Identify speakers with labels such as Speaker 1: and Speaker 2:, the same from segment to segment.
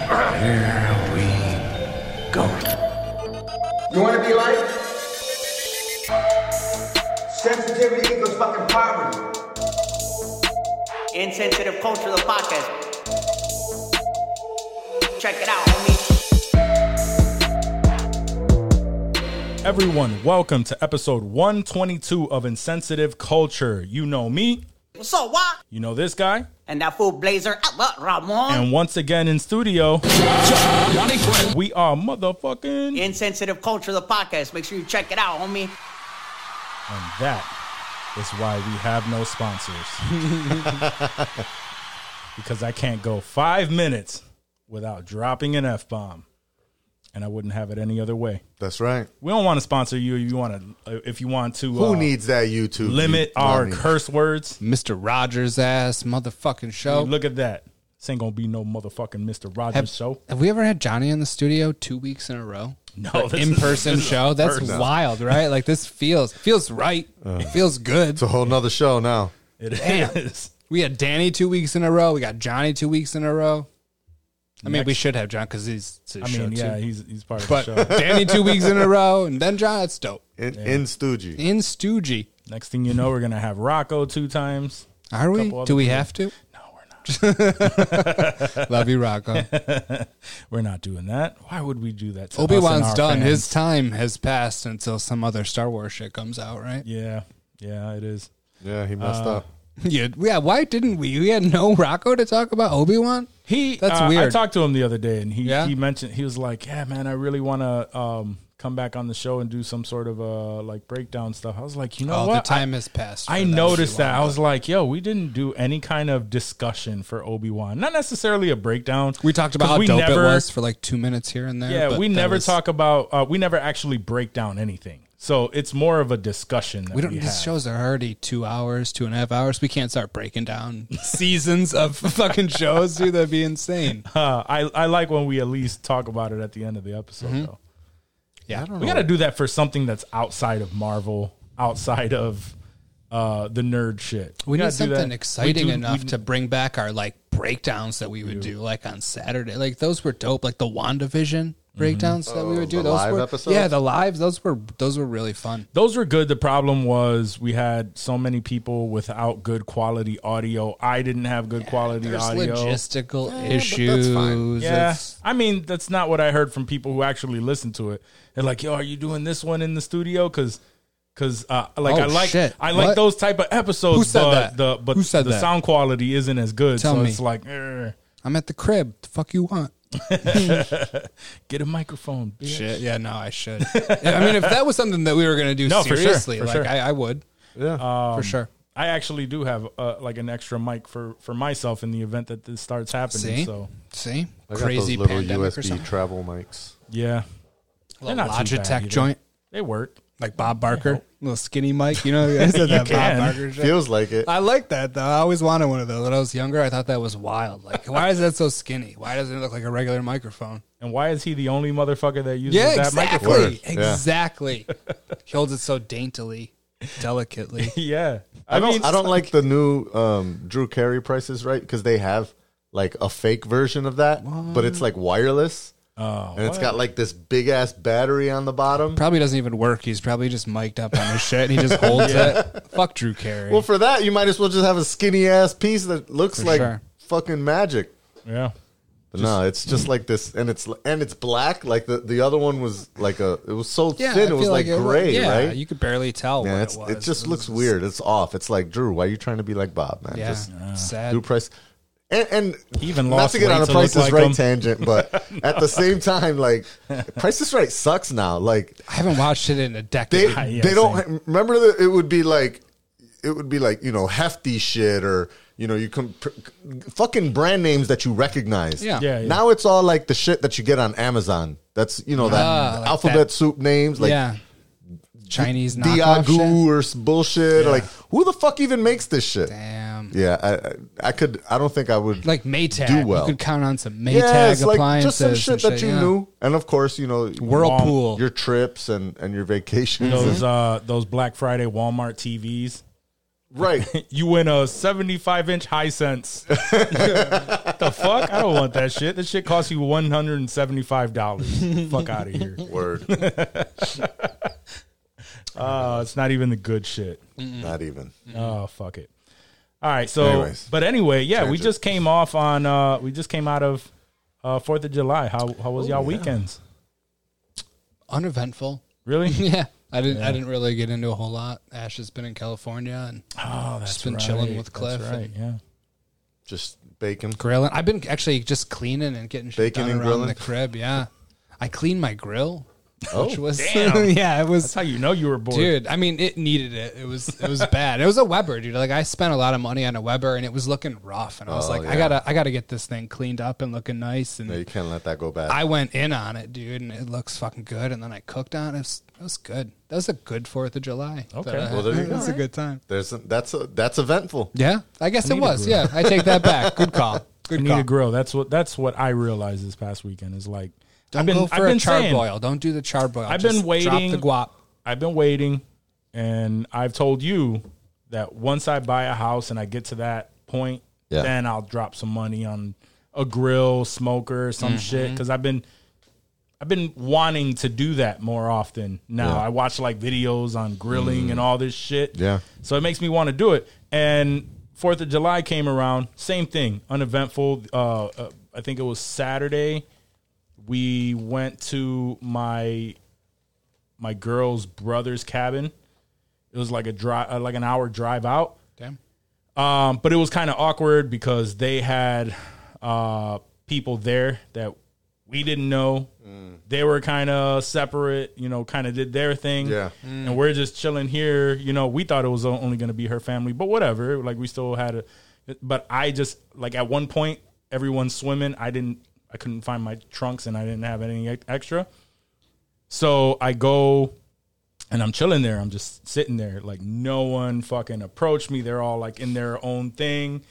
Speaker 1: Here we go.
Speaker 2: You wanna be like? Sensitivity equals fucking poverty.
Speaker 3: Insensitive Culture, the podcast. Check it out, homie.
Speaker 4: Everyone, welcome to episode 122 of Insensitive Culture. You know me,
Speaker 3: What's up, why?
Speaker 4: you know this guy,
Speaker 3: And that fool blazer, Albert Ramon.
Speaker 4: and once again in studio, we are motherfucking.
Speaker 3: Insensitive Culture, the podcast. Make sure you check it out, homie.
Speaker 4: And that is why we have no sponsors. because I can't go five minutes without dropping an F bomb, and I wouldn't have it any other way.
Speaker 5: That's right.
Speaker 4: We don't want to sponsor you. You want to, if you want to,
Speaker 5: Who
Speaker 4: uh,
Speaker 5: needs that YouTube?
Speaker 4: limit our
Speaker 5: money?
Speaker 4: curse words.
Speaker 6: Mr. Rogers ass motherfucking show.
Speaker 4: Look at that. This ain't gonna be no motherfucking Mr. Rogers
Speaker 6: have,
Speaker 4: show.
Speaker 6: have we ever had Johnny in the studio two weeks in a row?
Speaker 4: No, Oh, this is-
Speaker 6: In person
Speaker 4: this is
Speaker 6: show. That's
Speaker 4: first. Uh,
Speaker 6: wild, right? Like this feels feels right. feels good.
Speaker 5: It's a whole nother show now.
Speaker 4: It is.
Speaker 6: We had Danny two weeks in a row. We got Johnny two weeks in a row. I mean, we
Speaker 4: Next-
Speaker 6: should have John because he's it's his
Speaker 4: I
Speaker 6: show
Speaker 4: mean, yeah,
Speaker 6: too.
Speaker 4: he's he's part of
Speaker 6: but
Speaker 4: the show.
Speaker 6: Danny two weeks in a row, and then John. That's dope.
Speaker 5: In, in Stoogie.
Speaker 6: In Stoogie,
Speaker 4: Next thing you know, we're gonna have Rocco two times.
Speaker 6: are we?
Speaker 4: Couple other
Speaker 6: Do we
Speaker 4: people.
Speaker 6: have to?
Speaker 4: No, we're not.
Speaker 6: Love you, Rocco.
Speaker 4: We're not doing that. Why would we do that? to us and
Speaker 6: Obi Wan's
Speaker 4: our
Speaker 6: done.
Speaker 4: fans?
Speaker 6: His time has passed until some other Star Wars shit comes out, right?
Speaker 4: yeah, yeah, it is.
Speaker 5: Yeah, he messed
Speaker 6: Uh,
Speaker 5: up.
Speaker 6: Yeah, yeah. Why didn't we? We had no Rocco to talk about Obi Wan.
Speaker 4: He
Speaker 6: That's
Speaker 4: uh, I
Speaker 6: weird.
Speaker 4: talked to him the other day, and he
Speaker 6: Yeah?
Speaker 4: he mentioned he was like, "Yeah, man, I really want to um, come back on the show and do some sort of uh, like breakdown stuff." I was like, "You know
Speaker 6: Oh,
Speaker 4: what?
Speaker 6: the time has passed. for
Speaker 4: I
Speaker 6: that
Speaker 4: noticed
Speaker 6: Obi-Wan.
Speaker 4: that. I was like, yo, we didn't do any kind of discussion for Obi Wan. Not necessarily a breakdown.
Speaker 6: We talked about
Speaker 4: 'Cause
Speaker 6: how
Speaker 4: we
Speaker 6: dope
Speaker 4: never,
Speaker 6: it was for like two minutes here and there.
Speaker 4: Yeah,
Speaker 6: but
Speaker 4: we
Speaker 6: that
Speaker 4: never
Speaker 6: was-
Speaker 4: talk about, uh, we never actually break down anything. So it's more of a discussion. That
Speaker 6: We don't.
Speaker 4: We
Speaker 6: these
Speaker 4: have.
Speaker 6: shows are already two hours, two and a half hours. We can't start breaking down seasons of fucking shows, dude. That'd be insane.
Speaker 4: Uh, I, I like when we at least talk about it at the end of the episode,
Speaker 6: Mm-hmm.
Speaker 4: though.
Speaker 6: Yeah, I don't
Speaker 4: We got to do that for something that's outside of Marvel, outside of uh, the nerd shit.
Speaker 6: We need
Speaker 4: gotta do that.
Speaker 6: something
Speaker 4: We
Speaker 6: exciting
Speaker 4: do-
Speaker 6: enough
Speaker 4: we-
Speaker 6: to bring back our like breakdowns that we would do like on Saturday. Like those were dope. Like the WandaVision
Speaker 4: Mm-hmm.
Speaker 6: breakdowns that we would do.
Speaker 5: Oh, the
Speaker 6: those
Speaker 5: live
Speaker 6: were
Speaker 5: episodes?
Speaker 6: yeah, the live. Those were those were really fun.
Speaker 4: those were good. The problem was we had so many people without good quality audio. I didn't have good quality
Speaker 6: There's
Speaker 4: audio.
Speaker 6: logistical
Speaker 5: that's fine.
Speaker 6: issues.
Speaker 4: yeah,
Speaker 6: It's-
Speaker 4: I mean that's not what I heard from people who actually listened to it. They're like, "Yo, are you doing this one in the studio?" Because, because uh, like
Speaker 6: Oh,
Speaker 4: I like
Speaker 6: shit.
Speaker 4: I like
Speaker 6: What?
Speaker 4: those type of episodes.
Speaker 6: Who said
Speaker 4: but
Speaker 6: that?
Speaker 4: The but
Speaker 6: Who said
Speaker 4: the
Speaker 6: that?
Speaker 4: sound quality isn't as good.
Speaker 6: Tell
Speaker 4: so
Speaker 6: me.
Speaker 4: it's like, "Er,
Speaker 6: I'm at the crib. The fuck you want?
Speaker 4: get a microphone. Bitch.
Speaker 6: Shit. Yeah, no, I should. I mean, if that was something that we were gonna do
Speaker 4: No, for sure,
Speaker 6: seriously,
Speaker 4: for
Speaker 6: like
Speaker 4: sure. Um,
Speaker 6: I, I would
Speaker 5: Yeah.
Speaker 6: for sure.
Speaker 4: I actually do have uh, like an extra mic for for myself in the event that this starts happening.
Speaker 6: See,
Speaker 4: So
Speaker 6: see,
Speaker 5: I got
Speaker 6: crazy
Speaker 5: those
Speaker 6: pandemic
Speaker 5: little
Speaker 6: or
Speaker 5: USB
Speaker 6: something.
Speaker 5: travel mics.
Speaker 4: yeah,
Speaker 6: Little
Speaker 4: They're not too bad
Speaker 6: Logitech
Speaker 4: either.
Speaker 6: joint.
Speaker 4: they work.
Speaker 6: Like Bob Barker, little skinny mic, you know, I said that
Speaker 4: can.
Speaker 6: Bob Barker shit.
Speaker 5: Feels like it.
Speaker 6: I like that though. I always wanted one of those. When I was younger, I thought that was wild. Like, why is that so skinny? Why doesn't it look like a regular microphone?
Speaker 4: And why is he the only motherfucker that uses
Speaker 6: Yeah,
Speaker 4: that
Speaker 6: exactly.
Speaker 4: microphone?
Speaker 5: Word. Yeah.
Speaker 6: Exactly. he holds it so daintily, delicately.
Speaker 4: Yeah.
Speaker 5: I, don't. I don't like the new um, Drew Carey prices, right? Because they have like a fake version of that, but it's like wireless,
Speaker 4: Oh,
Speaker 5: and it's got like this big ass battery on the bottom.
Speaker 6: Probably doesn't even work. He's probably just mic'd up on his shit and he just holds it. Fuck Drew Carey.
Speaker 5: Well, for that, you might as well just have a skinny ass piece that looks
Speaker 6: For
Speaker 5: like
Speaker 6: sure.
Speaker 5: fucking magic.
Speaker 4: yeah.
Speaker 5: But no, it's just like this, and it's and it's black. Like the, the other one was like a, it was so
Speaker 6: yeah, I
Speaker 5: thin, it
Speaker 6: feel
Speaker 5: was like,
Speaker 6: it-
Speaker 5: gray,
Speaker 6: yeah,
Speaker 5: right?
Speaker 6: You could barely tell.
Speaker 5: man,
Speaker 6: what
Speaker 5: it's,
Speaker 6: it,
Speaker 5: it,
Speaker 6: was.
Speaker 5: just
Speaker 6: It
Speaker 5: looks
Speaker 6: was-
Speaker 5: weird. It's off. It's like Drew. Why are you trying to be like Bob, man?
Speaker 6: Yeah,
Speaker 5: Just
Speaker 6: sad.
Speaker 5: do price. And, and
Speaker 4: He even
Speaker 5: not
Speaker 4: lost
Speaker 5: to get
Speaker 4: weight
Speaker 5: on a
Speaker 4: to look
Speaker 5: Price is
Speaker 4: like
Speaker 5: Right
Speaker 4: him.
Speaker 5: tangent, but at the same time, like Price is Right sucks now. Like
Speaker 6: I haven't watched it in
Speaker 5: they
Speaker 6: a decade.
Speaker 4: yeah,
Speaker 5: they don't
Speaker 4: same.
Speaker 5: remember that it would be like it would be like you know hefty shit or you know you can fucking brand names that you recognize.
Speaker 6: Yeah.
Speaker 4: Yeah, yeah.
Speaker 5: Now it's all like the shit that you get on Amazon. That's you know that
Speaker 6: Ah, like
Speaker 5: alphabet
Speaker 6: that-
Speaker 5: soup names like
Speaker 6: yeah. Chinese knockoff shit.
Speaker 5: Diagoo or s- bullshit. Like who the fuck even makes this shit?
Speaker 6: Damn.
Speaker 5: Yeah, I I- I could. I don't think I would
Speaker 6: like Maytag.
Speaker 5: Do well.
Speaker 6: You could count on some Maytag
Speaker 5: Yeah, it's like just
Speaker 6: appliances.
Speaker 5: some shit
Speaker 6: and
Speaker 5: that you
Speaker 6: yeah.
Speaker 5: knew, and of course, you know,
Speaker 6: Whirlpool.
Speaker 5: your trips and and your vacations.
Speaker 4: Those uh those Black Friday Walmart TVs
Speaker 5: Right.
Speaker 4: You win a 75 inch high sense. the fuck? I don't want that shit. This shit costs you $175. fuck out of here.
Speaker 5: Word.
Speaker 4: Uh, it's not even the good shit.
Speaker 5: Not even.
Speaker 4: Oh, fuck it. All right. So,
Speaker 5: Anyways.
Speaker 4: but anyway, yeah, we
Speaker 5: Tangent.
Speaker 4: just came off on, uh, we just came out of uh, 4th of July. How, how
Speaker 5: Oh,
Speaker 4: was y'all weekends?
Speaker 6: Uneventful.
Speaker 4: Really?
Speaker 6: Yeah. I didn't. I didn't really get into a whole lot. Ash has been in California and
Speaker 4: Oh, that's
Speaker 6: been chilling with Cliff
Speaker 4: That's right.
Speaker 6: and-
Speaker 4: Yeah.
Speaker 5: Just bacon.
Speaker 6: grilling. I've been actually just cleaning and getting shit
Speaker 5: Baking
Speaker 6: done
Speaker 5: and
Speaker 6: around
Speaker 5: grilling? Oh,
Speaker 6: the crib. Yeah, I cleaned my grill, which was
Speaker 4: damn.
Speaker 6: yeah, it
Speaker 4: That's
Speaker 6: was
Speaker 4: how you know you were bored.
Speaker 6: dude. I mean, it needed it. It was it was bad. It was a Weber, dude. Like I spent a lot of money on a Weber, and it was looking rough. And I was
Speaker 5: Oh,
Speaker 6: like, I
Speaker 5: yeah.
Speaker 6: gotta I gotta get this thing cleaned up and looking nice. And
Speaker 5: No, you can't let that go bad.
Speaker 6: I went in on it, dude, and it looks fucking good. And then I cooked on it. It was, it was good. That was a good Fourth of July.
Speaker 4: Okay.
Speaker 6: that I had.
Speaker 5: Well, there you
Speaker 6: It
Speaker 5: go.
Speaker 6: was a good time.
Speaker 5: There's that's a, that's eventful.
Speaker 6: Yeah, I guess it
Speaker 4: need a
Speaker 6: was.
Speaker 4: grill.
Speaker 6: Yeah, I take that back. Good call.
Speaker 4: I
Speaker 6: Good
Speaker 4: need
Speaker 6: call.
Speaker 4: a grill. That's what, that's what I realized this past weekend is like,
Speaker 6: Don't
Speaker 4: I've been,
Speaker 6: go for
Speaker 4: I've been
Speaker 6: a charboil.
Speaker 4: saying,
Speaker 6: Don't do the charboil.
Speaker 4: I've
Speaker 6: Just
Speaker 4: been waiting.
Speaker 6: Drop
Speaker 4: I've been waiting, and I've told you that once I buy a house and I get to that point,
Speaker 5: Yeah.
Speaker 4: then I'll drop some money on a grill, smoker, or some shit. Because I've been, I've been wanting to do that more often now.
Speaker 5: Yeah. Mm.
Speaker 4: I watch like videos on grilling and all this shit.
Speaker 5: Yeah.
Speaker 4: so it makes me want to do it. And Fourth of July came around, same thing, uneventful. Uh, uh, I think it was Saturday. We went to my my girl's brother's cabin. It was like a drive, uh, like an hour drive out.
Speaker 6: the guap. Damn.
Speaker 4: Um, but it was kind of awkward because they had uh, people there that we didn't know. They were kind of separate, you know, kind of did their thing.
Speaker 5: Yeah.
Speaker 4: And we're just chilling here. You know, we thought it was only going to be her family, but whatever. Like, we still had a. But I just, like, at one point, everyone's swimming. I didn't, I couldn't find my trunks and I didn't have any ex- extra. So I go and I'm chilling there. I'm just sitting there. Like no one fucking approached me. They're all like in their own thing.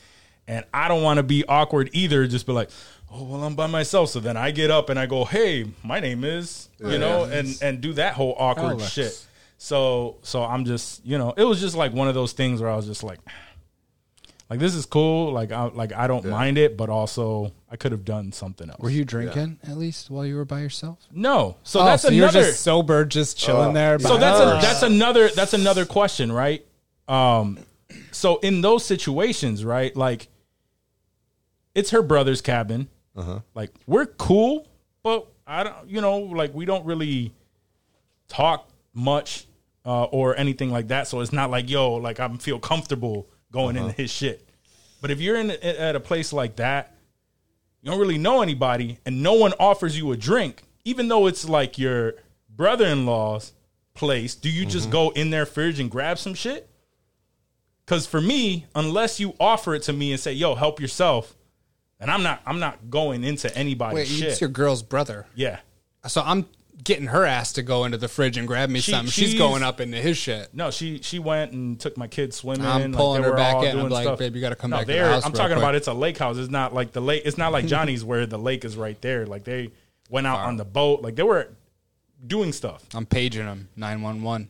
Speaker 4: And I don't want to be awkward either. Just be like, oh well, I'm by myself. So then I get up and I go, hey, my name is, you know, and and do that whole awkward
Speaker 6: Alex.
Speaker 4: shit. So so I'm just, you know, it was just like one of those things where I was just like, "Ah." like this is cool. Like I like I don't mind it, but also I could have done something else.
Speaker 6: Were you drinking at least while you were by yourself?
Speaker 4: no. So that's
Speaker 6: Oh, so
Speaker 4: another Oh.
Speaker 6: You're just sober, just chilling there.
Speaker 4: so that's a, that's another that's another question, right? Um, so in those situations, right, like it's her brother's cabin. Like we're cool, but I don't, you know, like we don't really talk much uh, or anything like that. So it's not like yo, like I am feel comfortable going into his shit. But if you're in at a place like that, you don't really know anybody, and no one offers you a drink, even though it's like your brother-in-law's place. Do you just go in their fridge and grab some shit? Because for me, unless you offer it to me and say, "Yo, help yourself," and I'm not, I'm not going into anybody's
Speaker 6: Wait,
Speaker 4: shit.
Speaker 6: it's your girl's brother.
Speaker 4: yeah,
Speaker 6: So I'm getting her ass to go into the fridge and grab me
Speaker 4: She-
Speaker 6: something. She's,
Speaker 4: she's-
Speaker 6: going up into his shit.
Speaker 4: No, she she went and took my kids swimming.
Speaker 6: I'm
Speaker 4: like,
Speaker 6: pulling
Speaker 4: they
Speaker 6: her
Speaker 4: were
Speaker 6: back
Speaker 4: all
Speaker 6: in. I'm
Speaker 4: doing
Speaker 6: like,
Speaker 4: stuff.
Speaker 6: "Babe, you gotta come back to the
Speaker 4: they're-
Speaker 6: house
Speaker 4: I'm
Speaker 6: real
Speaker 4: talking
Speaker 6: quick."
Speaker 4: about it's a lake house. It's not like the lake. It's not like Johnny's where the lake is right there. Like they went out on the boat. Like they were doing stuff.
Speaker 6: I'm paging him. Nine one one.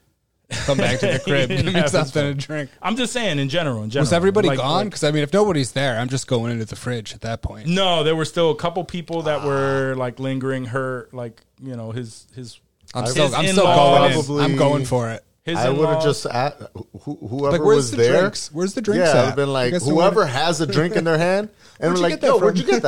Speaker 6: Come back to the crib. Give me
Speaker 4: Have his
Speaker 6: something to drink.
Speaker 4: I'm just saying in general. In general,
Speaker 6: Was everybody
Speaker 4: Like-
Speaker 6: gone?
Speaker 4: like-
Speaker 6: Because I mean, if nobody's there, I'm just going into the fridge at that point.
Speaker 4: no, there were still a couple people that were like lingering. Her like you know his his.
Speaker 6: I'm
Speaker 4: his
Speaker 6: still, I'm still
Speaker 4: in-laws-
Speaker 6: going. in.
Speaker 5: Probably-
Speaker 6: I'm going for it.
Speaker 4: His
Speaker 5: I would have
Speaker 4: in-laws-
Speaker 5: just at, who, whoever
Speaker 6: Like, where's
Speaker 5: was
Speaker 6: the
Speaker 5: there.
Speaker 6: drinks? Where's the drinks
Speaker 5: Yeah,
Speaker 6: at?
Speaker 5: I've been
Speaker 6: I
Speaker 5: like
Speaker 6: guess someone-
Speaker 5: whoever has a drink in their hand, and
Speaker 6: Where'd you
Speaker 5: we're
Speaker 6: get
Speaker 5: like,
Speaker 6: that
Speaker 5: yo,
Speaker 6: from?"
Speaker 5: where'd you get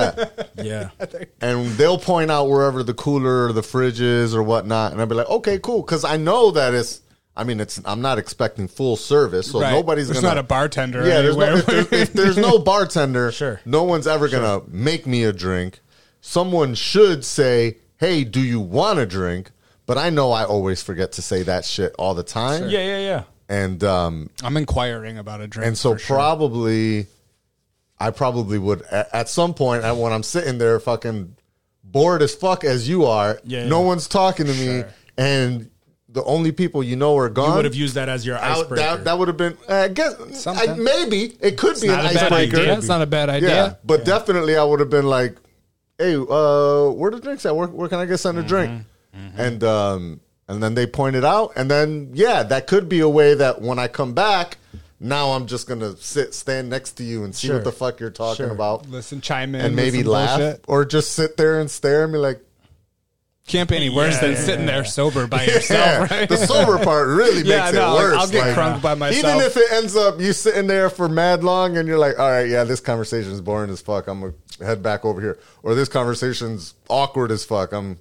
Speaker 5: that?
Speaker 4: yeah.
Speaker 5: and they'll point out wherever the cooler or the fridge is or whatnot, and I'll be like, okay, cool, because I know that it's. I mean, it's. I'm not expecting full service, so
Speaker 6: Right.
Speaker 5: nobody's
Speaker 6: There's
Speaker 5: gonna.
Speaker 6: not a bartender
Speaker 5: Yeah, there's no,
Speaker 6: anywhere.
Speaker 5: if, there's, if there's no bartender,
Speaker 4: Sure.
Speaker 5: no one's ever gonna make me a drink. Someone should say, "Hey, do you want a drink?" But I know I always forget to say that shit all the time,
Speaker 4: Yeah, yeah, yeah.
Speaker 5: and um,
Speaker 6: I'm inquiring about a drink.
Speaker 5: and so
Speaker 6: for sure.
Speaker 5: probably i probably would at, at some point at, when i'm sitting there fucking bored as fuck as you are
Speaker 4: Yeah,
Speaker 5: no
Speaker 4: yeah.
Speaker 5: one's talking to me and the only people you know are
Speaker 4: You
Speaker 5: gone
Speaker 4: would have used that as your
Speaker 5: I would-
Speaker 4: icebreaker.
Speaker 5: that, that would have been i guess
Speaker 6: Something.
Speaker 5: I, maybe it could be an
Speaker 4: not a bad
Speaker 5: icebreaker
Speaker 4: idea.
Speaker 5: yeah,
Speaker 6: that's not a bad idea.
Speaker 5: but definitely i would have been like hey uh where the drinks at where, where can i get some to drink
Speaker 7: Mm-hmm.
Speaker 5: and um and then they pointed out and then yeah that could be a way that when i come back Now I'm just gonna sit, stand next to you, and see
Speaker 4: Sure.
Speaker 5: what the fuck you're talking
Speaker 4: Sure.
Speaker 5: about,
Speaker 7: Listen, chime in
Speaker 5: and maybe
Speaker 7: with some
Speaker 5: laugh,
Speaker 7: bullshit.
Speaker 5: or just sit there and stare and be like,
Speaker 7: Can't be any worse than sitting there sober by yourself,
Speaker 5: Yeah,
Speaker 7: right?
Speaker 5: The sober part really
Speaker 7: Yeah,
Speaker 5: makes
Speaker 7: no,
Speaker 5: it
Speaker 7: like,
Speaker 5: worse.
Speaker 7: I'll get crunked by myself.
Speaker 5: Even if it ends up you sitting there for mad long and you're like, all right, yeah, this conversation's boring as fuck. I'm gonna head back over here, or this conversation's awkward as fuck. I'm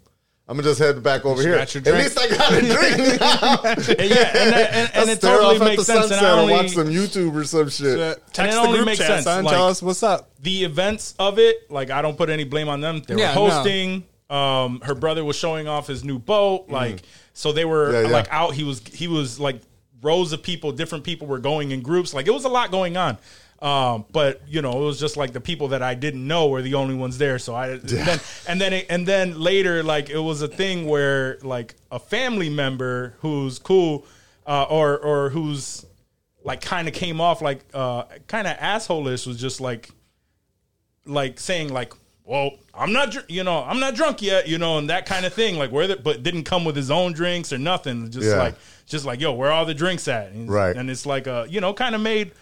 Speaker 5: I'm gonna just head back over here.
Speaker 7: got
Speaker 5: At
Speaker 7: your drink.
Speaker 5: least I got a drink.
Speaker 4: Yeah, and, that- and, and
Speaker 5: I'll
Speaker 4: it
Speaker 5: stare
Speaker 4: totally
Speaker 5: off at
Speaker 4: makes
Speaker 5: the
Speaker 4: sense. And
Speaker 5: sunset
Speaker 4: I
Speaker 5: or
Speaker 4: only,
Speaker 5: watch some YouTube or some shit.
Speaker 4: it
Speaker 7: Text the
Speaker 4: only
Speaker 7: group
Speaker 4: makes
Speaker 7: chat,
Speaker 4: sense,
Speaker 7: son.
Speaker 4: like-
Speaker 7: Tell us what's up.
Speaker 4: the events of it, like I don't put any blame on them. They were
Speaker 7: Yeah, no.
Speaker 4: hosting. Um, her brother was showing off his new boat. Like, so they were
Speaker 5: Yeah, yeah.
Speaker 4: like out. He was he was like rows of people. Different people were going in groups. Like it was a lot going on. Um, but you know, it was just like the people that I didn't know were the only ones there. So I and then and then, it, and then later, like it was a thing where like a family member who's cool, uh, or or who's like kind of came off like uh kind of assholeish was just like like saying like well i'm not dr- you know i'm not drunk yet you know and that kind of thing like where the, but didn't come with his own drinks or nothing just
Speaker 5: Yeah.
Speaker 4: like just like yo where all the drinks at and,
Speaker 5: Right.
Speaker 4: and it's like uh you know kind of made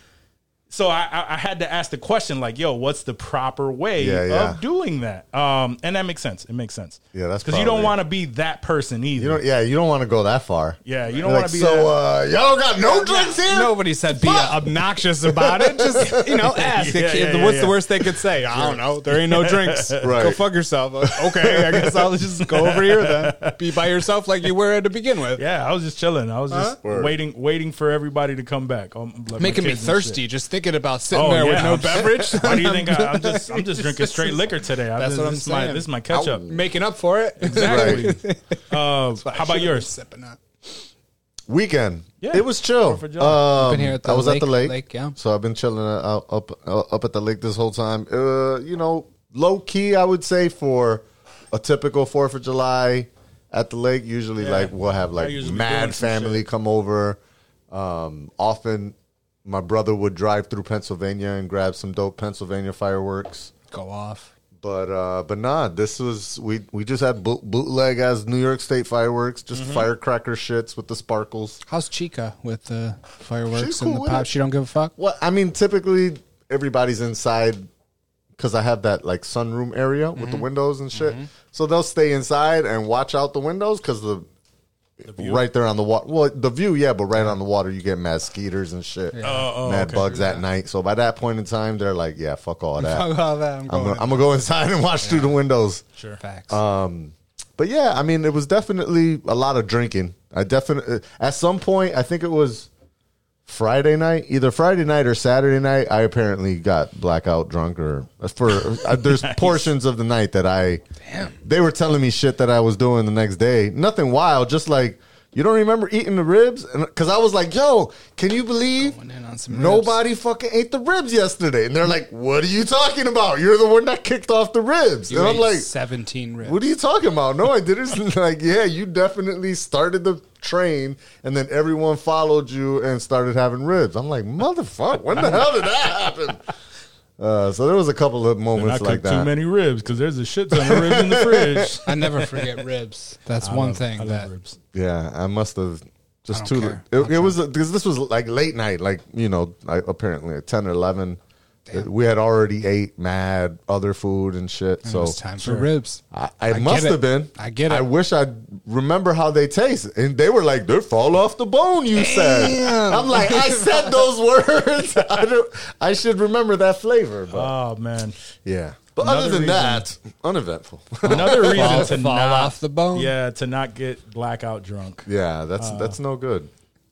Speaker 4: so I, I i had to ask the question like yo what's the proper way
Speaker 5: Yeah, yeah.
Speaker 4: of doing that um and that makes sense it makes sense
Speaker 5: Yeah, that's
Speaker 4: because you don't
Speaker 5: probably-
Speaker 4: want to be that person either
Speaker 5: You don't, yeah, you don't want to go that far.
Speaker 4: yeah you
Speaker 5: You're
Speaker 4: don't
Speaker 5: like,
Speaker 4: want to be
Speaker 5: so
Speaker 4: that.
Speaker 5: uh, y'all don't got no drinks here.
Speaker 7: Nobody said be obnoxious about it. Just you know, ask.
Speaker 4: Yeah, yeah, yeah,
Speaker 7: What's
Speaker 4: yeah.
Speaker 7: the worst they could say? I don't know. There ain't no drinks. Go
Speaker 5: Right.
Speaker 7: fuck yourself. Okay, I guess I'll just go over here then. Be by yourself like you were to begin with.
Speaker 4: yeah, I was just chilling. I was just
Speaker 5: Word.
Speaker 4: waiting, waiting for everybody to come back. Um, like my
Speaker 6: Making me
Speaker 4: kids and shit.
Speaker 6: thirsty just thinking about sitting
Speaker 4: Oh,
Speaker 6: there
Speaker 4: yeah.
Speaker 6: with no
Speaker 4: I'm-
Speaker 6: beverage.
Speaker 4: Why do you think I, I'm just I'm just drinking straight liquor today? I'm
Speaker 7: That's
Speaker 4: just-
Speaker 7: what I'm
Speaker 4: this is my-
Speaker 7: saying.
Speaker 4: This is my catch up.
Speaker 7: Making up for it.
Speaker 4: Exactly. Uh, how about yours?
Speaker 6: Sipping up.
Speaker 5: weekend.
Speaker 4: Yeah.
Speaker 5: it was chill.
Speaker 4: Fourth of July.
Speaker 5: Um,
Speaker 6: Been here at the
Speaker 5: I was at
Speaker 6: lake-
Speaker 5: the lake,
Speaker 6: lake, yeah.
Speaker 5: So I've been chilling out, up uh, up at the lake this whole time. Uh, you know, low key, I would say for a typical Fourth of July at the lake. Usually,
Speaker 4: Yeah.
Speaker 5: like we'll have like
Speaker 4: I usually doing
Speaker 5: mad
Speaker 4: some
Speaker 5: family
Speaker 4: shit.
Speaker 5: come over. Um, often, my brother would drive through Pennsylvania and grab some dope Pennsylvania fireworks.
Speaker 6: Go off.
Speaker 5: But uh, but nah, this was we we just had boot, bootleg as New York State fireworks, just
Speaker 4: Mm-hmm.
Speaker 5: firecracker shits with the sparkles.
Speaker 6: How's Chica with the fireworks
Speaker 5: She's
Speaker 6: and
Speaker 5: cool
Speaker 6: the
Speaker 5: with
Speaker 6: pop?
Speaker 5: it.
Speaker 6: She don't give a fuck.
Speaker 5: Well, I mean, typically everybody's inside because I have that like sunroom area with the windows and shit. So they'll stay inside and watch out the windows because the, right there on the water. Well, the view, yeah, but right on the water, you get mad skeeters and shit,
Speaker 4: Oh, oh,
Speaker 5: mad
Speaker 4: okay.
Speaker 5: bugs at night. So by that point in time, they're like, yeah, fuck all that.
Speaker 6: Fuck all that, I'm
Speaker 5: I'm
Speaker 6: going
Speaker 5: gonna, I'm gonna go inside and watch through the windows.
Speaker 6: Facts.
Speaker 5: Uh, But yeah, I mean, it was definitely a lot of drinking. I definitely at some point, I think it was Friday night, either Friday night or Saturday night. I apparently got blackout drunk, or for uh, there's portions of the night that I damn they were telling me shit that I was doing the next day. Nothing wild, just like. You don't remember eating the ribs? Because I was like, yo, can you believe
Speaker 6: Going in on some ribs.
Speaker 5: nobody fucking ate the ribs yesterday? And they're like, what are you talking about? You're the one that kicked off the ribs.
Speaker 6: you
Speaker 5: and
Speaker 6: ate
Speaker 5: I'm like,
Speaker 6: seventeen ribs.
Speaker 5: what are you talking about? No, I didn't. like, yeah, you definitely started the train, and then everyone followed you and started having ribs. I'm like, motherfucker, when the hell did that happen? Uh, so there was a couple of
Speaker 4: And I
Speaker 5: moments like
Speaker 4: cooked too
Speaker 5: that.
Speaker 4: many ribs because there's a shit ton of ribs in the fridge.
Speaker 6: I never forget ribs. That's
Speaker 4: I
Speaker 6: one
Speaker 4: love-
Speaker 6: thing
Speaker 4: I love
Speaker 6: that
Speaker 4: ribs.
Speaker 5: Yeah, I must have just
Speaker 6: don't
Speaker 5: too.
Speaker 6: care.
Speaker 5: It, it was because this was like late night, like you know, like apparently at ten or eleven. We had already ate mad other food and shit.
Speaker 6: it
Speaker 5: so
Speaker 6: was time for ribs.
Speaker 5: I, I,
Speaker 6: get
Speaker 5: must
Speaker 6: it.
Speaker 5: have been.
Speaker 6: I get it.
Speaker 5: I wish I remember how they taste. And they were like, "They fall off the bone." You said. I'm like, I said those words. I, don't, I should remember that flavor. But
Speaker 4: Oh man,
Speaker 5: yeah. But
Speaker 4: Another
Speaker 5: other than
Speaker 4: reason-
Speaker 5: that, uneventful.
Speaker 4: another reason
Speaker 6: Fall,
Speaker 4: to
Speaker 6: fall
Speaker 4: not
Speaker 6: off the bone.
Speaker 4: yeah to not get blackout drunk.
Speaker 5: yeah, that's that's no good.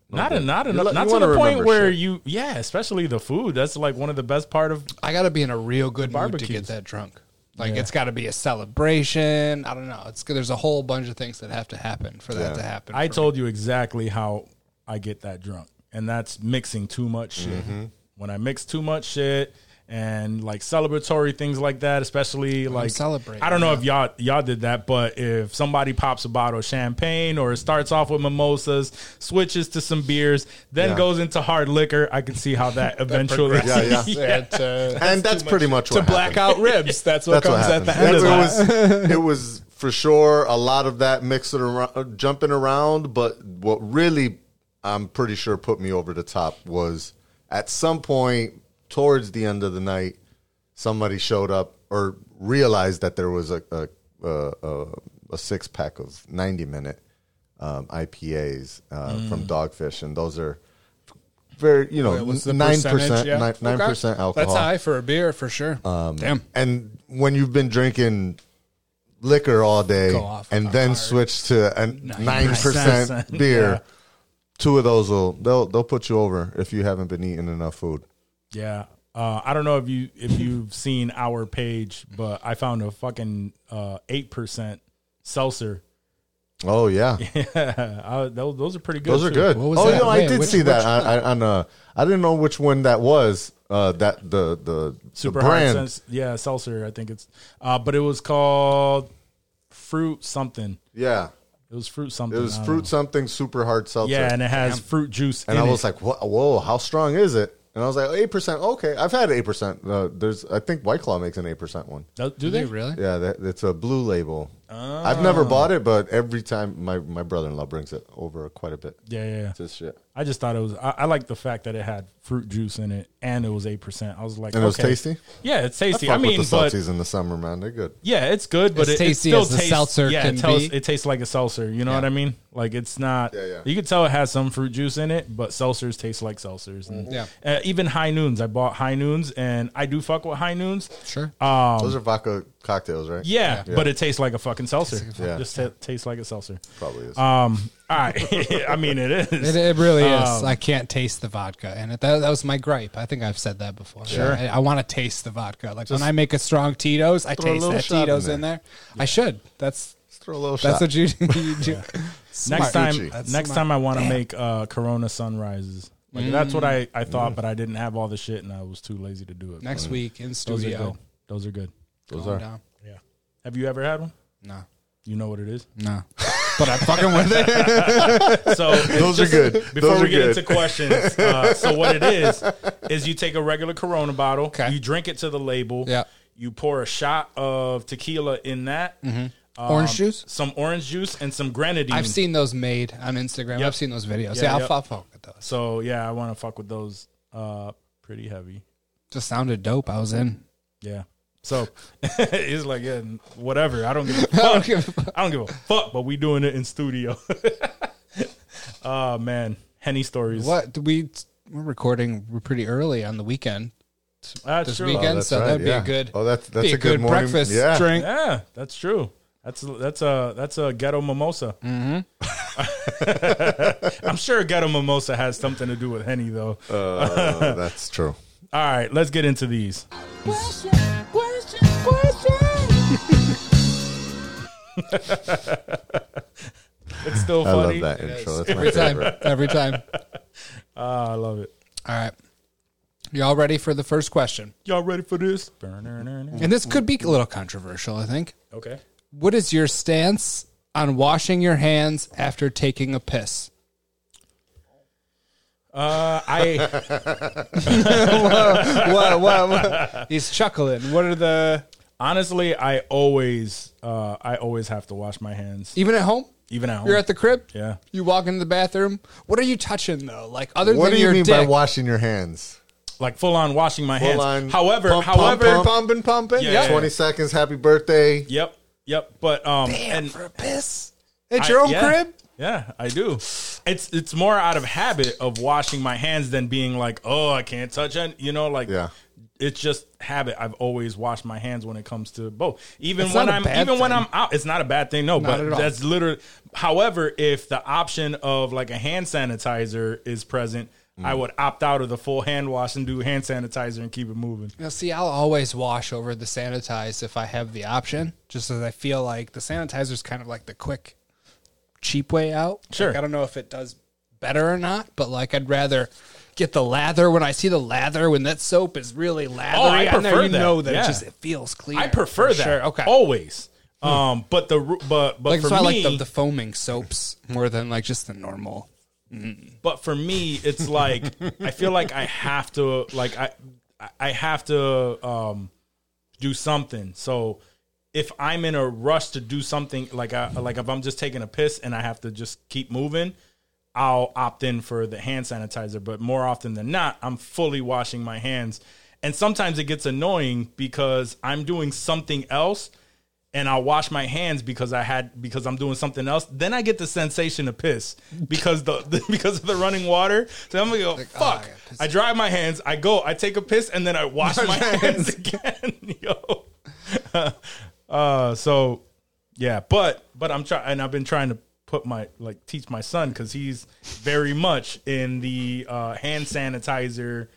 Speaker 4: Not a, not
Speaker 5: You
Speaker 4: enough.
Speaker 5: let-
Speaker 4: Not
Speaker 5: you
Speaker 4: to
Speaker 5: wanna
Speaker 4: the point
Speaker 5: remember
Speaker 4: where
Speaker 5: shit.
Speaker 4: you yeah, especially the food. That's like one of the best part of
Speaker 6: I got to be in a real good mood to
Speaker 4: Barbecues.
Speaker 6: get that drunk. Like it's got to be a celebration. I don't know. It's there's a whole bunch of things that have to happen for that to happen.
Speaker 4: I
Speaker 6: for
Speaker 4: told you exactly how I get that drunk, and that's mixing too much shit.
Speaker 5: Mm-hmm.
Speaker 4: When I mix too much shit and like celebratory things like that, especially like
Speaker 6: celebrating,
Speaker 4: I don't know if y'all y'all did that, but if somebody pops a bottle of champagne or it starts off with mimosas, switches to some beers, then
Speaker 5: Yeah.
Speaker 4: goes into hard liquor, I can see how that eventually.
Speaker 5: Yeah, yeah.
Speaker 7: That, uh,
Speaker 5: And that's pretty much what
Speaker 7: to black
Speaker 5: happened.
Speaker 7: out ribs. That's what
Speaker 5: That's what
Speaker 7: comes at
Speaker 5: happened.
Speaker 7: the end of that.
Speaker 5: That's- it was. It was for sure a lot of that mixing around, jumping around. But what really, I'm pretty sure, put me over the top was at some point towards the end of the night, somebody showed up or realized that there was a a, a, a, a six pack of ninety minute um, IPAs uh, from Dogfish, and those are very you know
Speaker 7: Mm. Oh, What's the
Speaker 5: nine
Speaker 7: percentage?
Speaker 5: percent
Speaker 7: Yeah.
Speaker 5: nine nine
Speaker 7: Okay.
Speaker 5: percent alcohol.
Speaker 7: That's high for a beer for sure.
Speaker 5: uh,
Speaker 7: Damn.
Speaker 5: And when you've been drinking liquor all day
Speaker 6: Go off
Speaker 5: and
Speaker 6: on
Speaker 5: then
Speaker 6: fire.
Speaker 5: switch to a nine percent beer, two of those will they'll they'll put you over if you haven't been eating enough food.
Speaker 4: Yeah. Uh, I don't know if you if you've seen our page, but I found a fucking uh, eight percent seltzer.
Speaker 5: Oh yeah,
Speaker 4: Uh, those, those are pretty good.
Speaker 5: those are
Speaker 4: too.
Speaker 5: good.
Speaker 6: What was
Speaker 5: Oh
Speaker 6: that?
Speaker 5: yeah, I
Speaker 6: Wait,
Speaker 5: did
Speaker 6: which-
Speaker 5: see that.
Speaker 6: which
Speaker 5: I, I on uh, I didn't know which one that was. Uh, that the the
Speaker 4: Super
Speaker 5: the brand.
Speaker 4: hard sense. Yeah, seltzer. I think it's. Uh, but it was called fruit something.
Speaker 5: Yeah,
Speaker 4: It was fruit something.
Speaker 5: it was
Speaker 6: Oh.
Speaker 4: I don't
Speaker 5: fruit
Speaker 4: know.
Speaker 5: something super hard seltzer.
Speaker 4: Yeah, and it has fruit juice.
Speaker 5: and
Speaker 4: in
Speaker 5: I was
Speaker 4: it.
Speaker 5: like, "Wha- "Whoa, how strong is it?" And I was like, 8 percent. Okay, I've had eight percent. Uh, there's, I think White Claw makes an eight percent one.
Speaker 4: Do- do
Speaker 6: Do
Speaker 4: they
Speaker 6: they really?
Speaker 5: Yeah, that, it's a blue label. I've never
Speaker 4: Ah.
Speaker 5: bought it, but every time my, my brother in law brings it over quite a bit.
Speaker 4: Yeah, yeah.
Speaker 5: It's this shit,
Speaker 4: I just thought it was. I, I like the fact that it had fruit juice in it, and it was eight percent. I was like,
Speaker 5: and it was
Speaker 4: okay.
Speaker 5: tasty.
Speaker 4: Yeah, it's tasty.
Speaker 5: Fuck
Speaker 4: I, mean,
Speaker 5: with the
Speaker 4: but
Speaker 5: salties in the summer, man, they're good.
Speaker 4: yeah, it's good, but
Speaker 6: As
Speaker 4: it, it
Speaker 6: tasty
Speaker 4: still
Speaker 6: as the
Speaker 4: tastes,
Speaker 6: seltzer
Speaker 4: yeah,
Speaker 6: can
Speaker 4: it, tells-
Speaker 6: be.
Speaker 4: it tastes like a seltzer. You know what I mean? Like it's not.
Speaker 5: Yeah, yeah.
Speaker 4: You can tell it has some fruit juice in it, but seltzers taste like seltzers. And,
Speaker 6: Mm-hmm. Yeah.
Speaker 4: uh, even high noons. I bought high noons, and I do fuck with high noons.
Speaker 6: Sure.
Speaker 5: Those are vodka cocktails, right?
Speaker 4: Um, Yeah, but it tastes like a fucking seltzer.
Speaker 5: Yeah.
Speaker 4: Just ta tastes like a seltzer.
Speaker 5: probably is.
Speaker 4: Um, all right. I mean, it is.
Speaker 6: It, it really is. I can't taste the vodka, and it, that, that was my gripe. I think I've said that before. Sure, I, I want to taste the vodka. Like when I make a strong Tito's, I
Speaker 5: throw a
Speaker 6: taste
Speaker 5: little
Speaker 6: that
Speaker 5: shot in
Speaker 6: Tito's
Speaker 5: there.
Speaker 6: in there. I should. That's
Speaker 5: Let's throw a little
Speaker 6: that's
Speaker 5: shot.
Speaker 6: what you, you do.
Speaker 4: next
Speaker 6: Smart.
Speaker 4: time,
Speaker 5: Gucci.
Speaker 6: That's
Speaker 4: next
Speaker 6: smart. Mm.
Speaker 4: time I want to make uh, Corona sunrises. Like that's what I, I thought,
Speaker 5: Mm.
Speaker 4: but I didn't have all the shit, and I was too lazy to do it.
Speaker 6: Next week in
Speaker 4: those are good.
Speaker 6: studio.
Speaker 4: Those are good. Oh,
Speaker 5: Those
Speaker 6: Going
Speaker 5: are.
Speaker 6: down.
Speaker 4: Yeah. Have you ever had one?
Speaker 6: No,
Speaker 4: You know what it is.
Speaker 6: no. but I'm fucking with it.
Speaker 4: So
Speaker 5: Those are good.
Speaker 4: before
Speaker 5: Those
Speaker 4: we
Speaker 5: are
Speaker 4: get
Speaker 5: good.
Speaker 4: into questions, uh, so what it is is you take a regular Corona bottle,
Speaker 6: Okay.
Speaker 4: you drink it to the label,
Speaker 6: Yeah.
Speaker 4: you pour a shot of tequila in that,
Speaker 6: Orange juice.
Speaker 4: some orange juice, and some grenadine.
Speaker 6: Mm-hmm. Um, I've seen those made on Instagram.
Speaker 4: Yep.
Speaker 6: I've seen those videos.
Speaker 4: Yeah,
Speaker 6: Yeah, I'll,
Speaker 4: yep.
Speaker 6: I'll fuck with those.
Speaker 4: So yeah, I want to fuck with those. Uh, pretty heavy.
Speaker 6: Just sounded dope. I was in.
Speaker 4: Yeah. So it's like yeah, whatever. I don't give a
Speaker 6: I don't
Speaker 4: fuck.
Speaker 6: give a fuck.
Speaker 4: I don't give a fuck. But we doing it in studio. oh man, Henny stories.
Speaker 6: What do we? We're recording. We're pretty early on the weekend.
Speaker 4: That's
Speaker 6: this
Speaker 4: true.
Speaker 6: weekend.
Speaker 5: that's
Speaker 6: so
Speaker 5: right,
Speaker 6: that'd
Speaker 5: yeah.
Speaker 6: be a good.
Speaker 5: Oh, that's- that's
Speaker 6: be
Speaker 5: a good morning-
Speaker 6: breakfast
Speaker 5: yeah.
Speaker 6: drink.
Speaker 4: Yeah, that's true. That's that's a that's a ghetto mimosa. Mm-hmm. I'm sure ghetto mimosa has something to do with Henny though.
Speaker 5: Uh, that's true.
Speaker 4: All right, let's get into these.
Speaker 8: Question, question, question.
Speaker 4: It's still
Speaker 5: I
Speaker 4: funny.
Speaker 5: love that intro. That's my
Speaker 6: Every
Speaker 5: favorite.
Speaker 6: time. Every time.
Speaker 4: Ah, I love it.
Speaker 6: All right. Y'all ready for the first question?
Speaker 4: Y'all ready for this?
Speaker 6: And this could be a little controversial, I think.
Speaker 4: Okay.
Speaker 6: What is your stance on washing your hands after taking a piss?
Speaker 4: Uh, I
Speaker 6: What, what, what? He's chuckling. What are the.
Speaker 4: honestly, I always, uh, I always have to wash my hands,
Speaker 6: Even at home?
Speaker 4: even at home.
Speaker 6: You're at the crib?
Speaker 4: Yeah.
Speaker 6: You walk into the bathroom? What are you touching, though? Like, other
Speaker 5: What
Speaker 6: than
Speaker 5: do you
Speaker 6: your
Speaker 5: mean by
Speaker 6: dick?
Speaker 5: washing your hands?
Speaker 4: like full on washing my hands.
Speaker 5: on
Speaker 4: however,
Speaker 5: pump, pump,
Speaker 4: however,
Speaker 5: pump.
Speaker 6: Pumping, pumping.
Speaker 4: Yeah.
Speaker 6: Yeah.
Speaker 5: Twenty seconds. Happy birthday.
Speaker 4: yep, yep. But um, and
Speaker 6: for a piss? At
Speaker 4: I-
Speaker 6: your own
Speaker 4: yeah.
Speaker 6: crib?
Speaker 4: Yeah, I do. It's it's more out of habit of washing my hands than being like, oh, I can't touch it. You know, like
Speaker 5: Yeah.
Speaker 4: It's just habit. I've always washed my hands when it comes to both. Even
Speaker 6: It's
Speaker 4: when
Speaker 6: not a
Speaker 4: I'm
Speaker 6: bad
Speaker 4: even when
Speaker 6: thing.
Speaker 4: I'm out, it's not a bad thing. No,
Speaker 6: Not
Speaker 4: but
Speaker 6: at all.
Speaker 4: that's literally. However, if the option of like a hand sanitizer is present, I
Speaker 6: Mm.
Speaker 4: would opt out of the full hand wash and do hand sanitizer and keep it moving.
Speaker 6: Now, see, I'll always wash over the sanitize if I have the option, just as I feel like the sanitizer is kind of like the quick, cheap way out.
Speaker 4: Sure.
Speaker 6: Like, I don't know if it does better or not, but like I'd rather get the lather when I see the lather when that soap is really lathery
Speaker 4: Oh, I
Speaker 6: on there.
Speaker 4: prefer
Speaker 6: You
Speaker 4: that.
Speaker 6: know that
Speaker 4: Yeah.
Speaker 6: it just it feels clean.
Speaker 4: I prefer that.
Speaker 6: Sure. Okay.
Speaker 4: always.
Speaker 6: Hmm.
Speaker 4: Um, but the ru- but but
Speaker 6: like
Speaker 4: for
Speaker 6: so, I
Speaker 4: me,
Speaker 6: like the, the foaming soaps more than like just the normal.
Speaker 4: but for me it's like i feel like i have to like i i have to um do something so if i'm in a rush to do something like i like if i'm just taking a piss and i have to just keep moving I'll opt in for the hand sanitizer, but more often than not, I'm fully washing my hands. And sometimes it gets annoying because I'm doing something else and I'll wash my hands because I had because I'm doing something else. Then I get the sensation of piss because the because of the running water. So I'm gonna go
Speaker 6: oh,
Speaker 4: fuck.
Speaker 6: I gotta piss.
Speaker 4: I dry my hands. I go. I take a piss and then I wash my hands again. Yo. uh. So yeah, but but I'm trying and I've been trying to put my like teach my son because he's very much in the uh, hand sanitizer.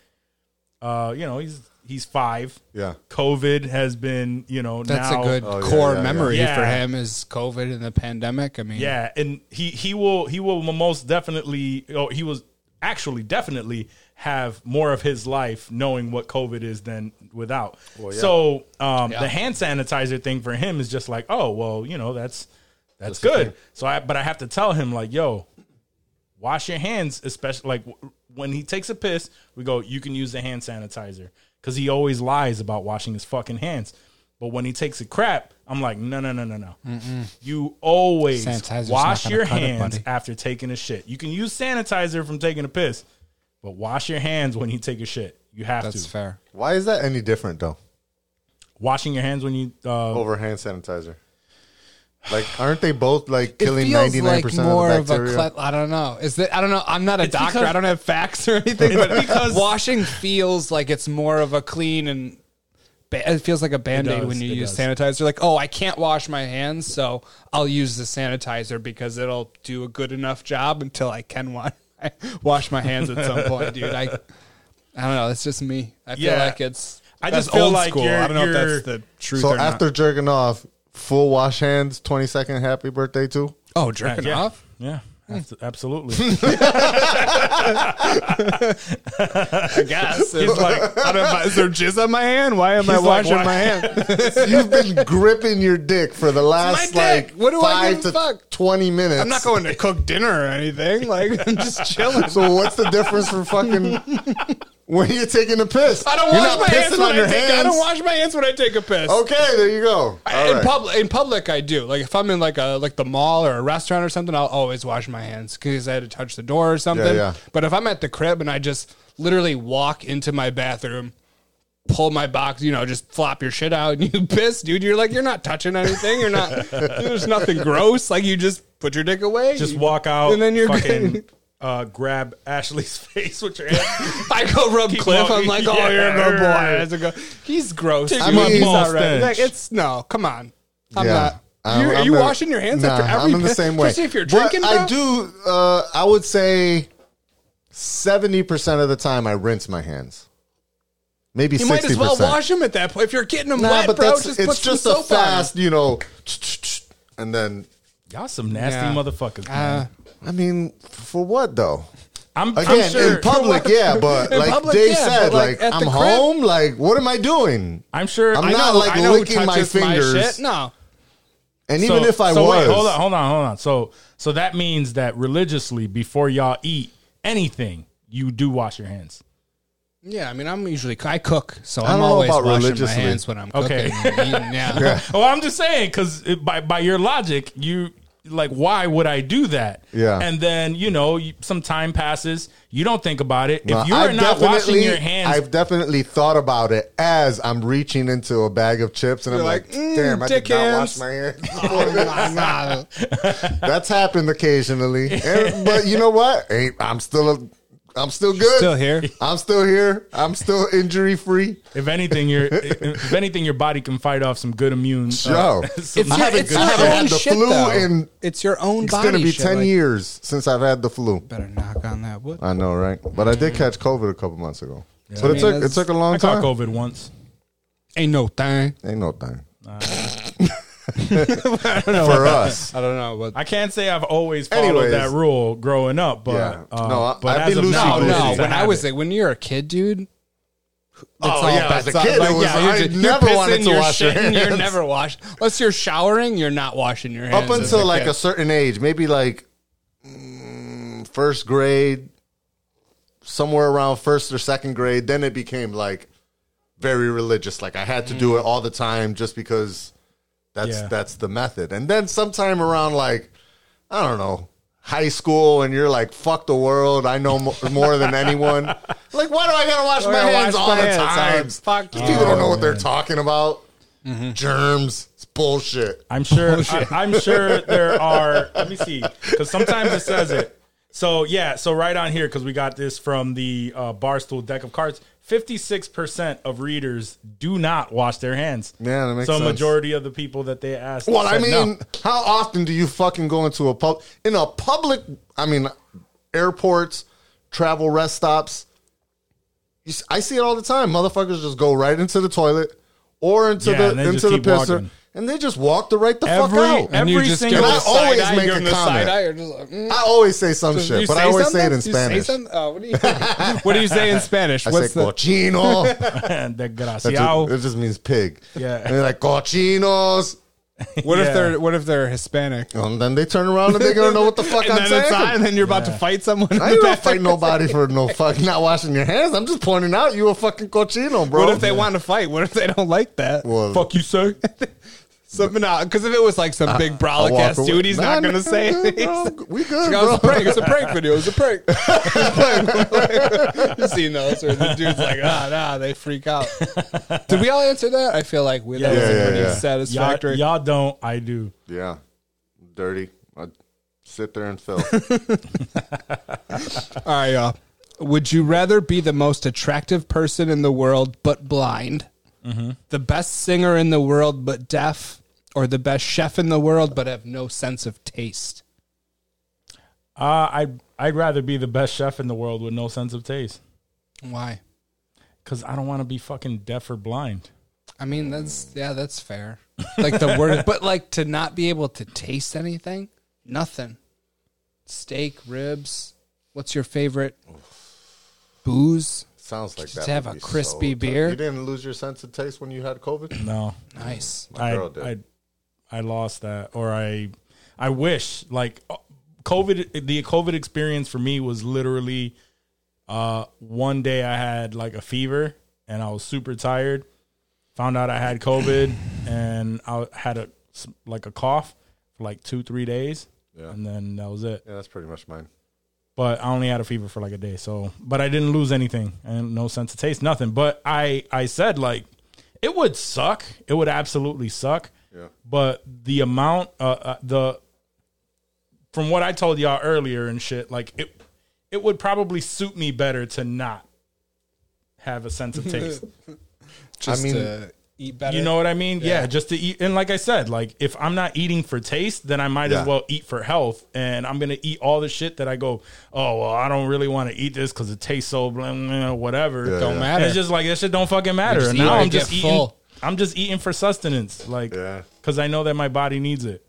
Speaker 4: Uh, you know he's he's five.
Speaker 5: Yeah.
Speaker 4: COVID has been you know
Speaker 6: That's
Speaker 4: now,
Speaker 6: a good
Speaker 5: Oh, yeah,
Speaker 6: core
Speaker 5: yeah, yeah.
Speaker 6: memory
Speaker 4: Yeah.
Speaker 6: for him is COVID and the pandemic. I mean,
Speaker 4: Yeah, and he he will he will most definitely oh he was actually definitely have more of his life knowing what COVID is than without.
Speaker 5: yeah.
Speaker 4: So um,
Speaker 6: Yeah.
Speaker 4: the hand sanitizer thing for him is just like oh well you know that's that's good. So I but I have to tell him like yo wash your hands especially like w- when he takes a piss we go you can use the hand sanitizer because he always lies about washing his fucking hands but when he takes a crap i'm like no no no no no you always
Speaker 6: Sanitizer's
Speaker 4: wash
Speaker 6: not gonna
Speaker 4: your
Speaker 6: cut it,
Speaker 4: hands
Speaker 6: buddy.
Speaker 4: after taking a shit you can use sanitizer from taking a piss but wash your hands when you take a shit you have
Speaker 6: that's
Speaker 4: to
Speaker 6: fair.
Speaker 5: Why is that any different though?
Speaker 4: washing your hands when you uh,
Speaker 5: Over hand sanitizer. Like, aren't they both like
Speaker 6: It
Speaker 5: killing
Speaker 6: feels
Speaker 5: ninety nine percent of the bacteria?
Speaker 6: cle- I don't know. Is that I don't know. I'm not a
Speaker 4: It's
Speaker 6: doctor.
Speaker 4: because-
Speaker 6: I don't have facts or anything. But
Speaker 4: because-
Speaker 6: washing feels like it's more of a clean and ba- it feels like a band aid
Speaker 4: does,
Speaker 6: when you
Speaker 4: it
Speaker 6: use
Speaker 4: does.
Speaker 6: sanitizer. Like, oh, I can't wash my hands, so I'll use the sanitizer because it'll do a good enough job until I can wa- wash my hands at some point, dude. I I don't know. It's just me. I feel
Speaker 4: Yeah.
Speaker 6: like it's.
Speaker 4: I
Speaker 6: that's
Speaker 4: just feel
Speaker 6: old
Speaker 4: like
Speaker 6: school.
Speaker 4: you're-
Speaker 6: I don't know if
Speaker 4: you're-
Speaker 6: that's the truth.
Speaker 5: so
Speaker 6: or not.
Speaker 5: after jerking off, full wash hands, twenty second happy birthday too.
Speaker 6: oh, jerking
Speaker 4: yeah.
Speaker 6: off.
Speaker 4: yeah
Speaker 6: Hmm.
Speaker 4: abso- absolutely
Speaker 6: I guess. It's like, I don't know, is there jizz on my hand? Why am I
Speaker 4: He's like,
Speaker 6: washing
Speaker 4: "Why?"
Speaker 6: my hand?
Speaker 5: You've been gripping your dick for the last
Speaker 6: my
Speaker 5: like
Speaker 6: dick. What do I
Speaker 5: five
Speaker 6: give a
Speaker 5: to
Speaker 6: fuck?
Speaker 5: twenty minutes.
Speaker 6: I'm not going to cook dinner or anything. Like, I'm just chilling.
Speaker 5: So what's the difference for fucking when you're taking a piss?
Speaker 6: I don't
Speaker 5: You're
Speaker 6: wash
Speaker 5: not
Speaker 6: my hands
Speaker 5: pissing
Speaker 6: when
Speaker 5: on your
Speaker 6: I take. I
Speaker 5: hands.
Speaker 6: don't wash my hands when I take a piss.
Speaker 5: Okay, there you go.
Speaker 6: I-
Speaker 5: All
Speaker 6: in
Speaker 5: right.
Speaker 6: public, in public, I do. Like if I'm in like a like the mall or a restaurant or something, I'll always wash my hands because I had to touch the door or something.
Speaker 5: yeah.
Speaker 6: But if I'm at the crib and I just literally walk into my bathroom, pull my box, you know, just flop your shit out and you piss, dude. You're like, you're not touching anything. You're not. there's nothing gross. Like you just put your dick away.
Speaker 4: just
Speaker 6: you-
Speaker 4: walk out
Speaker 6: and then you're
Speaker 4: fucking
Speaker 6: good.
Speaker 4: uh, grab ashley's face with your hands
Speaker 6: I go rub
Speaker 4: Keep
Speaker 6: Cliff.
Speaker 4: walking.
Speaker 6: I'm like, oh,
Speaker 4: Yeah.
Speaker 6: you're a good boy. That's a good- oh, He's gross.
Speaker 4: Take
Speaker 6: I
Speaker 5: my
Speaker 6: mean, he's
Speaker 5: balls
Speaker 6: not right.
Speaker 4: stench.
Speaker 6: Like, it's no. Come on. I'm
Speaker 5: Yeah.
Speaker 6: not.
Speaker 5: I'm-
Speaker 6: You're, are
Speaker 5: I'm
Speaker 6: you
Speaker 5: the-
Speaker 6: washing your hands
Speaker 5: nah,
Speaker 6: after every?
Speaker 5: I'm in the
Speaker 6: piss?
Speaker 5: same way.
Speaker 6: Especially if you're
Speaker 5: But
Speaker 6: drinking. bro?
Speaker 5: I do. Uh, I would say seventy percent of the time I rinse my hands. Maybe
Speaker 6: You
Speaker 5: sixty
Speaker 6: might as
Speaker 5: percent.
Speaker 6: well wash them at that point. If you're getting them wet, bro, just put
Speaker 5: it's
Speaker 6: some
Speaker 5: just a
Speaker 6: soap on 'em.
Speaker 5: fast, you know, and then
Speaker 4: y'all some nasty
Speaker 6: Yeah.
Speaker 4: motherfuckers man.
Speaker 6: Uh,
Speaker 5: I mean, for what though?
Speaker 4: i'm
Speaker 5: Again,
Speaker 4: i'm sure
Speaker 5: in public, yeah, but
Speaker 6: In
Speaker 5: like
Speaker 6: public,
Speaker 5: Dave
Speaker 6: yeah,
Speaker 5: said,
Speaker 6: but, like,
Speaker 5: like,
Speaker 6: at
Speaker 5: I'm
Speaker 6: the crib-
Speaker 5: home. Like, what am I doing?
Speaker 4: i'm sure
Speaker 5: I'm
Speaker 4: I
Speaker 5: not
Speaker 4: know-
Speaker 5: like
Speaker 6: I know who
Speaker 5: licking my
Speaker 6: touches my
Speaker 5: fingers.
Speaker 6: shit. No,
Speaker 5: And even if I
Speaker 4: so
Speaker 5: was,
Speaker 4: hold on, hold on, hold on. So, so that means that religiously, before y'all eat anything, you do wash your hands.
Speaker 6: yeah. I mean, I'm usually I cook, so
Speaker 5: don't
Speaker 6: I'm
Speaker 5: know
Speaker 6: always
Speaker 5: about
Speaker 6: washing my
Speaker 5: religiously.
Speaker 6: hands when I'm cooking.
Speaker 4: Okay.
Speaker 6: and eating. Yeah.
Speaker 4: Well, Oh, I'm just saying because by by your logic, you like why would I do that?
Speaker 5: Yeah.
Speaker 4: And then you know, you, some time passes, you don't think about it.
Speaker 5: Now,
Speaker 4: if you are
Speaker 5: I've
Speaker 4: not washing
Speaker 5: definitely-
Speaker 4: your hands,
Speaker 5: I've definitely thought about it as I'm reaching into a bag of chips and I'm
Speaker 6: like,
Speaker 5: like,
Speaker 6: "Mm,
Speaker 5: damn, I
Speaker 6: dick
Speaker 5: did not
Speaker 6: hands." Oh
Speaker 5: wash my hands.
Speaker 6: Nah,
Speaker 5: That's happened occasionally, And- but you know what? Ain't I'm still a, I'm still good.
Speaker 6: still here.
Speaker 5: I'm still here. I'm still injury free.
Speaker 4: if anything, your if anything, your body can fight off some good immune. uh,
Speaker 5: Yo,
Speaker 4: some-
Speaker 6: It's your-
Speaker 5: haven't-
Speaker 6: it's
Speaker 5: I
Speaker 6: your
Speaker 5: haven't
Speaker 6: own
Speaker 5: had the
Speaker 6: shit,
Speaker 5: flu
Speaker 6: though.
Speaker 5: in-
Speaker 6: It's your own
Speaker 5: It's
Speaker 6: body.
Speaker 5: gonna be
Speaker 6: shit,
Speaker 5: ten
Speaker 6: like-
Speaker 5: years since I've had the flu.
Speaker 6: Better knock on that wood.
Speaker 5: I know, right? But I did catch COVID a couple months ago, but
Speaker 6: I
Speaker 5: it
Speaker 6: mean,
Speaker 5: took it
Speaker 6: that's-
Speaker 5: took a
Speaker 4: I
Speaker 5: long
Speaker 4: caught
Speaker 5: time.
Speaker 4: COVID once.
Speaker 6: Ain't no thing.
Speaker 5: Ain't no thing for us.
Speaker 6: I don't know what.
Speaker 4: I can't say I've always followed
Speaker 5: Anyways.
Speaker 4: that rule growing up, but
Speaker 5: Yeah.
Speaker 4: uh,
Speaker 5: No, I-
Speaker 4: but
Speaker 5: I've
Speaker 4: as
Speaker 5: been
Speaker 4: of
Speaker 5: loosey
Speaker 4: now,
Speaker 6: No,
Speaker 5: Oh,
Speaker 4: it's
Speaker 6: no.
Speaker 4: just a
Speaker 6: When I
Speaker 4: habit.
Speaker 6: was like, when you're a kid, dude.
Speaker 5: Oh, yeah, as a kid, it was- I never wanted to wash your
Speaker 6: hands. You're
Speaker 5: hands.
Speaker 6: never wash unless you're showering. You're not washing your hands.
Speaker 5: Up until like a
Speaker 6: kid.
Speaker 5: certain age, maybe like mm, first grade, somewhere around first or second grade, then it became like very religious. Like I had to
Speaker 6: Mm.
Speaker 5: do it all the time just because that's
Speaker 4: Yeah.
Speaker 5: that's the method. And then sometime around like I don't know high school and you're like, fuck the world. I know mo- more than anyone. Like, why do I gotta wash my
Speaker 6: I
Speaker 5: hands
Speaker 6: wash
Speaker 5: all
Speaker 6: my
Speaker 5: the
Speaker 6: hands?
Speaker 5: time?
Speaker 6: I'm- fuck
Speaker 5: These
Speaker 6: you. Oh, Mm-hmm.
Speaker 5: people don't know what they're talking about. Germs. It's bullshit.
Speaker 4: I'm sure. I, am sure there are. Let me see, because sometimes it says it. So yeah, so right on here because we got this from the uh, Barstool deck of cards. Fifty-six percent of readers do not wash their hands.
Speaker 5: Yeah, that makes
Speaker 4: so
Speaker 5: sense.
Speaker 4: majority of the people that they asked.
Speaker 5: Well, I
Speaker 4: said no.
Speaker 5: mean, how often do you fucking go into a pub in a public? I mean, airports, travel rest stops. You s- I see it all the time. Motherfuckers just go right into the toilet or into
Speaker 4: Yeah, and
Speaker 5: the
Speaker 4: they just
Speaker 5: into the
Speaker 4: keep
Speaker 5: pisser,
Speaker 4: walking.
Speaker 5: and they just walk the right the
Speaker 4: every
Speaker 5: fuck out.
Speaker 6: And you
Speaker 4: every
Speaker 6: just
Speaker 4: single.
Speaker 5: go- I always make a comment.
Speaker 6: or just like, mm.
Speaker 5: I always say some shit,
Speaker 6: You
Speaker 5: but
Speaker 6: say
Speaker 5: I always say it
Speaker 6: something?
Speaker 5: in
Speaker 6: You say
Speaker 5: Spanish.
Speaker 6: something? Oh, what, do you, what do you say in Spanish?
Speaker 5: I say cochino. That
Speaker 4: that
Speaker 5: ju-
Speaker 4: graciao.
Speaker 5: it just means pig.
Speaker 4: Yeah.
Speaker 5: and they're like cochinos,
Speaker 6: what
Speaker 4: Yeah.
Speaker 6: if they're what if they're Hispanic?
Speaker 5: and then they turn around and they don't know what the fuck
Speaker 6: and
Speaker 5: I'm
Speaker 6: then
Speaker 5: saying.
Speaker 6: it's on, and then you're about to fight someone. in
Speaker 5: I
Speaker 6: the
Speaker 5: ain't gonna
Speaker 6: back.
Speaker 5: fight nobody for no fuck not washing your hands. I'm just pointing out you a fucking cochino, bro.
Speaker 6: What if they want to fight? What if they don't like that?
Speaker 5: Oh, Well,
Speaker 4: Fuck you, sir.
Speaker 6: Something out because if it was like some big
Speaker 5: I
Speaker 6: brolic
Speaker 5: walk
Speaker 6: ass
Speaker 5: away.
Speaker 6: dude, he's
Speaker 5: Nah,
Speaker 6: not gonna
Speaker 5: nigga,
Speaker 6: say.
Speaker 5: we
Speaker 6: anything.
Speaker 5: good, bro. we good,
Speaker 6: Like, oh,
Speaker 5: bro.
Speaker 6: it's a prank. It's a prank video. It's a prank. It's a prank. you seen those? Or the dude's like, ah, nah, they freak out. Did we all answer that? I feel like we, that
Speaker 4: Yeah,
Speaker 6: was
Speaker 5: yeah,
Speaker 6: a pretty
Speaker 5: yeah.
Speaker 4: Y'all,
Speaker 6: satisfactory.
Speaker 4: y'all don't. I do.
Speaker 5: Yeah, dirty. I sit there and fill.
Speaker 6: All right, y'all. uh, Would you rather be the most attractive person in the world but blind,
Speaker 4: Mm-hmm.
Speaker 6: the best singer in the world but deaf, or the best chef in the world but have no sense of taste?
Speaker 4: Uh, I I'd rather be the best chef in the world with no sense of taste
Speaker 6: Why?
Speaker 4: because I don't want to be fucking deaf or blind.
Speaker 6: I mean, that's yeah, that's fair. Like the word, but like to not be able to taste anything, nothing. Steak, ribs. What's your favorite? Booze.
Speaker 5: Sounds like
Speaker 6: Just
Speaker 5: that
Speaker 6: have
Speaker 5: would
Speaker 6: a
Speaker 5: be
Speaker 6: crispy
Speaker 5: tough.
Speaker 6: beer.
Speaker 5: You didn't lose your sense of taste when you had COVID.
Speaker 4: No,
Speaker 6: Nice.
Speaker 5: My girl did.
Speaker 4: I, I I lost that, or I I wish like uh, COVID. The COVID experience for me was literally uh, one day I had like a fever and I was super tired. Found out I had COVID and I had a s- like a cough for like two three days,
Speaker 5: Yeah.
Speaker 4: and then that was it.
Speaker 5: Yeah, that's pretty much mine.
Speaker 4: But I only had a fever for like a day, so but I didn't lose anything and no sense of taste, nothing. But I I said like it would suck. It would absolutely suck
Speaker 5: Yeah,
Speaker 4: but the amount uh, uh the from what I told y'all earlier and shit like it it would probably suit me better to not have a sense of taste.
Speaker 6: Just
Speaker 5: mean,
Speaker 6: to eat better.
Speaker 4: you know what I mean? Yeah. just to eat and like I said, like if I'm not eating for taste, then I might
Speaker 5: Yeah.
Speaker 4: as well eat for health and I'm going to eat all the shit that I go, "Oh, well, I don't really want to eat this cuz it tastes so blah, blah, whatever."
Speaker 5: Yeah,
Speaker 6: Don't
Speaker 5: yeah.
Speaker 6: matter.
Speaker 4: It's just like that shit don't fucking matter.
Speaker 6: just
Speaker 4: And
Speaker 6: eat
Speaker 4: now
Speaker 6: it,
Speaker 4: I'm
Speaker 6: get
Speaker 4: just eating
Speaker 6: full.
Speaker 4: I'm just eating for sustenance, like
Speaker 5: Yeah.
Speaker 4: cuz I know that my body needs it.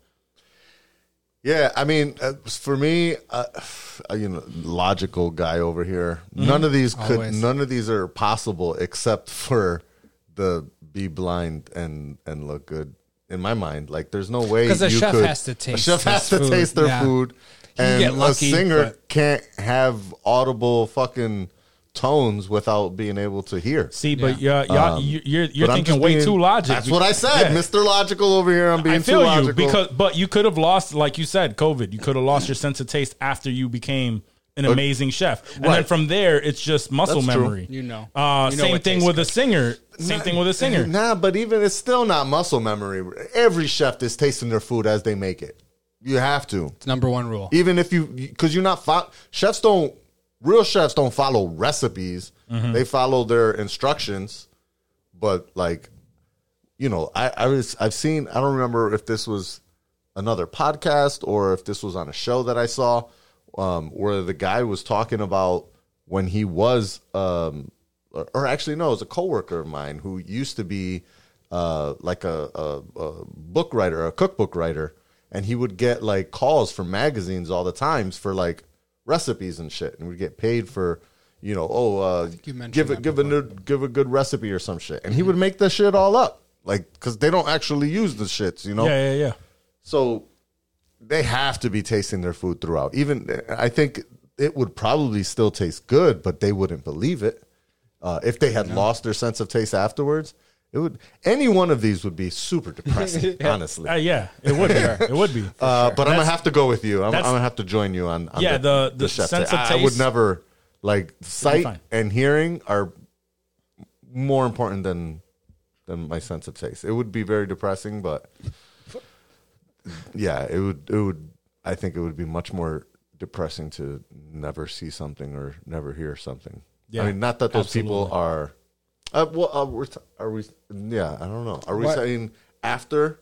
Speaker 5: yeah. I mean, uh, for me, uh, you know, logical guy over here. None of these could.
Speaker 6: Mm-hmm. Always.
Speaker 5: None of these are possible except for the be blind and and look good. In my mind, like there's no way
Speaker 6: 'Cause a
Speaker 5: you
Speaker 6: chef
Speaker 5: could-
Speaker 6: has to taste
Speaker 5: a chef has
Speaker 6: his
Speaker 5: to
Speaker 6: food,
Speaker 5: taste their
Speaker 6: yeah.
Speaker 5: food, and
Speaker 6: get lucky,
Speaker 5: a singer
Speaker 6: but-
Speaker 5: can't have audible fucking tones without being able to hear.
Speaker 4: See, but yeah, y'all,
Speaker 5: Um,
Speaker 4: you- you're you're
Speaker 5: But I'm
Speaker 4: thinking
Speaker 5: just
Speaker 4: way
Speaker 5: being-
Speaker 4: too logical.
Speaker 5: That's what I said, Mister Logical over here. I'm being
Speaker 4: I feel
Speaker 5: too
Speaker 4: you
Speaker 5: logical
Speaker 4: because, but you could have lost, like you said, COVID. You could have lost your sense of taste after you became an amazing chef, and then
Speaker 5: right.
Speaker 4: from there, it's just muscle
Speaker 5: That's true.
Speaker 4: memory.
Speaker 6: You know.
Speaker 4: Uh,
Speaker 6: You know
Speaker 4: same
Speaker 6: what
Speaker 4: thing
Speaker 6: tastes
Speaker 4: with a singer. Same thing with a singer.
Speaker 5: Nah, but even it's still not muscle memory. Every chef is tasting their food as they make it. You have to,
Speaker 6: It's number one rule.
Speaker 5: even if you because you're not fo- chefs don't real chefs don't follow recipes. They follow their instructions, but like you know, I I was I've seen I don't remember if this was another podcast or if this was on a show that I saw um, where the guy was talking about when he was um, or- or actually no, it was a coworker of mine who used to be uh, like a, a, a book writer, a cookbook writer, and he would get like calls from magazines all the times for like recipes and shit, and would get paid for you know oh uh,
Speaker 6: you mentioned
Speaker 5: give a,
Speaker 6: that
Speaker 5: give a new, give a good recipe or some shit, and he would make the shit all up like because they don't actually use the shits, you know.
Speaker 4: Yeah, yeah, yeah.
Speaker 5: So they have to be tasting their food throughout. Even I think it would probably still taste good, but they wouldn't believe it uh, if they had lost their sense of taste afterwards. It would any one of these would be super depressing, honestly.
Speaker 4: Uh, yeah, it would be. it would be.
Speaker 5: Uh, but I'm gonna have to go with you. I'm, I'm
Speaker 4: that's-
Speaker 5: gonna have to join you on. on
Speaker 4: Yeah, the- the
Speaker 5: chef's
Speaker 4: sense
Speaker 5: day.
Speaker 4: of
Speaker 5: I, I would
Speaker 4: taste-
Speaker 5: never like
Speaker 4: fine.
Speaker 5: sight and hearing are more important than than my sense of taste. It would be very depressing, but yeah, it would. It would. I think it would be much more depressing to never see something or never hear something.
Speaker 4: Yeah,
Speaker 5: I mean, not that those people
Speaker 4: absolutely.
Speaker 5: are. Uh, well, uh, we're t- are we? Yeah, I don't know. Are we
Speaker 6: What?
Speaker 5: saying after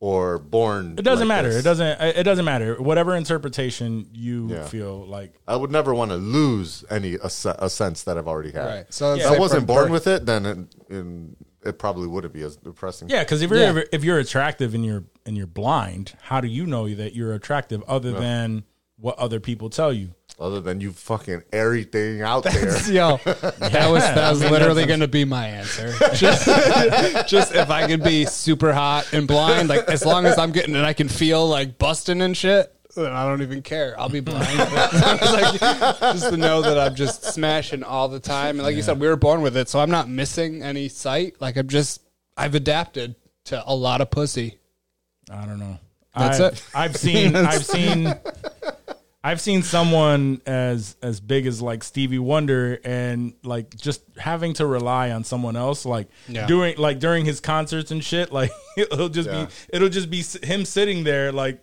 Speaker 5: or born?
Speaker 4: It doesn't
Speaker 5: like
Speaker 4: matter.
Speaker 5: this?
Speaker 4: It doesn't. uh, It doesn't matter. Whatever interpretation you
Speaker 5: Yeah.
Speaker 4: feel like.
Speaker 5: I would never want to lose any a, se- a sense that I've already had.
Speaker 6: Right. So let's
Speaker 5: if
Speaker 6: say
Speaker 5: I wasn't
Speaker 6: from
Speaker 5: born
Speaker 6: birth-
Speaker 5: with it, then it, in, it probably wouldn't be as depressing.
Speaker 4: Yeah, because if you're
Speaker 6: Yeah.
Speaker 4: if you're attractive and you're and you're blind, how do you know that you're attractive other than what other people tell you?
Speaker 5: Other than you fucking everything out there.
Speaker 6: Yo, that was that was literally going to be my answer. Just, just if I could be super hot and blind, like as long as I'm getting and I can feel like busting and shit, then I don't even care. I'll be blind. Like, just to know that I'm just smashing all the time, and like you said, we were born with it, so I'm not missing any sight. Like I'm just, I've adapted to a lot of pussy.
Speaker 4: I don't know.
Speaker 6: That's
Speaker 4: I've,
Speaker 6: it.
Speaker 4: I've seen. I've seen. I've seen someone as as big as like Stevie Wonder and like just having to rely on someone else like
Speaker 6: Yeah.
Speaker 4: doing like during his concerts and shit like it'll just
Speaker 5: Yeah.
Speaker 4: be it'll just be s- him sitting there like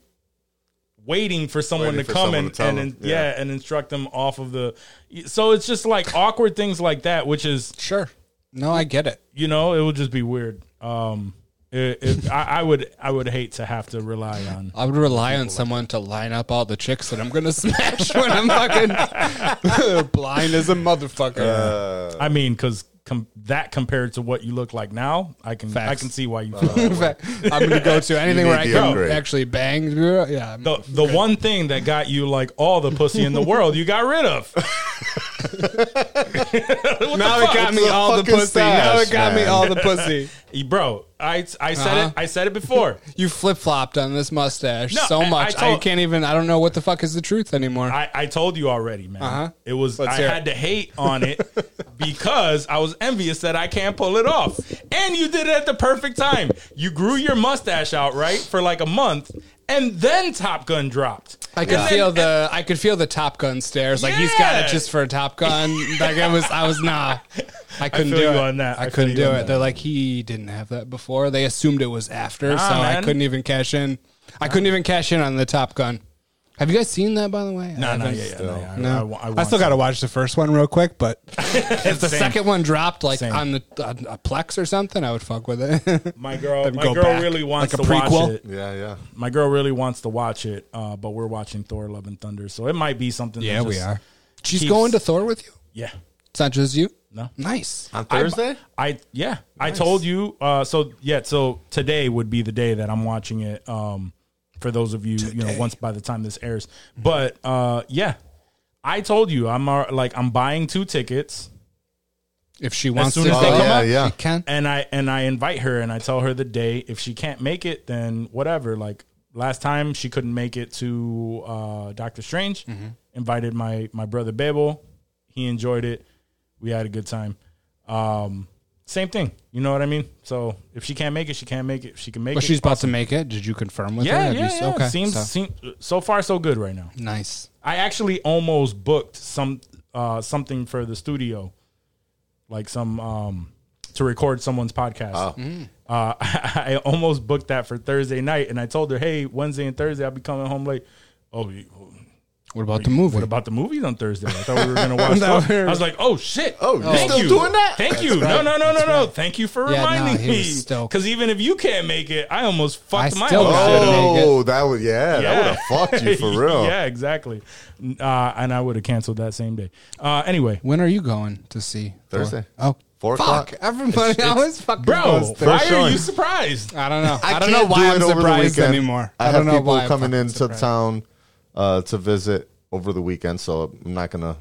Speaker 4: waiting for someone
Speaker 5: Waiting
Speaker 4: to
Speaker 5: for
Speaker 4: come
Speaker 5: someone
Speaker 4: and,
Speaker 5: to tell
Speaker 4: and,
Speaker 5: him,
Speaker 4: and- yeah. and instruct them off of the so it's just like awkward things like that which is
Speaker 6: Sure. No, I get it.
Speaker 4: you know it would just be weird um it, it, I, I would I would hate to have to rely on
Speaker 6: I would rely on someone to line up all the chicks that I'm gonna smash when I'm fucking blind as a motherfucker.
Speaker 5: Uh,
Speaker 4: I mean, because com- that compared to what you look like now, I can I
Speaker 6: Facts. Uh,
Speaker 4: can see why you. Feel that
Speaker 6: In
Speaker 4: way.
Speaker 6: fact, I'm gonna go to anything
Speaker 5: need
Speaker 6: where I
Speaker 5: the
Speaker 6: can
Speaker 5: upgrade.
Speaker 6: actually bang. Yeah, I'm-
Speaker 4: The the one thing that got you like all the pussy in the world, you got rid of.
Speaker 6: now it got
Speaker 5: It's
Speaker 6: me
Speaker 5: a
Speaker 6: all the
Speaker 5: fucking
Speaker 6: pussy. now it
Speaker 5: stash,
Speaker 6: got me
Speaker 5: man.
Speaker 6: all the pussy.
Speaker 4: Eh, Bro, I I said
Speaker 6: Uh-huh.
Speaker 4: it I said it before.
Speaker 6: You flip flopped on this mustache
Speaker 4: No,
Speaker 6: so
Speaker 4: I- I
Speaker 6: much. I,
Speaker 4: told-
Speaker 6: can't even. I don't know what the fuck is the truth anymore.
Speaker 4: I, I told you already, man.
Speaker 6: Uh-huh.
Speaker 4: It was
Speaker 6: Let's
Speaker 4: I
Speaker 6: hear it.
Speaker 4: had to hate on it because I was envious that I can't pull it off. And you did it at the perfect time. You grew your mustache out, right? For like a month, and then Top Gun dropped.
Speaker 6: I could
Speaker 4: And then-
Speaker 6: feel the I could feel the Top Gun stares. Like he's got
Speaker 4: Yeah.
Speaker 6: it just for a Top Gun. like I was I was nah. I couldn't
Speaker 4: feel
Speaker 6: do
Speaker 4: you
Speaker 6: it.
Speaker 4: on that. I
Speaker 6: I,
Speaker 4: feel
Speaker 6: couldn't
Speaker 4: you
Speaker 6: do
Speaker 4: on
Speaker 6: it.
Speaker 4: that.
Speaker 6: They're like he didn't have that before. They assumed it was after,
Speaker 4: Nah,
Speaker 6: so I
Speaker 4: man.
Speaker 6: couldn't even cash in. I couldn't even cash in on the Top Gun. Have you guys seen that by the way? I
Speaker 4: No, no,
Speaker 6: haven't.
Speaker 4: yeah, yeah, no, yeah. I- I
Speaker 6: No,
Speaker 4: wa-
Speaker 6: I,
Speaker 4: I want
Speaker 6: still got to
Speaker 4: some.
Speaker 6: watch the first one real quick, but if the
Speaker 4: Same.
Speaker 6: second one dropped like
Speaker 4: Same.
Speaker 6: on the on a Plex or something, I would fuck with it.
Speaker 4: My girl,
Speaker 6: Then
Speaker 4: my
Speaker 6: go
Speaker 4: girl
Speaker 6: back,
Speaker 4: really wants
Speaker 6: like a
Speaker 4: to watch
Speaker 6: prequel.
Speaker 4: it.
Speaker 5: yeah, yeah.
Speaker 4: My girl really wants to watch it, uh, but we're watching Thor: Love and Thunder, so it might be something. that
Speaker 6: yeah, we
Speaker 4: just-
Speaker 6: are. She's
Speaker 4: keeps-
Speaker 6: going to Thor with you.
Speaker 4: Yeah,
Speaker 6: It's not just you.
Speaker 4: No.
Speaker 6: nice.
Speaker 5: On Thursday,
Speaker 4: I yeah, I told you. Uh, so yeah, so today would be the day that I'm watching it. Um, for those of you, you know, once by the time this airs, but uh, yeah, I told you I'm uh, like I'm buying two tickets,
Speaker 6: If she wants
Speaker 4: soon
Speaker 6: to,
Speaker 4: as they
Speaker 6: go,
Speaker 4: come
Speaker 5: up- Yeah, yeah.
Speaker 6: she can.
Speaker 4: and I and I invite her and I tell her the day. If she can't make it, then whatever. Like last time, she couldn't make it to uh, Doctor Strange.
Speaker 6: Mm-hmm.
Speaker 4: Invited my my brother Babel. He enjoyed it. We had a good time. Um, same thing. You know what I mean? So if she can't make it, she can't make it. If she can make
Speaker 6: But
Speaker 4: it.
Speaker 6: she's about to make it. Did you confirm with her?
Speaker 4: yeah,
Speaker 6: Have
Speaker 4: yeah,
Speaker 6: you-
Speaker 4: yeah.
Speaker 6: Okay.
Speaker 4: Seems
Speaker 6: so-
Speaker 4: seem, so far so good right now.
Speaker 6: nice.
Speaker 4: I actually almost booked some uh, something for the studio, like some um, to record someone's podcast.
Speaker 6: Mm.
Speaker 4: Uh, I almost booked that for Thursday night, and I told her, "Hey, Wednesday and Thursday, I'll be coming home late." Oh, you,
Speaker 6: What about the movie?
Speaker 4: what about the movies on Thursday? I thought we were going to watch.
Speaker 6: No,
Speaker 4: Thor. I was like, "Oh shit!
Speaker 5: Oh, you're still doing that?
Speaker 4: Thank you. No, no, no, no, no. Thank you for
Speaker 6: Yeah, no,
Speaker 4: reminding
Speaker 6: he
Speaker 4: me.
Speaker 6: was stoked.
Speaker 4: Because even if you can't make it, I almost fucked my
Speaker 6: still
Speaker 4: own
Speaker 6: got
Speaker 4: shit
Speaker 6: it.
Speaker 4: up.
Speaker 5: oh, that was yeah,
Speaker 4: Yeah.
Speaker 5: that would have fucked you Oh, for real.
Speaker 4: yeah, exactly. Uh, and I would have canceled that same day. Uh, anyway,
Speaker 6: when are you going to see Thor?
Speaker 5: Thursday.
Speaker 6: Oh,
Speaker 5: Four o'clock.
Speaker 6: fuck! Everybody always fucking
Speaker 4: bro,
Speaker 6: goes to-
Speaker 4: why are
Speaker 5: showing.
Speaker 4: you surprised?
Speaker 6: I don't know. I,
Speaker 5: can't
Speaker 6: don't know why I'm
Speaker 5: over the
Speaker 6: surprised
Speaker 5: weekend.
Speaker 6: anymore.
Speaker 5: I, have
Speaker 6: don't know
Speaker 5: people
Speaker 6: why I'm
Speaker 5: coming
Speaker 6: fucking
Speaker 5: into
Speaker 6: surprised.
Speaker 5: town uh, to visit over the weekend, so I'm not gonna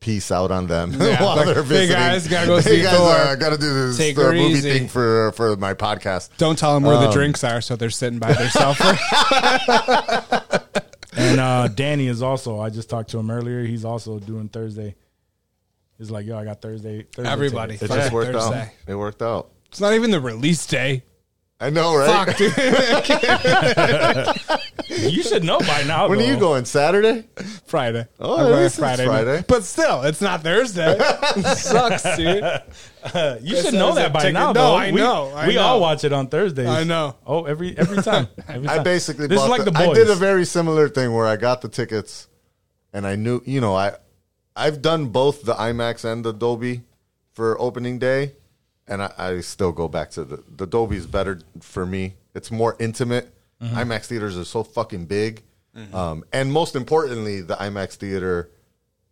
Speaker 5: peace out on them while
Speaker 6: like,
Speaker 5: they're
Speaker 6: "Hey,
Speaker 5: visiting.
Speaker 6: guys, gotta go
Speaker 5: Hey
Speaker 6: see
Speaker 5: guys,
Speaker 6: Thor.
Speaker 5: uh, gotta do this
Speaker 6: Take
Speaker 5: uh,
Speaker 6: her
Speaker 5: movie
Speaker 6: easy."
Speaker 5: thing for for my podcast.
Speaker 6: Don't tell them where
Speaker 5: Um,
Speaker 6: the drinks are, so they're sitting by themselves.
Speaker 4: And uh, Danny is also. I just talked to him earlier. He's also doing Thursday. He's like, yo, I got Thursday. Thursday
Speaker 6: Everybody.
Speaker 4: tickets.
Speaker 5: It just
Speaker 6: Fuck
Speaker 5: worked
Speaker 6: Thursday.
Speaker 5: out. It worked out.
Speaker 6: It's not even the release day.
Speaker 5: I know, right?
Speaker 6: Fuck, dude.
Speaker 4: You should know by now.
Speaker 5: When are you
Speaker 4: though.
Speaker 5: going? Saturday?
Speaker 6: Oh. Friday.
Speaker 5: Oh,
Speaker 6: Or
Speaker 5: at least it's Friday.
Speaker 6: But still, it's not Thursday. It sucks, dude.
Speaker 4: You should know that by
Speaker 6: Ticket.
Speaker 4: now.
Speaker 6: No,
Speaker 4: though.
Speaker 6: I
Speaker 4: We-
Speaker 6: know, I
Speaker 4: we
Speaker 6: know.
Speaker 4: all watch it on Thursdays.
Speaker 6: I know.
Speaker 4: Oh, every every time. Every
Speaker 5: I
Speaker 4: time.
Speaker 5: basically
Speaker 4: this is
Speaker 5: bought
Speaker 4: like the,
Speaker 5: the-
Speaker 4: boys.
Speaker 5: I did a very similar thing where I got the tickets, and I knew you know I I've done both the IMAX and the Dolby for opening day, and I, I still go back to the the Dolby's better for me. It's more intimate.
Speaker 4: Mm-hmm.
Speaker 5: IMAX theaters are so fucking big, um, and most importantly, the IMAX theater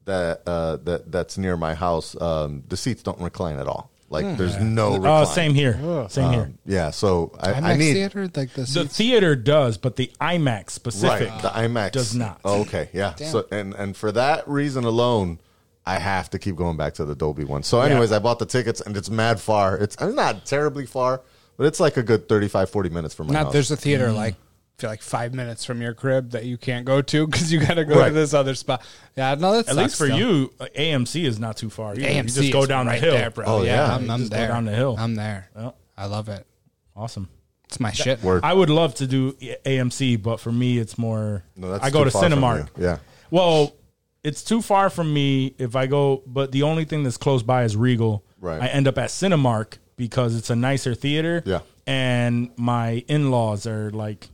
Speaker 5: that uh, that that's near my house, um, the seats don't recline at all. Like there's no recline.
Speaker 4: uh, same here. Same here.
Speaker 5: Yeah, so I, I
Speaker 6: IMAX
Speaker 5: need
Speaker 6: theater, like the,
Speaker 4: The
Speaker 6: seats-
Speaker 4: theater does, but the IMAX specific.
Speaker 5: Right, the IMAX
Speaker 4: does not.
Speaker 5: Oh, okay, yeah. So and and for that reason alone, I have to keep going back to the Dolby one. So, anyways, I bought the tickets and it's mad far. It's it's not terribly far, but it's like a good 35, 40 minutes from my
Speaker 6: Not
Speaker 5: house.
Speaker 6: there's a
Speaker 4: Mm.
Speaker 6: theater like I feel like five minutes from your crib that you can't go to because you got to go
Speaker 5: Right.
Speaker 6: to this other spot. Yeah, no, that's
Speaker 4: At least for you, uh, AMC is not too far. either. you
Speaker 6: AMC
Speaker 4: just go
Speaker 6: is
Speaker 4: down
Speaker 6: right
Speaker 4: the hill,
Speaker 6: there, bro.
Speaker 5: Oh,
Speaker 6: yeah,
Speaker 5: yeah.
Speaker 6: I'm,
Speaker 5: You
Speaker 6: I'm
Speaker 4: just go
Speaker 6: there.
Speaker 4: down the hill.
Speaker 6: I'm there.
Speaker 4: Yep.
Speaker 6: I love it.
Speaker 4: Awesome.
Speaker 6: It's my shit.
Speaker 5: Word.
Speaker 4: I would love to do AMC, but for me, it's more.
Speaker 5: No, that's
Speaker 4: I go
Speaker 5: too
Speaker 4: to
Speaker 5: far from
Speaker 4: Cinemark.
Speaker 5: you. Yeah.
Speaker 4: Well, it's too far from me if I go, but the only thing that's close by is Regal.
Speaker 5: Right.
Speaker 4: I end up at Cinemark because it's a nicer theater.
Speaker 5: Yeah.
Speaker 4: And my in laws are like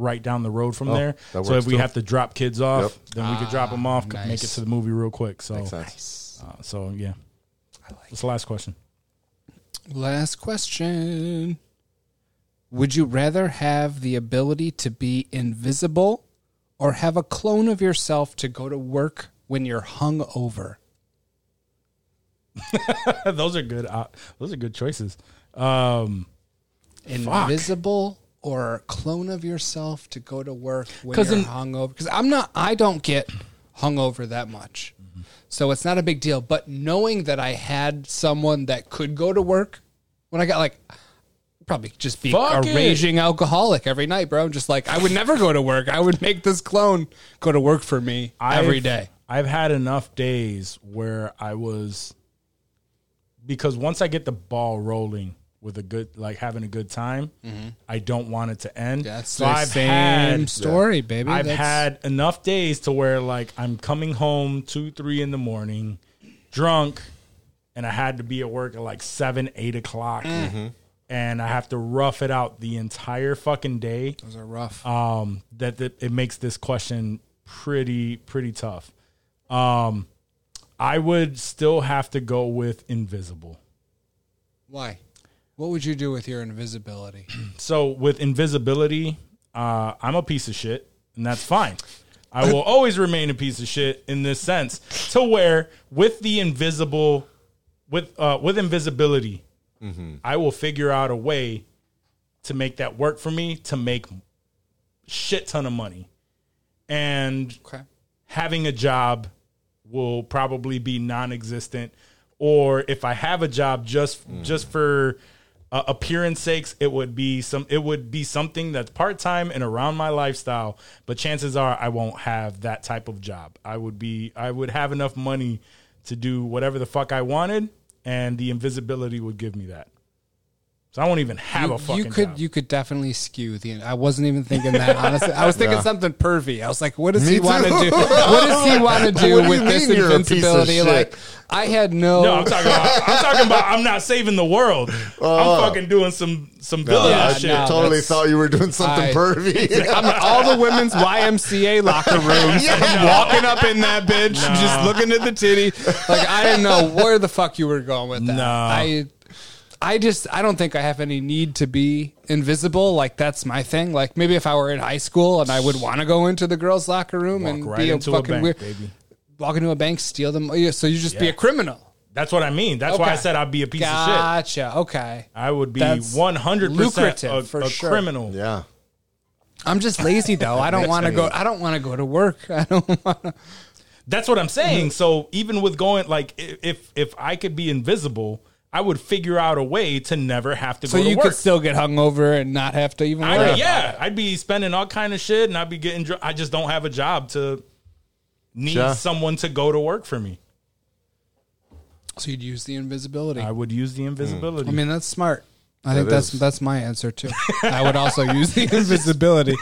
Speaker 4: right down the road from there.
Speaker 5: Oh, that
Speaker 4: So if
Speaker 5: works
Speaker 4: we
Speaker 5: too.
Speaker 4: have to drop kids off, then we could drop them off, c- make it
Speaker 6: nice.
Speaker 4: to the movie real quick. So,
Speaker 5: Nice.
Speaker 4: uh, so yeah. What's the last question?
Speaker 6: Last question. Would you rather have the ability to be invisible or have a clone of yourself to go to work when you're hungover?
Speaker 4: those are good. Uh, those are good choices. Um,
Speaker 6: Invisible or clone of yourself to go to work when
Speaker 4: 'Cause
Speaker 6: you're
Speaker 4: in-
Speaker 6: hungover? Because I'm not, I don't get hungover that much. So it's not a big deal. But knowing that I had someone that could go to work when I got like, probably just be
Speaker 4: Fuck
Speaker 6: a
Speaker 4: it.
Speaker 6: raging alcoholic every night, bro. I'm just like, I would never go to work. I would make this clone go to work for me every
Speaker 4: I've-
Speaker 6: day.
Speaker 4: I've had enough days where I was because once I get the ball rolling with a good like having a good time, I don't want it to end.
Speaker 6: Mm-hmm. That's
Speaker 4: So
Speaker 6: the
Speaker 4: I've
Speaker 6: same
Speaker 4: had-
Speaker 6: story, baby.
Speaker 4: I've
Speaker 6: That's-
Speaker 4: had enough days to where like I'm coming home two, three in the morning, drunk, and I had to be at work at like seven, eight o'clock.
Speaker 6: Mm-hmm.
Speaker 4: And I have to rough it out the entire fucking day
Speaker 6: Those are rough.
Speaker 4: um, that, that it makes this question pretty pretty tough. Um, I would still have to go with invisible.
Speaker 6: Why? What would you do with your invisibility?
Speaker 4: So with invisibility, uh, I'm a piece of shit, and that's fine. I will always remain a piece of shit in this sense. To where with the invisible, with uh, with invisibility, I will figure out a way to make that work for me to make shit ton of money, and
Speaker 6: Okay.
Speaker 4: having a job will probably be non-existent or if i have a job just
Speaker 6: Mm.
Speaker 4: just for uh, appearance sakes it would be some it would be something that's part-time and around my lifestyle but chances are i won't have that type of job i would be i would have enough money to do whatever the fuck i wanted and the invisibility would give me that so i won't even have
Speaker 6: you,
Speaker 4: a fucking
Speaker 6: you could
Speaker 4: job.
Speaker 6: you could definitely skew the. I wasn't even thinking that honestly. I was thinking something pervy. I was like, what does
Speaker 5: Me
Speaker 6: he want to
Speaker 5: too.
Speaker 6: do? What does he want to
Speaker 5: What
Speaker 6: do
Speaker 5: do
Speaker 6: with
Speaker 5: you
Speaker 6: this
Speaker 5: mean you're a piece of
Speaker 6: invincibility?
Speaker 5: shit?
Speaker 6: Like, I had no.
Speaker 4: no, I'm talking about. I'm talking about. I'm not saving the world.
Speaker 6: Oh.
Speaker 4: I'm fucking doing some some villain
Speaker 5: I
Speaker 4: shit.
Speaker 6: no,
Speaker 5: totally
Speaker 6: that's-
Speaker 5: thought you were doing something
Speaker 6: I-
Speaker 5: pervy.
Speaker 6: I'm in all the women's YMCA locker rooms. I'm walking up in that bitch, just looking at the titty. Like I didn't know where the fuck you were going with that.
Speaker 4: No.
Speaker 6: I, I just I don't think I have any need to be invisible. Like that's my thing. Like maybe if I were in high school and I would want to go into the girls' locker room
Speaker 4: Walk
Speaker 6: and
Speaker 4: right
Speaker 6: be a
Speaker 4: into a
Speaker 6: fucking
Speaker 4: bank,
Speaker 6: weird,
Speaker 4: baby.
Speaker 6: walk into a bank, steal them. Yeah, so you just be
Speaker 4: Yeah.
Speaker 6: a criminal.
Speaker 4: That's what I mean. That's why I
Speaker 6: Okay.
Speaker 4: said I'd be a piece of shit.
Speaker 6: Gotcha. Okay.
Speaker 4: I would be
Speaker 6: That's
Speaker 4: one hundred percent
Speaker 6: lucrative,
Speaker 4: a
Speaker 6: for
Speaker 4: a
Speaker 6: sure.
Speaker 4: criminal.
Speaker 5: yeah.
Speaker 6: I'm just lazy though. I don't want to go. I don't want to go to work. I don't.
Speaker 4: That's what I'm
Speaker 6: Mm-hmm.
Speaker 4: saying. So even with going like i- if if I could be invisible, I would figure out a way to never have to
Speaker 6: So
Speaker 4: go to
Speaker 6: you
Speaker 4: work.
Speaker 6: could still get hungover and not have to even.
Speaker 4: I,
Speaker 6: worry.
Speaker 4: yeah. I'd be spending all kind of shit, and I'd be getting. Dr- I just don't have a job to need
Speaker 5: Sure.
Speaker 4: someone to go to work for me.
Speaker 6: So you'd use the invisibility.
Speaker 4: I
Speaker 6: I,
Speaker 4: would use the invisibility.
Speaker 6: Mm. mean, that's smart. I think
Speaker 5: That
Speaker 6: that's
Speaker 5: is-
Speaker 6: that's my answer too. I would also use the invisibility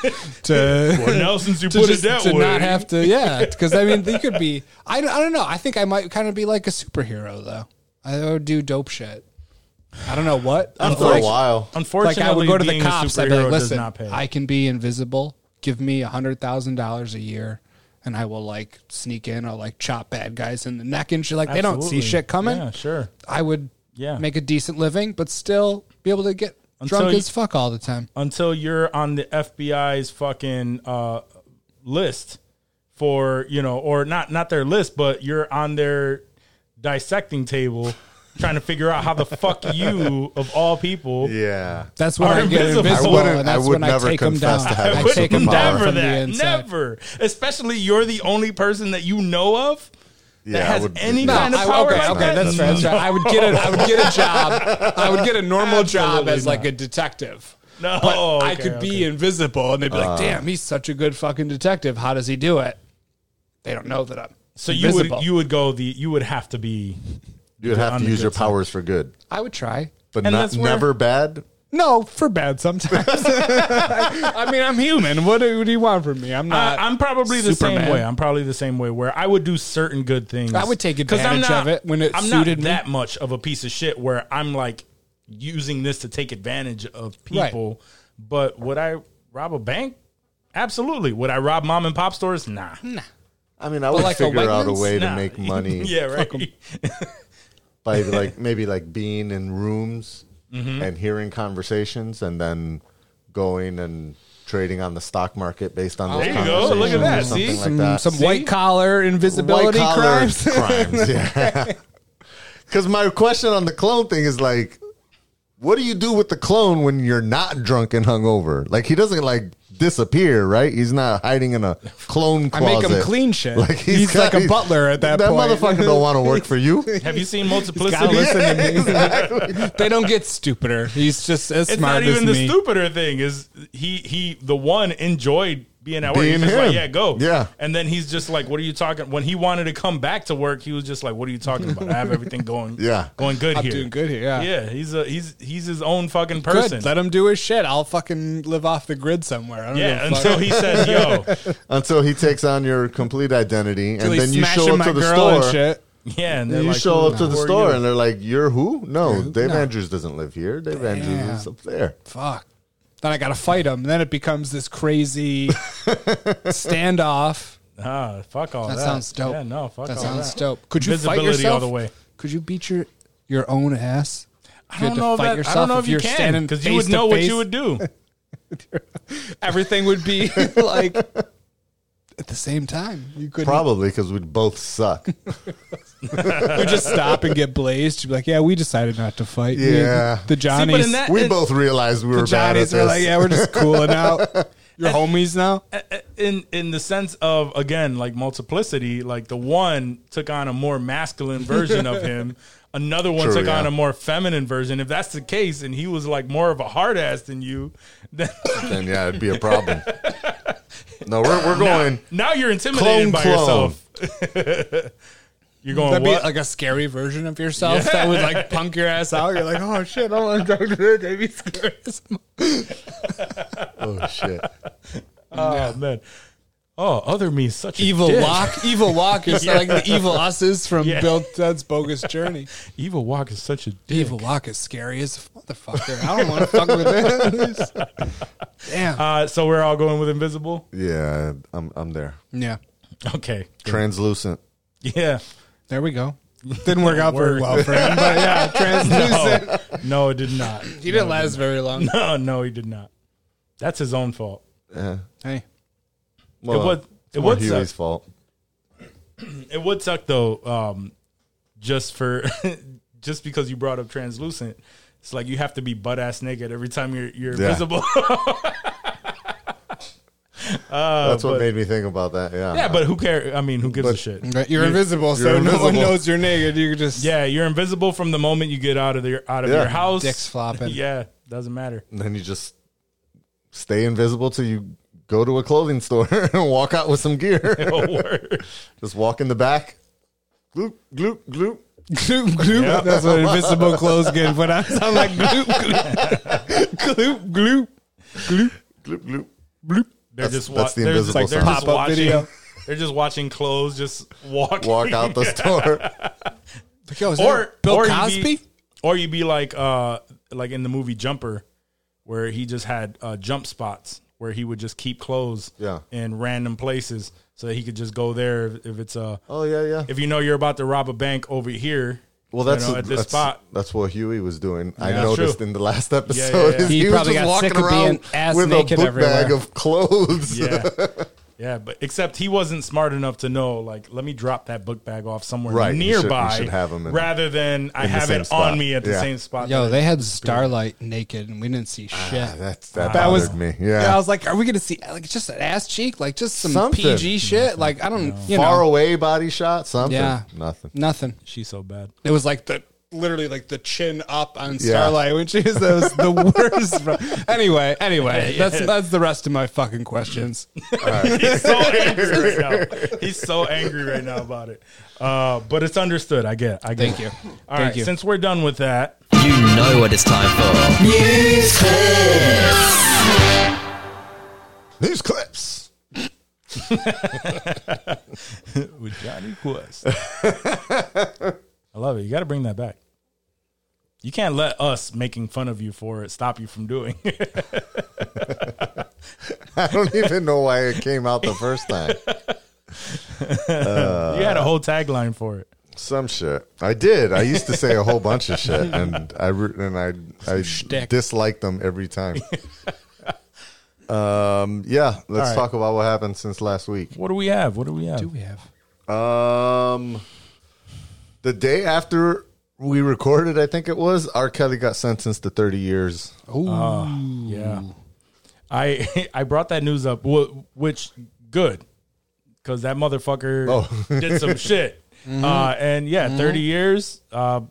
Speaker 6: to
Speaker 4: Well, now since you
Speaker 6: to,
Speaker 4: put
Speaker 6: just-
Speaker 4: it that
Speaker 6: to
Speaker 4: way,
Speaker 6: not have to. Yeah, because I mean, you could be. I, don't- I don't know. I think I might kind of be like a superhero though. I would do dope shit. I don't know what.
Speaker 5: for a while.
Speaker 4: unfortunately,
Speaker 6: like I would go to the
Speaker 4: being a
Speaker 6: cops. I'd be
Speaker 4: superhero
Speaker 6: like,
Speaker 4: does
Speaker 6: "Listen,
Speaker 4: not pay.
Speaker 6: I can be invisible. Give me a hundred thousand dollars a year, and I will like sneak in. I'll like chop bad guys in the neck and shit. Like they don't see
Speaker 4: Absolutely.
Speaker 6: shit coming.
Speaker 4: Yeah, sure.
Speaker 6: I would
Speaker 4: Yeah.
Speaker 6: make a decent living, but still be able to get
Speaker 4: Until
Speaker 6: drunk
Speaker 4: you-
Speaker 6: as fuck all the time.
Speaker 4: Until you're on the FBI's fucking uh, list for you know, or not not their list, but you're on their dissecting table trying to figure out how the fuck you of all people.
Speaker 5: Yeah.
Speaker 6: That's when
Speaker 4: Are
Speaker 6: I get
Speaker 4: invisible.
Speaker 6: invisible.
Speaker 4: I wouldn't-
Speaker 6: and that's
Speaker 5: I would
Speaker 6: when
Speaker 5: never
Speaker 6: I take 'em
Speaker 5: confess
Speaker 6: down.
Speaker 5: to having
Speaker 6: I
Speaker 4: Would
Speaker 6: take 'em down
Speaker 4: never
Speaker 6: from the
Speaker 4: that,
Speaker 6: inside.
Speaker 4: never. Especially you're the only person that you know of
Speaker 5: Yeah.
Speaker 4: has any
Speaker 6: No,
Speaker 4: kind of
Speaker 6: I-
Speaker 4: power
Speaker 6: okay,
Speaker 4: like
Speaker 6: okay,
Speaker 4: that? Mm.
Speaker 6: that's fair. That's fair. I would get a, I would get a job. I would get a normal job
Speaker 4: Absolutely
Speaker 6: as like
Speaker 4: not.
Speaker 6: a detective.
Speaker 4: No,
Speaker 6: but I
Speaker 4: okay,
Speaker 6: could
Speaker 4: okay.
Speaker 6: be invisible, and they'd be like, "Damn, he's such a good fucking detective. How does he do it?" They don't know that I'm.
Speaker 4: So you would
Speaker 6: invisible.
Speaker 4: you would go the you would have to be
Speaker 5: You would have
Speaker 4: on
Speaker 5: to
Speaker 4: the
Speaker 5: use your
Speaker 4: good side.
Speaker 5: powers for good,
Speaker 6: I would try.
Speaker 5: but
Speaker 4: And
Speaker 5: not
Speaker 4: that's where-
Speaker 5: never bad.
Speaker 6: No, for bad sometimes. I mean, I'm human. What do, what do you want from me? I'm
Speaker 4: I,
Speaker 6: not.
Speaker 4: I'm probably the
Speaker 6: Uh, Superman.
Speaker 4: same way. I'm probably the same way where I would do certain good things.
Speaker 6: I would take
Speaker 4: 'Cause I'm
Speaker 6: advantage
Speaker 4: not-
Speaker 6: of it when it
Speaker 4: I'm
Speaker 6: suited
Speaker 4: not
Speaker 6: me.
Speaker 4: that much of a piece of shit where I'm like using this to take advantage of people. But would I rob a bank? Absolutely. Would I rob mom and pop stores? Nah.
Speaker 5: I mean, I would
Speaker 6: like a
Speaker 5: figure out a
Speaker 6: Wegmans?
Speaker 5: way to
Speaker 4: Nah.
Speaker 5: make money
Speaker 4: yeah, right.
Speaker 5: by like maybe like being in rooms
Speaker 4: Mm-hmm.
Speaker 5: and hearing conversations, and then going and trading on the stock market based on
Speaker 4: Oh,
Speaker 5: those
Speaker 4: There you go.
Speaker 5: conversations.
Speaker 4: Look at that.
Speaker 5: or something
Speaker 4: See?
Speaker 5: like
Speaker 6: some
Speaker 5: that.
Speaker 6: some white collar invisibility
Speaker 5: White-collar
Speaker 6: crimes.
Speaker 5: crimes, yeah. Because my question on the clone thing is like, what do you do with the clone when you're not drunk and hungover? Like he doesn't like disappear, right? He's not hiding in a clone
Speaker 6: I
Speaker 5: closet.
Speaker 6: make him clean shit.
Speaker 5: he's
Speaker 6: He's like a butler at that point.
Speaker 5: That motherfucker don't want to work for you.
Speaker 4: Have you seen
Speaker 6: Gotta
Speaker 4: multiplicity?
Speaker 6: listen to me. they don't get stupider. He's just as
Speaker 4: It's
Speaker 6: smart
Speaker 4: not even
Speaker 6: as
Speaker 4: the
Speaker 6: me.
Speaker 4: stupider thing. Is he he the one enjoyed being at work?
Speaker 5: Being
Speaker 4: he's just
Speaker 5: him.
Speaker 4: like, yeah, go.
Speaker 5: Yeah.
Speaker 4: And then he's just like, what are you talking? When he wanted to come back to work, he was just like, what are you talking about? I have everything going.
Speaker 5: Yeah.
Speaker 4: going good
Speaker 6: I'm
Speaker 4: here.
Speaker 6: doing good here. Yeah.
Speaker 4: Yeah, he's a he's he's his own fucking
Speaker 6: Good.
Speaker 4: person.
Speaker 6: Let him do his shit. I'll fucking live off the grid somewhere. I don't give
Speaker 4: yeah,
Speaker 6: a fuck.
Speaker 4: until he says, yo,
Speaker 5: Until he takes on your complete identity, and
Speaker 6: Till he's
Speaker 5: then you
Speaker 6: smashing
Speaker 5: show up
Speaker 6: my
Speaker 5: to the
Speaker 6: girl
Speaker 5: store.
Speaker 6: and shit.
Speaker 4: yeah, and they're
Speaker 5: You
Speaker 4: like,
Speaker 5: show up to
Speaker 4: "Who
Speaker 5: the
Speaker 4: are
Speaker 5: store
Speaker 4: you?"
Speaker 5: and they're like, "You're who? No, Dave
Speaker 6: No.
Speaker 5: Andrews doesn't live here. Dave Andrews is up there."
Speaker 6: Fuck. Then I gotta fight him. Then it becomes this crazy standoff.
Speaker 4: ah, fuck all that.
Speaker 6: That, sounds dope.
Speaker 4: Yeah, no, fuck
Speaker 6: that
Speaker 4: all
Speaker 6: sounds
Speaker 4: that.
Speaker 6: dope. Could you fight
Speaker 4: Visibility
Speaker 6: yourself?
Speaker 4: all the way.
Speaker 6: Could you beat your your own ass?
Speaker 4: I don't know if that, I don't know if you can because you would know what you would do.
Speaker 6: Everything would be like at the same time. You could
Speaker 5: Probably because we'd both suck.
Speaker 6: We just stop and get blazed. You'd be like, yeah, we decided not to fight. We-
Speaker 5: Yeah.
Speaker 6: the
Speaker 4: See,
Speaker 6: Johnnies.
Speaker 4: but in that,
Speaker 5: We
Speaker 4: in-
Speaker 5: both realized we were
Speaker 6: the
Speaker 5: bad at
Speaker 6: Johnnies
Speaker 5: this.
Speaker 6: are like, yeah, we're just cooling out. Your homies now.
Speaker 4: in in the sense of again like multiplicity like the one took on a more masculine version of him another one
Speaker 5: True,
Speaker 4: took
Speaker 5: yeah.
Speaker 4: on a more feminine version if that's the case and he was like more of a hard ass than you then
Speaker 5: then yeah, it'd be a problem. No, we're we're going.
Speaker 4: now you're intimidated
Speaker 5: Clone,
Speaker 4: by
Speaker 5: clone.
Speaker 4: yourself you're going
Speaker 6: That'd
Speaker 4: what
Speaker 6: be like a scary version of yourself that would like punk your ass out. You're like, oh shit, I don't want to talk to this. I'd be scared. as m-
Speaker 5: Oh shit!
Speaker 4: oh man oh other me's such
Speaker 6: Evil
Speaker 4: a dick.
Speaker 6: Locke. Evil Locke is like the evil us's from
Speaker 4: Yeah.
Speaker 6: Bill Ted's Bogus Journey.
Speaker 4: evil walk is such a dick
Speaker 6: Evil Locke is scary as a motherfucker. I don't want to fuck with this. Damn.
Speaker 4: uh, so we're all going with invisible
Speaker 5: Yeah, I'm I'm there.
Speaker 6: yeah.
Speaker 4: okay
Speaker 5: Translucent.
Speaker 4: yeah
Speaker 6: There we go. Didn't work out very
Speaker 4: Work.
Speaker 6: well for him, but yeah, translucent.
Speaker 4: oh, no it did not
Speaker 6: He didn't last very long.
Speaker 4: no no he did not that's his own fault
Speaker 6: Hey,
Speaker 5: Well,
Speaker 4: was-
Speaker 5: it's
Speaker 4: it
Speaker 5: more
Speaker 4: was
Speaker 5: Huey's
Speaker 4: suck.
Speaker 5: fault.
Speaker 4: It would suck though, um, just for just because you brought up translucent. It's like you have to be butt ass naked every time you're you're
Speaker 5: Yeah.
Speaker 4: visible.
Speaker 5: That's what made me think about that. Yeah.
Speaker 4: yeah, but who cares? I mean, who gives a
Speaker 5: But-
Speaker 4: shit?
Speaker 6: But you're, invisible, so
Speaker 5: you're
Speaker 6: no one
Speaker 5: invisible.
Speaker 6: knows you're naked. You could just
Speaker 4: Yeah, you're invisible from the moment you get out of your out of
Speaker 5: Yeah.
Speaker 4: your house.
Speaker 6: dicks flopping.
Speaker 4: Yeah, doesn't matter.
Speaker 5: And then you just stay invisible till you go to a clothing store and walk out with some gear.
Speaker 4: Oh, word.
Speaker 5: just walk in the back. Gloop gloop gloop.
Speaker 6: Gloop, gloop. That's what invisible clothes getting put on. Sound like gloop, gloop. gloop, gloop.
Speaker 5: Gloop, gloop.
Speaker 4: They're
Speaker 5: That's-
Speaker 4: just
Speaker 5: that's the
Speaker 4: they're just-
Speaker 5: invisible
Speaker 4: they're
Speaker 5: sign.
Speaker 4: just
Speaker 6: Pop-up
Speaker 4: watching-
Speaker 6: video.
Speaker 4: They're just watching clothes just walk
Speaker 5: Walk out the store.
Speaker 6: Like, yo, is that
Speaker 4: or
Speaker 6: Bill
Speaker 4: or
Speaker 6: Cosby?
Speaker 4: You be, or you be like uh like in the movie Jumper, where he just had uh, jump spots where he would just keep clothes
Speaker 5: Yeah.
Speaker 4: in random places so that he could just go there if, if it's uh
Speaker 5: Oh yeah, yeah.
Speaker 4: if you know you're about to rob a bank over here.
Speaker 5: Well, that's
Speaker 4: you know, at this
Speaker 5: that's,
Speaker 4: spot.
Speaker 5: That's what Huey was doing. I
Speaker 4: that's
Speaker 5: noticed
Speaker 4: true.
Speaker 5: in the last episode,
Speaker 4: yeah.
Speaker 5: is
Speaker 6: He
Speaker 5: was
Speaker 6: probably
Speaker 5: just
Speaker 6: got
Speaker 5: walking
Speaker 6: sick of
Speaker 5: around
Speaker 6: being ass
Speaker 5: with
Speaker 6: naked
Speaker 5: a book
Speaker 6: everywhere.
Speaker 5: bag of clothes.
Speaker 4: Yeah. Yeah, but except he wasn't smart enough to know, like, let me drop that book bag off somewhere
Speaker 5: Right, you should- you
Speaker 4: nearby
Speaker 5: should have 'em in-
Speaker 4: rather than I
Speaker 5: in the
Speaker 4: have
Speaker 5: same
Speaker 4: it
Speaker 5: spot.
Speaker 4: on me at the
Speaker 5: Yeah.
Speaker 4: same spot.
Speaker 6: Yo,
Speaker 4: that-
Speaker 6: they had Starlight naked and we didn't see shit.
Speaker 5: That's that
Speaker 6: That
Speaker 5: bothered
Speaker 6: was-
Speaker 5: me.
Speaker 6: Yeah, I
Speaker 5: Yeah,
Speaker 6: was like, are we gonna see like just an ass cheek, like just some
Speaker 5: Something.
Speaker 6: PG shit? Like I don't, you
Speaker 5: far
Speaker 6: know,
Speaker 5: away body shot. Something.
Speaker 6: Yeah.
Speaker 5: Nothing.
Speaker 6: nothing.
Speaker 4: she's so bad.
Speaker 6: It was like the literally like the chin up on
Speaker 5: Yeah.
Speaker 6: Starlight, which is that was the worst. bro. Anyway, anyway, that's that's the rest of my fucking questions.
Speaker 4: He's so angry right now. He's so angry right now about it. Uh, but it's understood. I get. it. I get.
Speaker 6: Thank
Speaker 4: it.
Speaker 6: you.
Speaker 4: All
Speaker 6: Thank
Speaker 4: right,
Speaker 6: you.
Speaker 4: Since we're done with that,
Speaker 9: You know what it's time for.
Speaker 5: These clips.
Speaker 4: with Johnny Quest, I love it. You got to bring that back. You can't let us making fun of you for it stop you from doing. it.
Speaker 5: I don't even know why it came out the first time.
Speaker 4: you
Speaker 6: Uh,
Speaker 4: had a whole tagline for it.
Speaker 5: Some shit. I did. I used to say a whole bunch of shit, and I re- and I I
Speaker 6: Shtick.
Speaker 5: disliked them every time. um. Yeah. Let's
Speaker 4: right.
Speaker 5: talk about what happened since last week.
Speaker 4: What do we have? What do we have?
Speaker 6: Do we have?
Speaker 5: Um, the day after we recorded, I think it was R. Kelly got sentenced to thirty years.
Speaker 4: Yeah. I I brought that news up, wh- which good, because that motherfucker did some shit. Uh, and yeah, thirty years. Uh,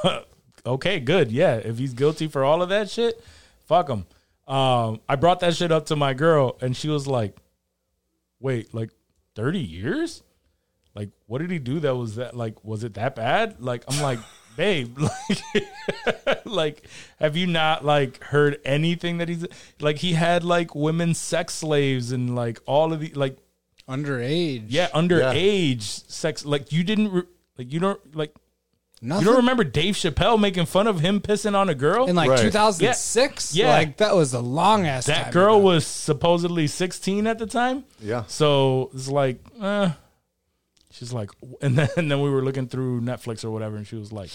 Speaker 4: okay, good. Yeah, if he's guilty for all of that shit, fuck him. Um, I brought that shit up to my girl, and she was like, "Wait, like thirty years? Like, what did he do that was that like was it that bad? Like, I'm like, babe, like." like have you not like heard anything that he's like he had like women sex slaves and like all of the like
Speaker 6: Underage.
Speaker 4: yeah underage sex like you didn't re- like you don't like
Speaker 6: Nothing.
Speaker 4: you don't remember Dave Chappelle making fun of him pissing on a girl
Speaker 6: in like
Speaker 5: Right.
Speaker 6: 2006.
Speaker 4: Yeah. Yeah.
Speaker 6: like that was a long ass.
Speaker 4: that girl was supposedly 16 at the time
Speaker 5: Yeah.
Speaker 4: so it's like uh, she's like and then, and then we were looking through Netflix or whatever and she was like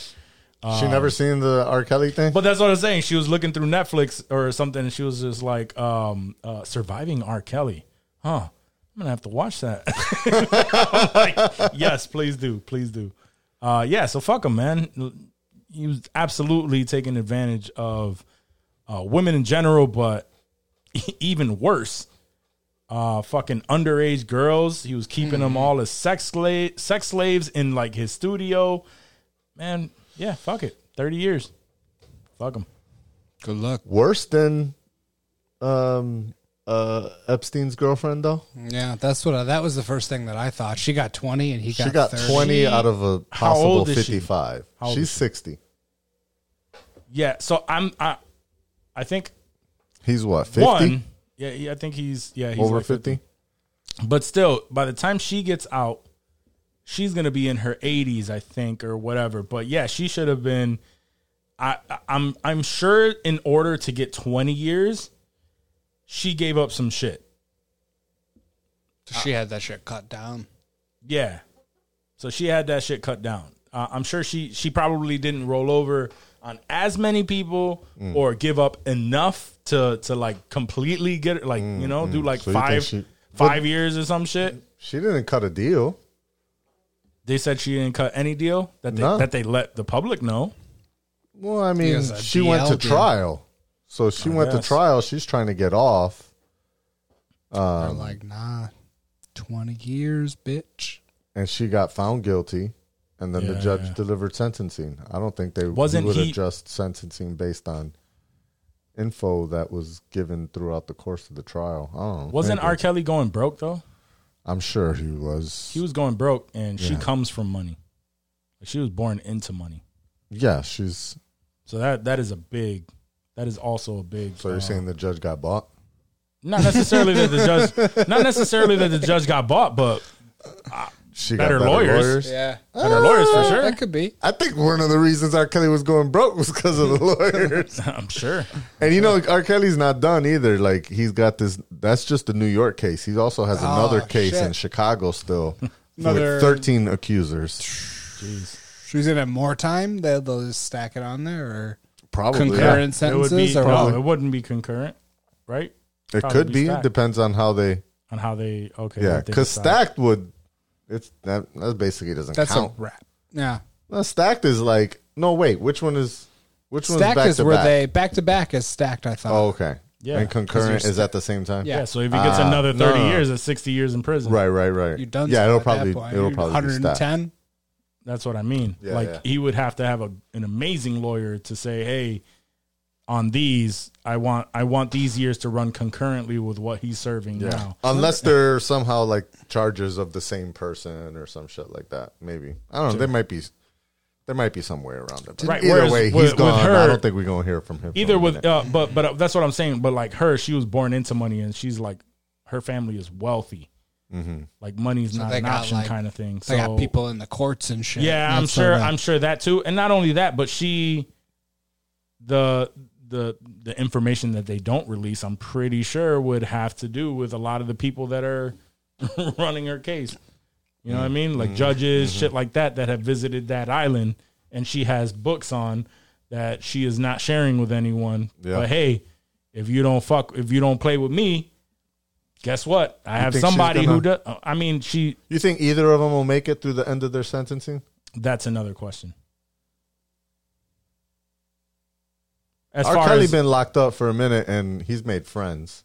Speaker 5: she never seen the R. Kelly thing.
Speaker 4: Uh, But that's what I'm saying. She was looking through Netflix or something, and she was just like, um, uh, "Surviving R. Kelly." Huh? I'm gonna have to watch that. I'm like, yes, please do, please do. Uh, yeah. So fuck him, man. He was absolutely taking advantage of uh, women in general, but even worse, uh, fucking underage girls. He was keeping them all as sex sla- sex slaves in like his studio. Man, yeah, fuck it. Thirty years. Fuck him.
Speaker 6: Good luck.
Speaker 5: Worse than um uh Epstein's girlfriend though.
Speaker 6: Yeah, that's what. I, that was the first thing that I thought. She got 20 and he got.
Speaker 5: she got
Speaker 6: 30.
Speaker 5: twenty out of a possible
Speaker 4: old is she?
Speaker 5: fifty-five.
Speaker 4: How old
Speaker 5: She's
Speaker 4: is she?
Speaker 5: sixty.
Speaker 4: Yeah. So I'm. I, I think
Speaker 5: He's what fifty?
Speaker 4: one. Yeah, yeah, I think he's. Yeah, he's
Speaker 5: Over
Speaker 4: like
Speaker 5: fifty?
Speaker 4: But still, by the time she gets out, she's gonna be in her 80s, I think, or whatever. But yeah, she should have been. I, I- I'm. I'm sure in order to get 20 years, she gave up some shit.
Speaker 6: She had that shit cut down.
Speaker 4: Yeah. So she had that shit cut down. Uh, I'm sure she she probably didn't roll over on as many people
Speaker 5: Mm.
Speaker 4: or give up enough to to like completely get it like you know do like
Speaker 5: Mm, So you think
Speaker 4: five
Speaker 5: she-
Speaker 4: five years or some shit.
Speaker 5: She didn't cut a deal.
Speaker 4: They said she didn't cut any deal that they
Speaker 5: No.
Speaker 4: that they let the public know.
Speaker 5: Well, I mean,
Speaker 6: was a
Speaker 5: she went to
Speaker 6: DL deal.
Speaker 5: trial, so she went
Speaker 4: guess.
Speaker 5: to trial. She's trying to get off. Um,
Speaker 6: They're like, nah, 20 years, bitch.
Speaker 5: and she got found guilty, and then the
Speaker 4: Yeah,
Speaker 5: judge
Speaker 4: yeah.
Speaker 5: delivered sentencing. I don't think they
Speaker 4: Wasn't
Speaker 5: would
Speaker 4: he-
Speaker 5: adjust sentencing based on info that was given throughout the course of the trial. I don't know.
Speaker 4: Wasn't
Speaker 5: Maybe.
Speaker 4: R. Kelly going broke though?
Speaker 5: I'm sure he was.
Speaker 4: He was going broke, and she comes from money. Like she was born into money.
Speaker 5: Yeah, she's.
Speaker 4: So that that is a big. That is also a big.
Speaker 5: So you're
Speaker 4: uh,
Speaker 5: saying the judge got bought?
Speaker 4: not necessarily that the judge, not necessarily that the judge got bought, but
Speaker 5: She
Speaker 4: Better
Speaker 5: got
Speaker 4: lawyers.
Speaker 6: Yeah.
Speaker 4: better lawyers for sure.
Speaker 6: Uh, That could be.
Speaker 5: I think one of the reasons R. Kelly was going broke was because of the lawyers.
Speaker 4: I'm sure.
Speaker 5: and you know, R. Kelly's not done either. Like he's got this. That's just the New York case. He also has another case in
Speaker 6: Ah, shit.
Speaker 5: Chicago still
Speaker 6: Another-
Speaker 5: with 13 accusers.
Speaker 6: She's gonna have more time. They'll, they'll just stack it on there, or
Speaker 5: Probably
Speaker 6: concurrent
Speaker 4: It would be.
Speaker 6: sentences, or
Speaker 4: no,
Speaker 6: what?
Speaker 4: it wouldn't be concurrent, right?
Speaker 5: Yeah. It
Speaker 4: probably
Speaker 5: could be.
Speaker 4: stacked.
Speaker 5: Depends on how they.
Speaker 4: On how they okay.
Speaker 5: Yeah,
Speaker 4: what they
Speaker 5: because
Speaker 4: decide.
Speaker 5: stacked would. It's that. That basically doesn't
Speaker 6: that's
Speaker 5: count.
Speaker 6: a wrap. Yeah,
Speaker 5: No, stacked is like no. Wait, which one is? Which one's
Speaker 6: stacked
Speaker 5: back
Speaker 6: is
Speaker 5: to
Speaker 6: where
Speaker 5: back?
Speaker 6: they back to back is stacked. I thought.
Speaker 5: Oh, okay.
Speaker 4: Yeah,
Speaker 5: and
Speaker 6: 'cause you're
Speaker 5: concurrent is at the same time.
Speaker 6: Yeah.
Speaker 4: Yeah, so if he gets
Speaker 5: Ah,
Speaker 4: another
Speaker 5: no,
Speaker 4: thirty
Speaker 5: no, no.
Speaker 4: years, that's sixty years in prison.
Speaker 5: Right, right, right.
Speaker 6: You're done.
Speaker 5: Yeah,
Speaker 6: so
Speaker 5: it'll
Speaker 6: at that
Speaker 5: probably
Speaker 6: point.
Speaker 5: it'll
Speaker 6: You're
Speaker 5: probably be stacked.
Speaker 6: 110.
Speaker 4: That's what I mean.
Speaker 5: Yeah,
Speaker 4: like
Speaker 5: yeah.
Speaker 4: he would have to have a, an amazing lawyer to say, "Hey, on these, I want I want these years to run concurrently with what he's serving now."
Speaker 5: Unless they're somehow like charges of the same person or some shit like that. Maybe I don't know. There might be there might be some way around it. But
Speaker 4: Right,
Speaker 5: Either
Speaker 4: whereas
Speaker 5: way,
Speaker 4: with-
Speaker 5: he's
Speaker 4: with
Speaker 5: gone. I
Speaker 4: her-
Speaker 5: don't think we're gonna hear from him. for
Speaker 4: Either
Speaker 5: a
Speaker 4: with,
Speaker 5: minute.
Speaker 4: uh, but but uh, that's what I'm saying. But like her, she was born into money, and she's like her family is wealthy. Like money's not
Speaker 6: they
Speaker 4: an
Speaker 6: got,
Speaker 4: option
Speaker 6: like-
Speaker 4: kind of thing. So-
Speaker 6: They got people in the courts and shit.
Speaker 4: Yeah, I'm
Speaker 6: That's
Speaker 4: sure.
Speaker 6: all that-
Speaker 4: I'm sure that too. And not only that, but she, the the the information that they don't release, I'm pretty sure would have to do with a lot of the people that are running her case. You know what I mean?
Speaker 5: Mm-hmm.
Speaker 4: Like judges, shit like that, that have visited that island, and she has books on that she is not sharing with anyone.
Speaker 5: Yeah.
Speaker 4: But hey, if you don't fuck, if you don't play with me. Guess what? I have
Speaker 5: think she's
Speaker 4: somebody who
Speaker 5: gonna-
Speaker 4: does. I mean, she.
Speaker 5: you think either of them will make it through the end of their sentencing?
Speaker 4: That's another question. As
Speaker 5: R.
Speaker 4: far
Speaker 5: Kelly
Speaker 4: as
Speaker 5: been locked up for a minute and he's made friends,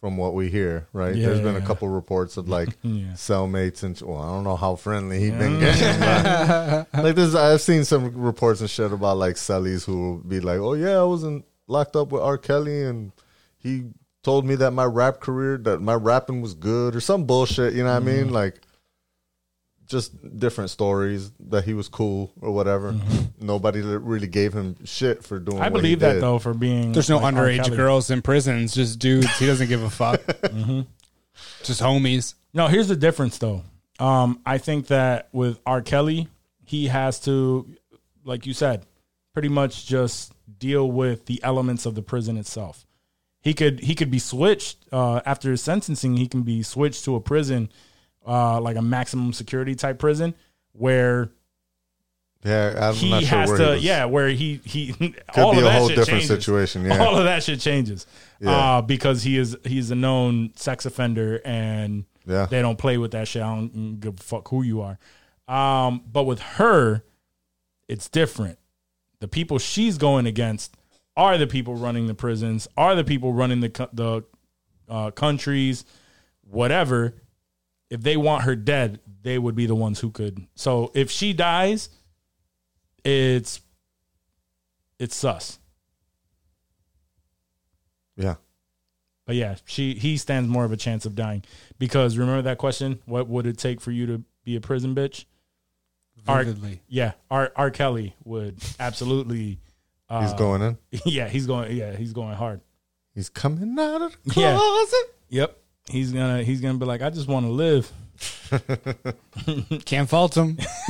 Speaker 5: from what we hear. Right?
Speaker 4: Yeah,
Speaker 5: There's been a
Speaker 4: yeah.
Speaker 5: couple reports of like
Speaker 4: Yeah.
Speaker 5: cellmates and well, I don't know how friendly he's been getting. but- like this, I've seen some reports and shit about like cellies who will be like, "Oh yeah, I wasn't locked up with R. Kelly and he told me that my rap career, that my rapping was good or some bullshit." You know what
Speaker 4: Mm-hmm.
Speaker 5: I mean? Like. Just different stories that he was cool or whatever. Nobody really gave him shit for doing.
Speaker 4: Mm-hmm. I
Speaker 5: what he
Speaker 4: believe that
Speaker 5: did.
Speaker 4: though for being
Speaker 6: There's no
Speaker 4: like, R.
Speaker 6: underage
Speaker 4: Kelly.
Speaker 6: girls in prisons. Just dudes. He doesn't give a fuck.
Speaker 4: Mm-hmm.
Speaker 6: Just homies.
Speaker 4: No, here's the difference though. Um, I think that with R. Kelly, he has to, like you said, pretty much just deal with the elements of the prison itself. He could he could be switched uh, after his sentencing. He can be switched to a prison, uh, like a maximum security type prison, where
Speaker 5: Yeah, I'm
Speaker 4: he
Speaker 5: not sure
Speaker 4: has
Speaker 5: where
Speaker 4: to
Speaker 5: he was.
Speaker 4: yeah where he he all
Speaker 5: be
Speaker 4: of
Speaker 5: a
Speaker 4: that
Speaker 5: whole
Speaker 4: shit
Speaker 5: different
Speaker 4: changes.
Speaker 5: situation, yeah.
Speaker 4: all of that shit changes
Speaker 5: Yeah.
Speaker 4: uh, because he is he's a known sex offender and
Speaker 5: Yeah.
Speaker 4: they don't play with that shit. I don't give a fuck who you are. Um, but with her, it's different. The people she's going against are the people running the prisons, are the people running the co- the uh, countries, whatever. If they want her dead, they would be the ones who could. So if she dies, it's it's sus.
Speaker 5: Yeah.
Speaker 4: But yeah, she he stands more of a chance of dying because remember that question: What would it take for you to be a prison bitch? R,
Speaker 6: Vividly.
Speaker 4: yeah, R. R. Kelly would absolutely. uh,
Speaker 5: He's going in.
Speaker 4: Yeah, he's going. Yeah, he's going hard.
Speaker 5: He's coming out of the
Speaker 4: Yeah.
Speaker 5: closet.
Speaker 4: Yep, he's gonna he's gonna be like, I just want to live.
Speaker 6: Can't fault him.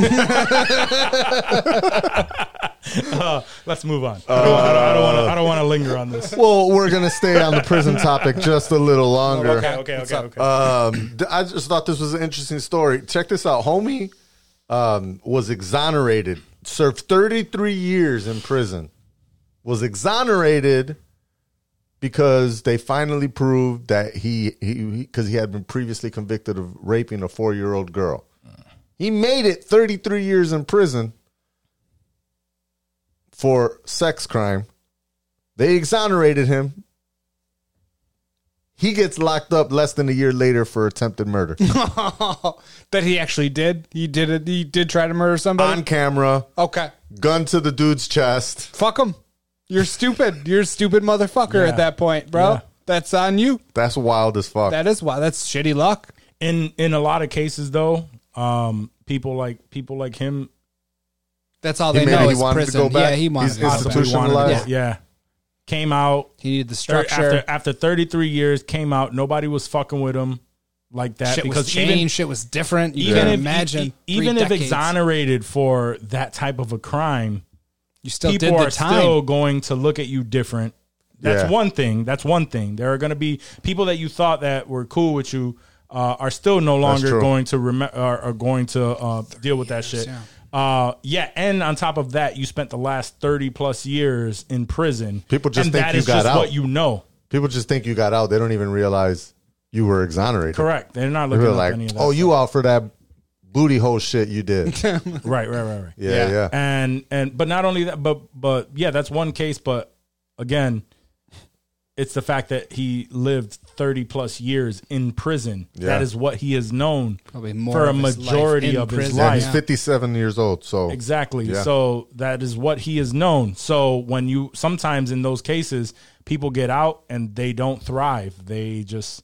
Speaker 4: Uh, Let's move on. I don't- I don't want to. I don't want to linger on this.
Speaker 5: Well, we're gonna stay on the prison topic just a little longer.
Speaker 4: Okay, okay, okay.
Speaker 5: Um, th- I just thought this was an interesting story. Check this out, homie. Um, was exonerated, served 33 years in prison, was exonerated because they finally proved that he he because he, had been previously convicted of raping a four year old girl. He made it 33 years in prison for sex crime. They exonerated him. He gets locked up less than a year later for attempted murder
Speaker 6: that he actually did. He did it. He did try to murder somebody.
Speaker 5: on camera,
Speaker 6: okay.
Speaker 5: gun to the dude's chest.
Speaker 6: Fuck him. You're stupid. You're a stupid motherfucker
Speaker 4: Yeah.
Speaker 6: at that point, bro.
Speaker 4: Yeah.
Speaker 6: That's on you.
Speaker 5: That's wild as fuck.
Speaker 6: That is why. That's shitty luck.
Speaker 4: in in a lot of cases though um people like people like him
Speaker 6: That's all
Speaker 5: He
Speaker 6: they
Speaker 5: maybe
Speaker 6: know
Speaker 5: he
Speaker 6: is
Speaker 5: wanted to
Speaker 6: prison.
Speaker 5: go back?
Speaker 6: Yeah, he
Speaker 5: He's
Speaker 6: wanted to go back.
Speaker 5: institution-
Speaker 4: Wanted to-
Speaker 5: Institutionalized.
Speaker 4: yeah. Came out
Speaker 6: He needed the
Speaker 4: thir-
Speaker 6: structure.
Speaker 4: after after 33 years. Came out. Nobody was fucking with him like that
Speaker 6: shit
Speaker 4: because
Speaker 6: was
Speaker 4: even
Speaker 6: changed. shit was different. You
Speaker 4: even
Speaker 6: can
Speaker 4: if
Speaker 6: imagine,
Speaker 4: e-
Speaker 6: three
Speaker 4: even if
Speaker 6: decades,
Speaker 4: exonerated for that type of a crime,
Speaker 6: you still did
Speaker 4: people
Speaker 6: the
Speaker 4: are
Speaker 6: time.
Speaker 4: still going to look at you different. That's
Speaker 5: Yeah.
Speaker 4: one thing. That's one thing. There are going to be people that you thought that were cool with you uh, are still no longer
Speaker 5: true.
Speaker 4: going to rem- are, are going to uh, deal with that shit. Uh, yeah, and on top of that, you spent the last thirty plus years in prison.
Speaker 5: People just
Speaker 4: and
Speaker 5: think
Speaker 4: that
Speaker 5: you
Speaker 4: is
Speaker 5: got
Speaker 4: just
Speaker 5: out.
Speaker 4: what you know.
Speaker 5: People just think you got out. They don't even realize you were exonerated.
Speaker 4: Correct. They're not
Speaker 5: They
Speaker 4: looking
Speaker 5: were
Speaker 4: at
Speaker 5: like,
Speaker 4: any of that.
Speaker 5: oh, you out for that booty hole shit you did. yeah,
Speaker 4: right, right, right, right.
Speaker 5: yeah.
Speaker 4: and and but not only that but but yeah that's one case but again it's the fact that he lived 30 plus years in prison that is what he is known
Speaker 6: Probably more
Speaker 4: for a
Speaker 6: of his life
Speaker 4: majority
Speaker 6: in
Speaker 4: of his
Speaker 6: prison.
Speaker 5: And
Speaker 4: life
Speaker 5: he's 57 years old. So
Speaker 4: exactly
Speaker 5: Yeah.
Speaker 4: so that is what he is known so when you sometimes in those cases people get out and they don't thrive they just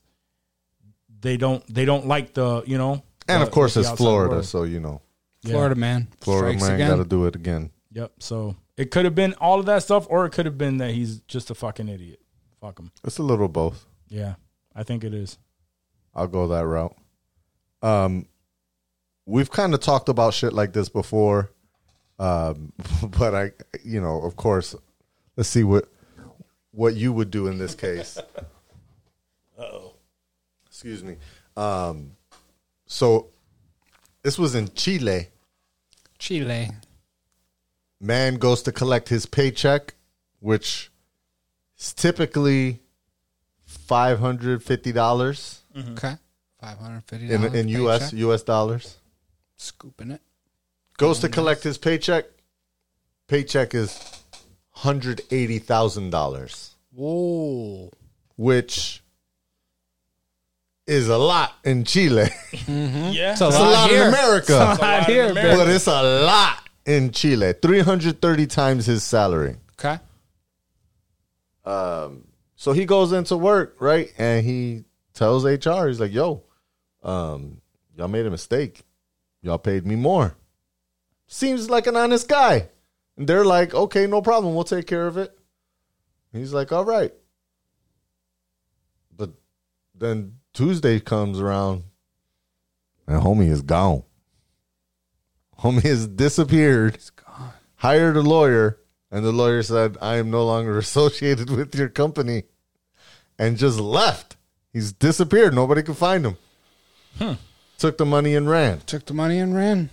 Speaker 4: they don't they don't like the you know
Speaker 5: and
Speaker 4: the-
Speaker 5: of course,
Speaker 4: the
Speaker 5: it's
Speaker 4: Uh, outside
Speaker 5: Florida.
Speaker 4: world.
Speaker 5: So, you know,
Speaker 6: Florida man,
Speaker 5: Florida
Speaker 6: strikes
Speaker 5: man
Speaker 6: again.
Speaker 5: got to do it again.
Speaker 4: Yep. So it could have been all of that stuff, or it could have been that he's just a fucking idiot. Fuck him.
Speaker 5: It's a little both.
Speaker 4: Yeah, I think it is.
Speaker 5: I'll go that route. Um, we've kind of talked about shit like this before, um, but I, you know, of course, let's see what what you would do in this case. Uh oh. Excuse me. Um, so this was in Chile.
Speaker 6: Chile.
Speaker 5: Man goes to collect his paycheck, which is typically five hundred fifty dollars
Speaker 6: Okay, five hundred fifty
Speaker 5: in in U.S. U.S. dollars.
Speaker 6: Scooping it.
Speaker 5: goes to collect his paycheck. Paycheck is hundred eighty thousand dollars,
Speaker 6: Whoa.
Speaker 5: which is a lot in Chile.
Speaker 4: Yeah.
Speaker 5: It's a lot in America,
Speaker 6: Out here, baby.
Speaker 5: but it's a lot in Chile. Three hundred thirty times his salary.
Speaker 6: Okay.
Speaker 5: So he goes into work, right? And he tells HR, he's like, yo, um, y'all made a mistake. Y'all paid me more. Seems like an honest guy. And they're like, okay, no problem. We'll take care of it. And he's like, all right. But then Tuesday comes around and homie is gone. Homie has disappeared. Hired a lawyer, and the lawyer said, I am no longer associated with your company. And just left. He's disappeared. Nobody could find him. Took the money and ran.
Speaker 6: Took the money and ran.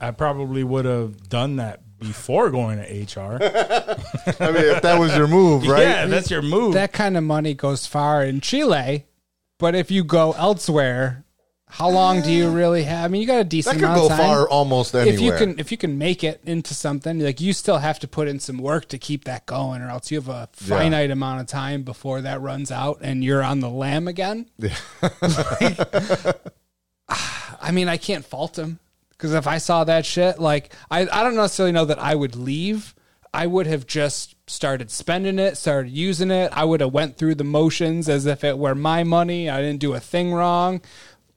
Speaker 4: I probably would have done that before going to HR.
Speaker 5: I mean, if that was your move, right?
Speaker 4: Yeah, that's your move.
Speaker 6: That kind of money goes far in Chile, but if you go elsewhere, how long do you really have? I mean, you got a
Speaker 5: that
Speaker 6: decent
Speaker 5: could
Speaker 6: amount
Speaker 5: go
Speaker 6: of time.
Speaker 5: far almost anywhere.
Speaker 6: If you can, if you can make it into something, like you still have to put in some work to keep that going, or else you have a finite amount of time before that runs out and you're on the lam again. I mean, I can't fault him because if I saw that shit, like I, I don't necessarily know that I would leave. I would have just started spending it, started using it. I would have went through the motions as if it were my money. I didn't do a thing wrong.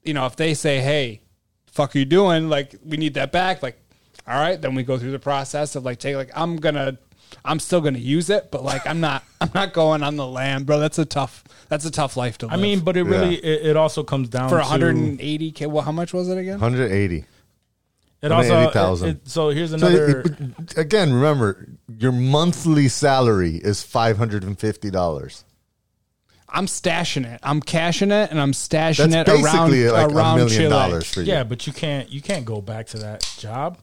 Speaker 6: You know, if they say, "Hey, fuck are you doing? Like, we need that back." Like, all right, then we go through the process of like take like I'm gonna, I'm still gonna use it, but like I'm not, I'm not going on the land, bro. That's a tough, that's a tough life to live.
Speaker 4: I mean, but it really it, it also comes down
Speaker 6: for
Speaker 4: to
Speaker 6: 180k, well, how much was it again?
Speaker 5: 180.
Speaker 4: it also-
Speaker 5: 180,000.
Speaker 4: it- it- So here's
Speaker 5: So
Speaker 4: another.
Speaker 5: it- it- again, remember, your monthly salary is $550.
Speaker 6: I'm stashing it. I'm cashing it, and I'm
Speaker 5: That's
Speaker 6: stashing it around
Speaker 5: basically like
Speaker 6: around
Speaker 5: a million
Speaker 6: Chile.
Speaker 5: dollars for you.
Speaker 4: yeah, but you can't you can't go back to that job.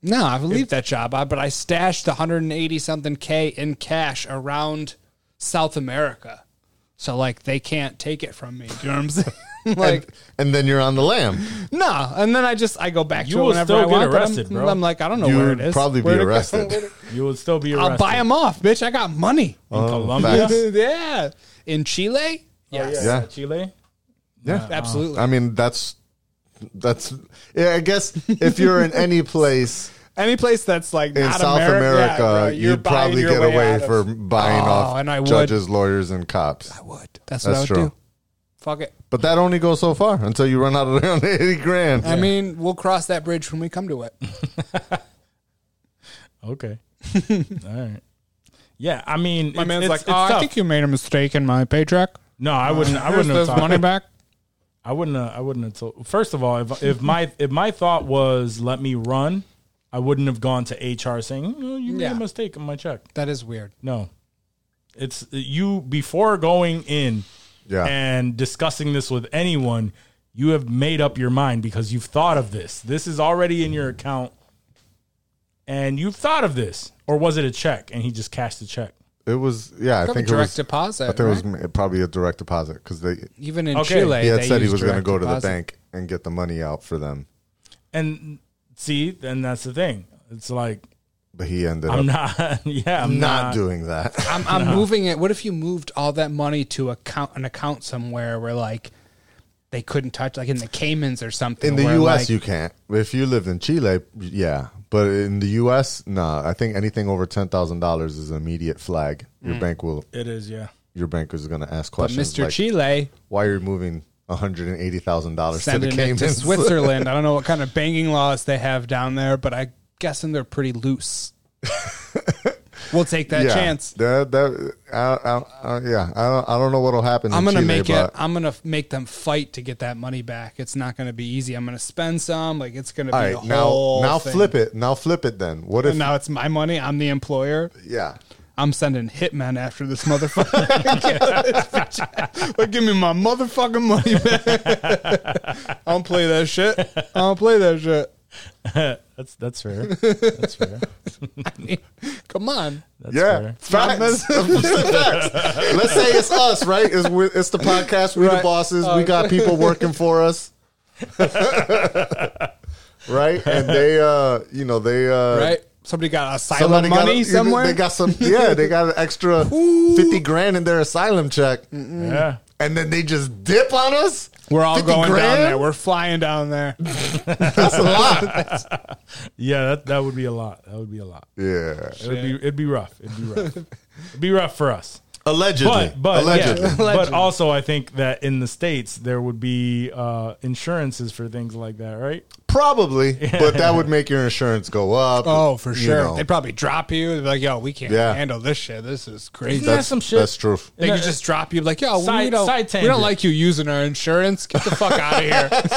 Speaker 6: No, I leave that job, I- but I stashed 180 something k in cash around South America, so like they can't take it from me. Do you know what I'm saying? like
Speaker 5: And then you're on the lamb.
Speaker 6: no, and then I just I go back
Speaker 4: You
Speaker 6: to it
Speaker 4: will
Speaker 6: whenever
Speaker 4: still
Speaker 6: I
Speaker 4: get
Speaker 6: want. but I'm-
Speaker 4: arrested,
Speaker 6: I'm,
Speaker 4: bro.
Speaker 6: like I don't know Oh, where it
Speaker 5: You'd
Speaker 6: is.
Speaker 5: probably be
Speaker 6: Where'd it go?
Speaker 5: arrested.
Speaker 4: You would still be arrested.
Speaker 6: I'll buy them off, bitch. I got money.
Speaker 4: in Colombia,
Speaker 5: facts.
Speaker 6: yeah, in Chile. Yes,
Speaker 5: Yeah.
Speaker 4: Chile.
Speaker 5: Yeah.
Speaker 6: absolutely.
Speaker 5: I mean, that's that's. Yeah, I guess if you're in any place
Speaker 6: Any place that's like
Speaker 5: in
Speaker 6: not
Speaker 5: South
Speaker 6: Ameri- yeah,
Speaker 5: America,
Speaker 6: bro, you're
Speaker 5: you'd
Speaker 6: buying
Speaker 5: probably
Speaker 6: your
Speaker 5: get
Speaker 6: way
Speaker 5: away
Speaker 6: out of-
Speaker 5: for buying
Speaker 6: Oh,
Speaker 5: off
Speaker 6: and I would.
Speaker 5: judges, lawyers, and cops.
Speaker 6: would. That's, what I
Speaker 5: That's
Speaker 6: would
Speaker 5: true.
Speaker 6: do. Fuck it.
Speaker 5: But that only goes so far until you run out of around eighty grand.
Speaker 6: I mean, we'll cross that bridge when we come to it.
Speaker 4: Okay. All right. Yeah, I mean,
Speaker 7: My
Speaker 4: it's-
Speaker 7: man's
Speaker 4: it's-
Speaker 7: like,
Speaker 4: it's
Speaker 7: oh, I
Speaker 4: tough.
Speaker 7: think you made a mistake in my paycheck.
Speaker 4: no, I wouldn't. I
Speaker 7: Here's
Speaker 4: wouldn't have
Speaker 7: this
Speaker 4: talked.
Speaker 7: Uh, money back.
Speaker 4: I wouldn't. Have, I wouldn't have told. First of all, if if my if my thought was let me run, I wouldn't have gone to HR saying oh, you made
Speaker 6: Yeah.
Speaker 4: a mistake on my check.
Speaker 6: That is weird.
Speaker 4: No, it's you before going in
Speaker 5: Yeah.
Speaker 4: and discussing this with anyone. You have made up your mind because you've thought of this. This is already in your account, and you've thought of this. Or was it a check and he just cashed the check?
Speaker 5: it was yeah. I
Speaker 6: Probably
Speaker 5: think it
Speaker 6: direct
Speaker 5: was.
Speaker 6: deposit.
Speaker 5: I think it was
Speaker 6: right?
Speaker 5: ma- probably a direct deposit because they
Speaker 6: even in
Speaker 4: Okay.
Speaker 6: Chile.
Speaker 5: he had
Speaker 6: they
Speaker 5: said he
Speaker 6: use
Speaker 5: was going to
Speaker 6: direct
Speaker 5: go to the
Speaker 6: deposit.
Speaker 5: bank and get the money out for them,
Speaker 4: And see, then that's the thing. It's like
Speaker 5: but he ended
Speaker 4: I'm
Speaker 5: up
Speaker 4: not. Yeah, I'm
Speaker 5: not,
Speaker 4: not
Speaker 5: doing that.
Speaker 6: I'm, I'm moving it. What if you moved all that money to account an account somewhere where like they couldn't touch, like in the Caymans or something?
Speaker 5: in the
Speaker 6: where,
Speaker 5: U.S.,
Speaker 6: like-
Speaker 5: you can't. If you lived in Chile, yeah, but in the U.S., no. I think anything over ten thousand dollars is an immediate flag. Your bank will.
Speaker 4: It is, yeah.
Speaker 5: Your bank is going to ask
Speaker 6: Mm. but
Speaker 5: questions.
Speaker 6: Mr.
Speaker 5: like,
Speaker 6: Chile
Speaker 5: why are you moving one hundred and eighty thousand dollars to the
Speaker 6: sending it
Speaker 5: Caymans?
Speaker 6: to Switzerland. I don't know what kind of banking laws they have down there, but I guessing they're pretty loose. we'll take that
Speaker 5: yeah,
Speaker 6: chance.
Speaker 5: That, that, I, I, I, yeah, I don't, I don't know what'll happen.
Speaker 6: I'm
Speaker 5: in
Speaker 6: gonna
Speaker 5: Chile,
Speaker 6: make it.
Speaker 5: but-
Speaker 6: I'm gonna f- make them fight to get that money back. It's not gonna be easy. I'm gonna spend some. Like it's gonna be
Speaker 5: All
Speaker 6: a
Speaker 5: right, now
Speaker 6: whole
Speaker 5: now
Speaker 6: thing.
Speaker 5: flip it. Now flip it. Then what if?
Speaker 6: And now it's my money. I'm the employer.
Speaker 5: yeah,
Speaker 6: I'm sending hitmen after this motherfucker. like, give me my motherfucking money back. I don't play that shit. I don't play that shit.
Speaker 4: That's that's fair. That's fair.
Speaker 6: Come on.
Speaker 4: That's
Speaker 5: yeah.
Speaker 4: fair.
Speaker 5: Facts. Facts. Let's say it's us, right? It's, we- it's the podcast. We the
Speaker 6: Right.
Speaker 5: bosses. we got people working for us. right, and they, uh, you know, they, uh,
Speaker 6: Right? Somebody got asylum
Speaker 5: Somebody got
Speaker 6: money
Speaker 5: a-
Speaker 6: somewhere.
Speaker 5: They got some, yeah. They got an extra fifty grand in their asylum check, and
Speaker 4: Yeah.
Speaker 5: then they just dip on us.
Speaker 6: We're all
Speaker 5: 50
Speaker 6: going
Speaker 5: grand?
Speaker 6: down there. We're flying down there.
Speaker 5: That's a lot.
Speaker 4: Yeah, that, that would be a lot. That would be a lot.
Speaker 5: yeah,
Speaker 4: It'd be it'd be rough. It'd be rough. it'd be rough for us.
Speaker 5: allegedly,
Speaker 4: But but
Speaker 5: allegedly.
Speaker 4: yeah. but also I think that in the states there would be uh, insurances for things like that, right?
Speaker 5: Probably, but that would make your insurance go up.
Speaker 6: Oh, for
Speaker 5: you
Speaker 6: sure.
Speaker 5: know.
Speaker 6: They'd probably drop you. They'd be like, yo, we can't
Speaker 5: Yeah.
Speaker 6: handle this shit. This is crazy.
Speaker 5: that's
Speaker 4: some shit.
Speaker 5: That's true.
Speaker 6: they
Speaker 4: No,
Speaker 6: could just drop you like, yo, we,
Speaker 4: Side-
Speaker 6: don't,
Speaker 4: side
Speaker 6: we don't
Speaker 4: tangent.
Speaker 6: like you using our insurance. Get the fuck out of here. the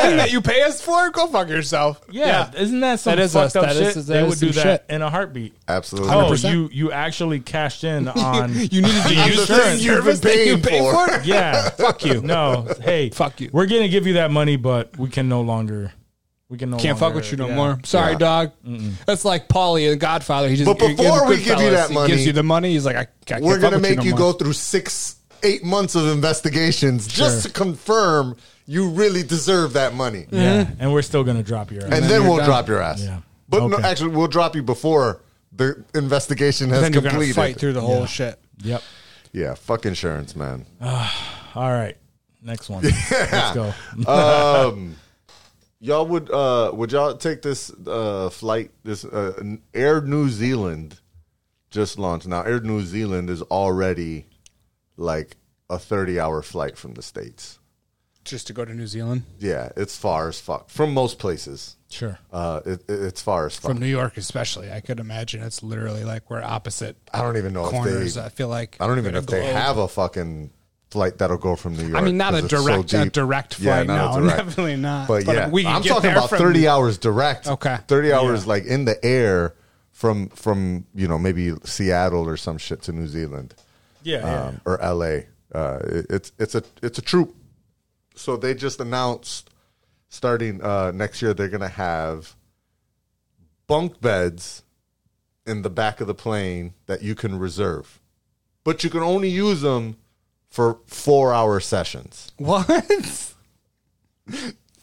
Speaker 6: thing that you pay us for, go fuck yourself.
Speaker 4: Yeah, isn't that some
Speaker 6: That is
Speaker 4: fucked
Speaker 6: us.
Speaker 4: up
Speaker 6: That
Speaker 4: shit?
Speaker 6: is- that
Speaker 4: they
Speaker 6: is
Speaker 4: would do
Speaker 6: some
Speaker 4: that in a heartbeat.
Speaker 5: Absolutely.
Speaker 4: Oh,
Speaker 6: 100%.
Speaker 4: you you actually cashed in on
Speaker 6: You needed to
Speaker 4: the
Speaker 6: use
Speaker 4: thing
Speaker 6: this
Speaker 5: you've been
Speaker 6: service that you
Speaker 5: paying
Speaker 6: pay
Speaker 5: for.
Speaker 6: for.
Speaker 4: Yeah, fuck
Speaker 6: you.
Speaker 4: No, hey,
Speaker 6: Fuck you.
Speaker 4: We're gonna give you that money, but we can no longer. We can no
Speaker 6: Can't
Speaker 4: longer-
Speaker 6: fuck with you no
Speaker 4: yeah.
Speaker 6: more. Sorry, dog. That's like Paulie, the Godfather. He just
Speaker 5: But before we give you
Speaker 6: Goodfellas,
Speaker 5: that
Speaker 6: he
Speaker 5: money,
Speaker 6: gives you the money. He's like, I, I
Speaker 5: We're
Speaker 6: going
Speaker 5: gonna
Speaker 6: to
Speaker 5: make you,
Speaker 6: no
Speaker 5: go
Speaker 6: more.
Speaker 5: through six, eight months of investigations just to confirm you really deserve that money,
Speaker 4: Yeah,
Speaker 6: Mm-hmm.
Speaker 4: and we're still gonna drop your.
Speaker 5: and
Speaker 4: ass.
Speaker 5: then,
Speaker 6: then
Speaker 5: we'll
Speaker 6: you're done.
Speaker 5: drop your ass.
Speaker 4: Yeah.
Speaker 5: But no,
Speaker 4: Okay.
Speaker 5: actually, we'll drop you before the investigation has
Speaker 6: Then you're going to
Speaker 5: completed.
Speaker 6: fight through the whole shit.
Speaker 4: Yep.
Speaker 5: Yeah, fuck insurance, man.
Speaker 4: All right. Next one. Let's go. Mm,
Speaker 5: Y'all would uh would y'all take this uh flight this uh, Air New Zealand just launched. Now Air New Zealand is already like a 30-hour flight from the states.
Speaker 6: Just to go to New Zealand.
Speaker 5: Yeah, it's far as fuck from most places.
Speaker 4: Sure.
Speaker 5: Uh it, it- it's far as fuck.
Speaker 6: From New York, especially. I could imagine it's literally like we're opposite
Speaker 5: I don't even know
Speaker 6: corners.
Speaker 5: if
Speaker 6: I feel like.
Speaker 5: they I don't even
Speaker 6: in
Speaker 5: know
Speaker 6: a
Speaker 5: if they
Speaker 6: globe.
Speaker 5: have a fucking flight that'll go from New York.
Speaker 6: I mean, not a
Speaker 5: 'cause it's so
Speaker 6: direct, a
Speaker 5: deep.
Speaker 6: direct
Speaker 5: Yeah,
Speaker 6: flight.
Speaker 5: not a
Speaker 6: no,
Speaker 5: direct.
Speaker 6: definitely not.
Speaker 5: But, yeah,
Speaker 6: we can
Speaker 5: I'm
Speaker 6: get
Speaker 5: talking
Speaker 6: there
Speaker 5: about
Speaker 6: from-
Speaker 5: 30 hours direct.
Speaker 6: Okay.
Speaker 5: 30 hours like in the air from from you know maybe Seattle or some shit to New Zealand
Speaker 4: Yeah. yeah.
Speaker 5: um, or LA. Uh, it- it's it's a it's a troop. So they just announced starting uh, next year they're gonna have bunk beds in the back of the plane that you can reserve, but you can only use them for four hour sessions.
Speaker 6: What?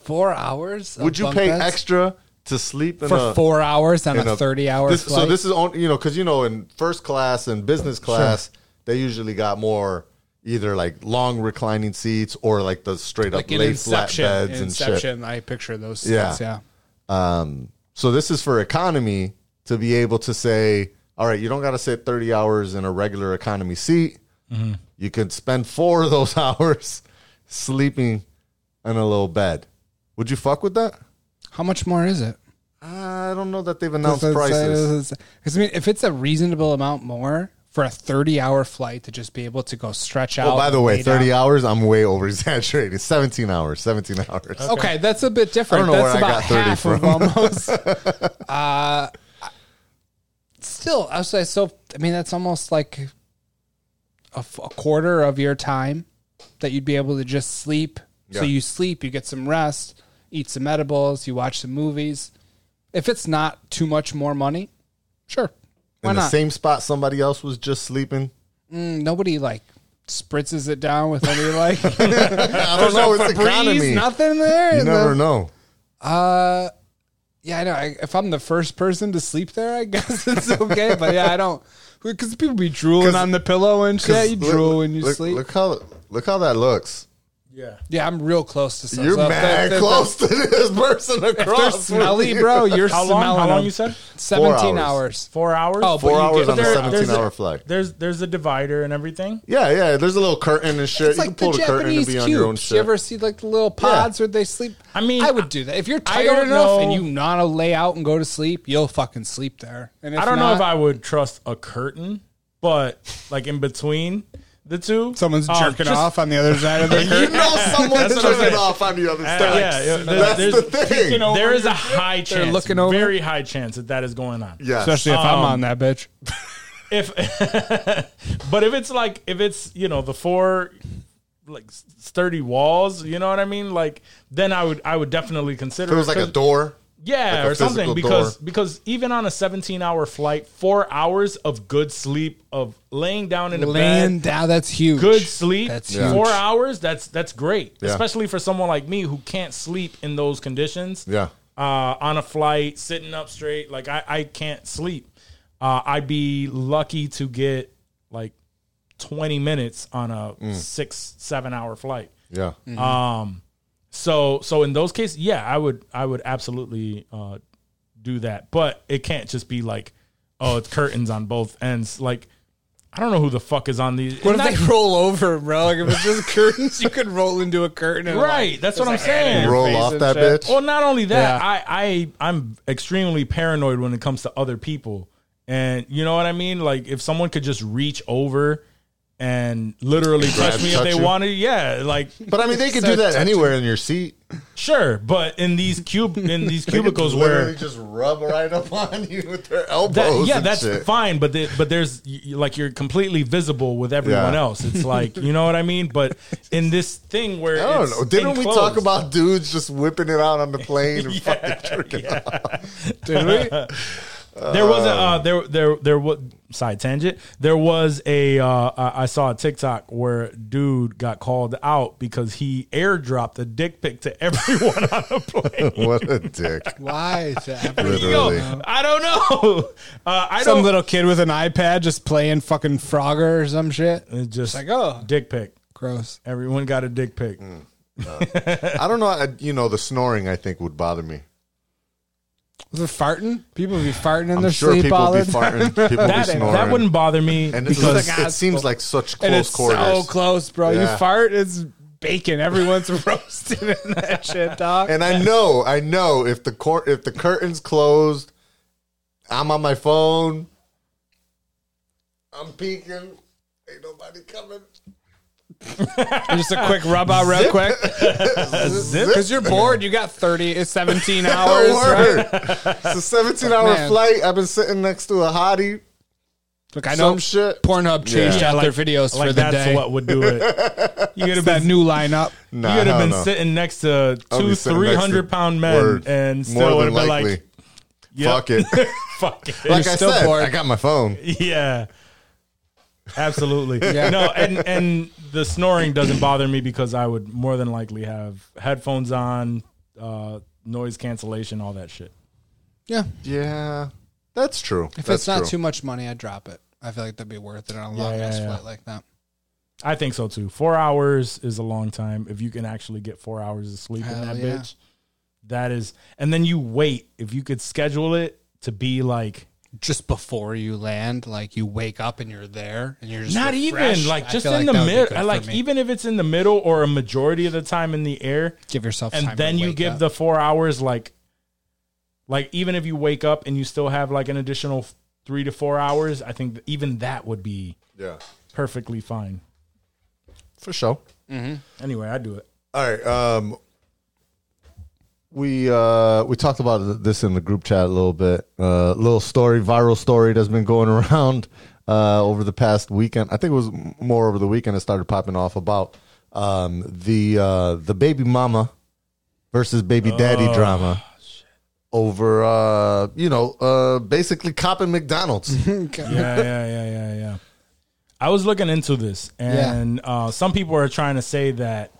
Speaker 6: Four hours? of
Speaker 5: Would you
Speaker 6: bunk
Speaker 5: pay
Speaker 6: beds?
Speaker 5: extra to sleep in
Speaker 6: for
Speaker 5: a,
Speaker 6: four hours on
Speaker 5: in
Speaker 6: a 30 hour
Speaker 5: this,
Speaker 6: flight.
Speaker 5: So this is on you know because you know in first class and business class they usually got more either like long reclining seats or like the straight
Speaker 6: like
Speaker 5: up
Speaker 6: in
Speaker 5: lay
Speaker 6: Inception.
Speaker 5: flat beds
Speaker 6: in
Speaker 5: and shit.
Speaker 6: Inception, I picture those
Speaker 5: Yeah.
Speaker 6: scenes. Yeah.
Speaker 5: Um, so this is for economy to be able to say, all right, you don't got to sit thirty hours in a regular economy seat.
Speaker 6: Mm-hmm.
Speaker 5: You could spend four of those hours sleeping in a little bed. Would you fuck with that?
Speaker 6: How much more is it?
Speaker 5: Uh, I don't know that they've announced prices.
Speaker 6: Because I mean, if it's a reasonable amount more for a thirty-hour flight to just be able to go stretch out.
Speaker 5: Oh, by the way,
Speaker 6: lay down-
Speaker 5: thirty hours. I'm way over exaggerating. Seventeen hours. Seventeen hours.
Speaker 6: Okay, that's a bit different.
Speaker 5: I don't know
Speaker 6: that's
Speaker 5: where I
Speaker 6: about
Speaker 5: got 30
Speaker 6: half of
Speaker 5: from.
Speaker 6: almost. uh, still, I was like, so I mean, that's almost like a, f- a quarter of your time that you'd be able to just sleep. So
Speaker 5: Yeah.
Speaker 6: you sleep, you get some rest, eat some edibles, you watch some movies. If it's not too much more money, sure, why
Speaker 5: In the
Speaker 6: not?
Speaker 5: same spot somebody else was just sleeping.
Speaker 6: Nobody like spritzes it down with any like
Speaker 5: I don't know. It's economy.
Speaker 6: breeze, nothing there.
Speaker 5: you
Speaker 6: and then-
Speaker 5: never know.
Speaker 6: Yeah, I know. I, if I'm the first person to sleep there, I guess it's okay. but yeah, I don't because people be drooling
Speaker 5: 'Cause-
Speaker 6: on the pillow and shit. You
Speaker 5: look-
Speaker 6: drool when you
Speaker 5: look-
Speaker 6: sleep.
Speaker 5: Look how look how that looks.
Speaker 4: Yeah.
Speaker 6: yeah, I'm real close to something.
Speaker 5: You're
Speaker 6: So if
Speaker 5: mad
Speaker 6: they're- if
Speaker 5: close to this person
Speaker 6: They're, if they're
Speaker 5: across. from
Speaker 6: smelly,
Speaker 5: you.
Speaker 6: bro. You're
Speaker 4: How long?
Speaker 6: smelling.
Speaker 4: How long
Speaker 6: them.
Speaker 4: you said?
Speaker 6: Seventeen
Speaker 5: Four
Speaker 6: hours.
Speaker 5: hours.
Speaker 4: Four hours.
Speaker 6: Oh, but
Speaker 5: Four
Speaker 6: you
Speaker 5: hours
Speaker 6: get-
Speaker 5: on a
Speaker 6: there-
Speaker 4: there's a-
Speaker 5: seventeen-hour flight.
Speaker 4: There's there's a divider and everything.
Speaker 5: Yeah, yeah. There's a little curtain and shit.
Speaker 6: It's
Speaker 5: you
Speaker 6: like
Speaker 5: can
Speaker 6: the
Speaker 5: pull the curtain and
Speaker 6: Japanese
Speaker 5: be on your own
Speaker 6: cube.
Speaker 5: shit.
Speaker 6: You ever see like the little pods where they sleep?
Speaker 4: I mean,
Speaker 6: I would
Speaker 4: I-
Speaker 6: do that if you're
Speaker 4: I
Speaker 6: tired
Speaker 4: don't
Speaker 6: enough
Speaker 4: know.
Speaker 6: and you want to lay out and go to sleep. You'll fucking sleep there. And
Speaker 4: I don't know
Speaker 6: not-
Speaker 4: if I would trust a curtain, but like in between the two,
Speaker 6: someone's
Speaker 4: um,
Speaker 6: jerking
Speaker 4: just-
Speaker 6: off on the other side of the curtain.
Speaker 5: You know someone's
Speaker 4: That's what I'm
Speaker 5: jerking
Speaker 4: saying.
Speaker 5: off on the other
Speaker 4: Uh,
Speaker 5: side.
Speaker 4: yeah, yeah,
Speaker 5: that's
Speaker 4: there's-
Speaker 5: the thing.
Speaker 4: There is a high chance,
Speaker 6: looking over.
Speaker 4: very high chance that that is going on.
Speaker 5: Yes.
Speaker 6: Especially if
Speaker 4: Um,
Speaker 6: I'm on that bitch.
Speaker 4: If, but if it's like if it's you know the four like sturdy walls, you know what I mean. Like then I would I would definitely consider
Speaker 5: If it was like a
Speaker 4: 'cause-
Speaker 5: door.
Speaker 4: yeah
Speaker 5: like a
Speaker 4: or something
Speaker 5: physical
Speaker 4: because
Speaker 5: door.
Speaker 4: because even on a 17 hour flight, four hours of good sleep of laying down in the bed,
Speaker 6: Laying down, that's huge.
Speaker 4: good sleep
Speaker 6: That's
Speaker 5: Yeah.
Speaker 4: four
Speaker 6: huge.
Speaker 4: hours that's that's great
Speaker 5: Yeah.
Speaker 4: especially for someone like me who can't sleep in those conditions
Speaker 5: Yeah.
Speaker 4: uh, on a flight sitting up straight like i, I can't sleep uh, i'd be lucky to get like 20 minutes on a six seven hour flight
Speaker 5: Yeah.
Speaker 4: so so in those cases yeah i would i would absolutely uh, do that but it can't just be like oh it's curtains on both ends like I don't know who the fuck is on these.
Speaker 6: What
Speaker 4: And
Speaker 6: if
Speaker 4: that-
Speaker 6: they roll over, bro? Like if it's just curtains, you could roll into a curtain. And
Speaker 4: Right,
Speaker 6: like,
Speaker 4: that's what I'm
Speaker 6: there's a hand in
Speaker 4: saying.
Speaker 6: your
Speaker 5: Roll
Speaker 6: face
Speaker 5: off
Speaker 6: and
Speaker 5: that
Speaker 6: shit. Oh,
Speaker 5: bitch.
Speaker 4: Well, not only that,
Speaker 6: Yeah.
Speaker 4: I, I I'm extremely paranoid when it comes to other people, and you know what I mean. Like if someone could just reach over and literally
Speaker 5: Grab,
Speaker 4: touch me if
Speaker 5: touch
Speaker 4: they
Speaker 5: you.
Speaker 4: wanted, yeah, like
Speaker 5: But I mean, they could
Speaker 6: So
Speaker 5: do that
Speaker 6: touching.
Speaker 5: anywhere in your seat.
Speaker 4: sure. But in these cube in these
Speaker 5: They could
Speaker 4: cubicles
Speaker 5: literally
Speaker 4: where.
Speaker 5: just rub right up on you with their elbows.
Speaker 4: That, yeah,
Speaker 5: and
Speaker 4: that's
Speaker 5: shit.
Speaker 4: fine, but the, but there's y- y- like you're completely visible with everyone
Speaker 5: Yeah.
Speaker 4: else. It's like you know what I mean. But in this thing where
Speaker 5: I don't
Speaker 4: it's
Speaker 5: know. Didn't we talk
Speaker 4: enclosed-
Speaker 5: about dudes just whipping it out on the plane and fucking jerking off?
Speaker 4: There was a uh, there there there was side tangent. There was a uh, I I saw a TikTok where dude got called out because he airdropped a dick pic to everyone on the plane.
Speaker 5: What a dick.
Speaker 6: Why? is that happening?
Speaker 5: Literally.
Speaker 4: Yo, I don't know. Uh, I
Speaker 6: Some
Speaker 4: don't.
Speaker 6: little kid with an iPad just playing fucking Frogger or some shit.
Speaker 4: It's just
Speaker 6: like, oh.
Speaker 4: dick pic.
Speaker 6: Gross.
Speaker 4: Everyone got a dick pic.
Speaker 5: Mm. I don't know. I, you know, the snoring I think would bother me.
Speaker 6: Was it farting? People be farting in
Speaker 5: I'm
Speaker 6: their
Speaker 5: sure
Speaker 6: sleep
Speaker 5: people
Speaker 6: all
Speaker 5: be
Speaker 6: the time.
Speaker 5: farting. People be
Speaker 4: That
Speaker 5: snoring.
Speaker 4: that wouldn't bother me
Speaker 5: And it's
Speaker 4: because
Speaker 5: like, it seems like such
Speaker 6: And
Speaker 5: close
Speaker 6: it's so
Speaker 5: quarters.
Speaker 6: close, bro.
Speaker 5: Yeah.
Speaker 6: You fart, it's bacon. Everyone's roasted in that shit, dog.
Speaker 5: and I know, I know if the cor- if the curtains closed, I'm on my phone. I'm peeking. Ain't nobody coming.
Speaker 6: just a quick rub out real quick. Because you're bored. You got 30, it's 17 hours, right?
Speaker 5: Word. It's a 17 hour
Speaker 6: Man.
Speaker 5: flight. I've been sitting next to a hottie.
Speaker 6: Look, I know
Speaker 5: Some shit.
Speaker 6: Pornhub changed
Speaker 4: Yeah,
Speaker 6: out
Speaker 4: like-
Speaker 6: their videos for
Speaker 4: like
Speaker 6: the
Speaker 4: that's
Speaker 6: day.
Speaker 4: what would do it. You could have
Speaker 6: that
Speaker 4: been
Speaker 6: new lineup.
Speaker 5: Nah,
Speaker 4: you could have
Speaker 5: hell
Speaker 4: been
Speaker 5: no.
Speaker 4: sitting next to
Speaker 5: I'll be
Speaker 4: two,
Speaker 5: sitting
Speaker 4: three
Speaker 5: next to-
Speaker 4: hundred pound men
Speaker 5: Word.
Speaker 4: and
Speaker 5: More
Speaker 4: still would have
Speaker 5: than
Speaker 4: been
Speaker 5: likely.
Speaker 4: like, yep,
Speaker 5: Fuck it.
Speaker 4: fuck it.
Speaker 5: like I
Speaker 6: still
Speaker 5: said,
Speaker 6: bored.
Speaker 5: I got my phone.
Speaker 4: yeah, absolutely. No, and and the snoring doesn't bother me because I would more than likely have headphones on, uh, noise cancellation, all that shit.
Speaker 6: Yeah.
Speaker 5: Yeah, that's true.
Speaker 6: If it's not too much money, I'd drop it. I feel like that'd be worth it on a long
Speaker 4: yeah,
Speaker 6: ass
Speaker 4: yeah.
Speaker 6: flight like that.
Speaker 4: I think so too. Four hours is a long time if you can actually get four hours of sleep
Speaker 6: Hell
Speaker 4: in that
Speaker 6: yeah.
Speaker 4: bitch. That is, and then you wait if you could schedule it to be like
Speaker 6: Just before you land, like you wake up and you're there and you're just
Speaker 4: not
Speaker 6: refreshed.
Speaker 4: even like
Speaker 6: I
Speaker 4: just
Speaker 6: feel
Speaker 4: in
Speaker 6: that
Speaker 4: the
Speaker 6: would be
Speaker 4: middle
Speaker 6: good for
Speaker 4: like
Speaker 6: me.
Speaker 4: even if it's in the middle or a majority of the time in the air
Speaker 6: give yourself
Speaker 4: and
Speaker 6: time to
Speaker 4: then you
Speaker 6: wake
Speaker 4: give
Speaker 6: up.
Speaker 4: the four hours like Like even if you wake up and you still have like an additional three to four hours, I think even that would be
Speaker 5: Yeah,
Speaker 4: perfectly fine.
Speaker 5: for sure.
Speaker 4: Anyway, I do it.
Speaker 5: All right. Um, we uh, we talked about th- this in the group chat a little bit. Uh, little story, viral story that's been going around uh, over the past weekend. I think it was m- more over the weekend. It started popping off about um, the uh, the baby mama versus baby daddy
Speaker 4: Oh,
Speaker 5: drama over uh, you know uh, basically copping McDonald's.
Speaker 4: yeah, yeah, yeah, yeah, yeah. I was looking into this, and uh, some people are trying to say that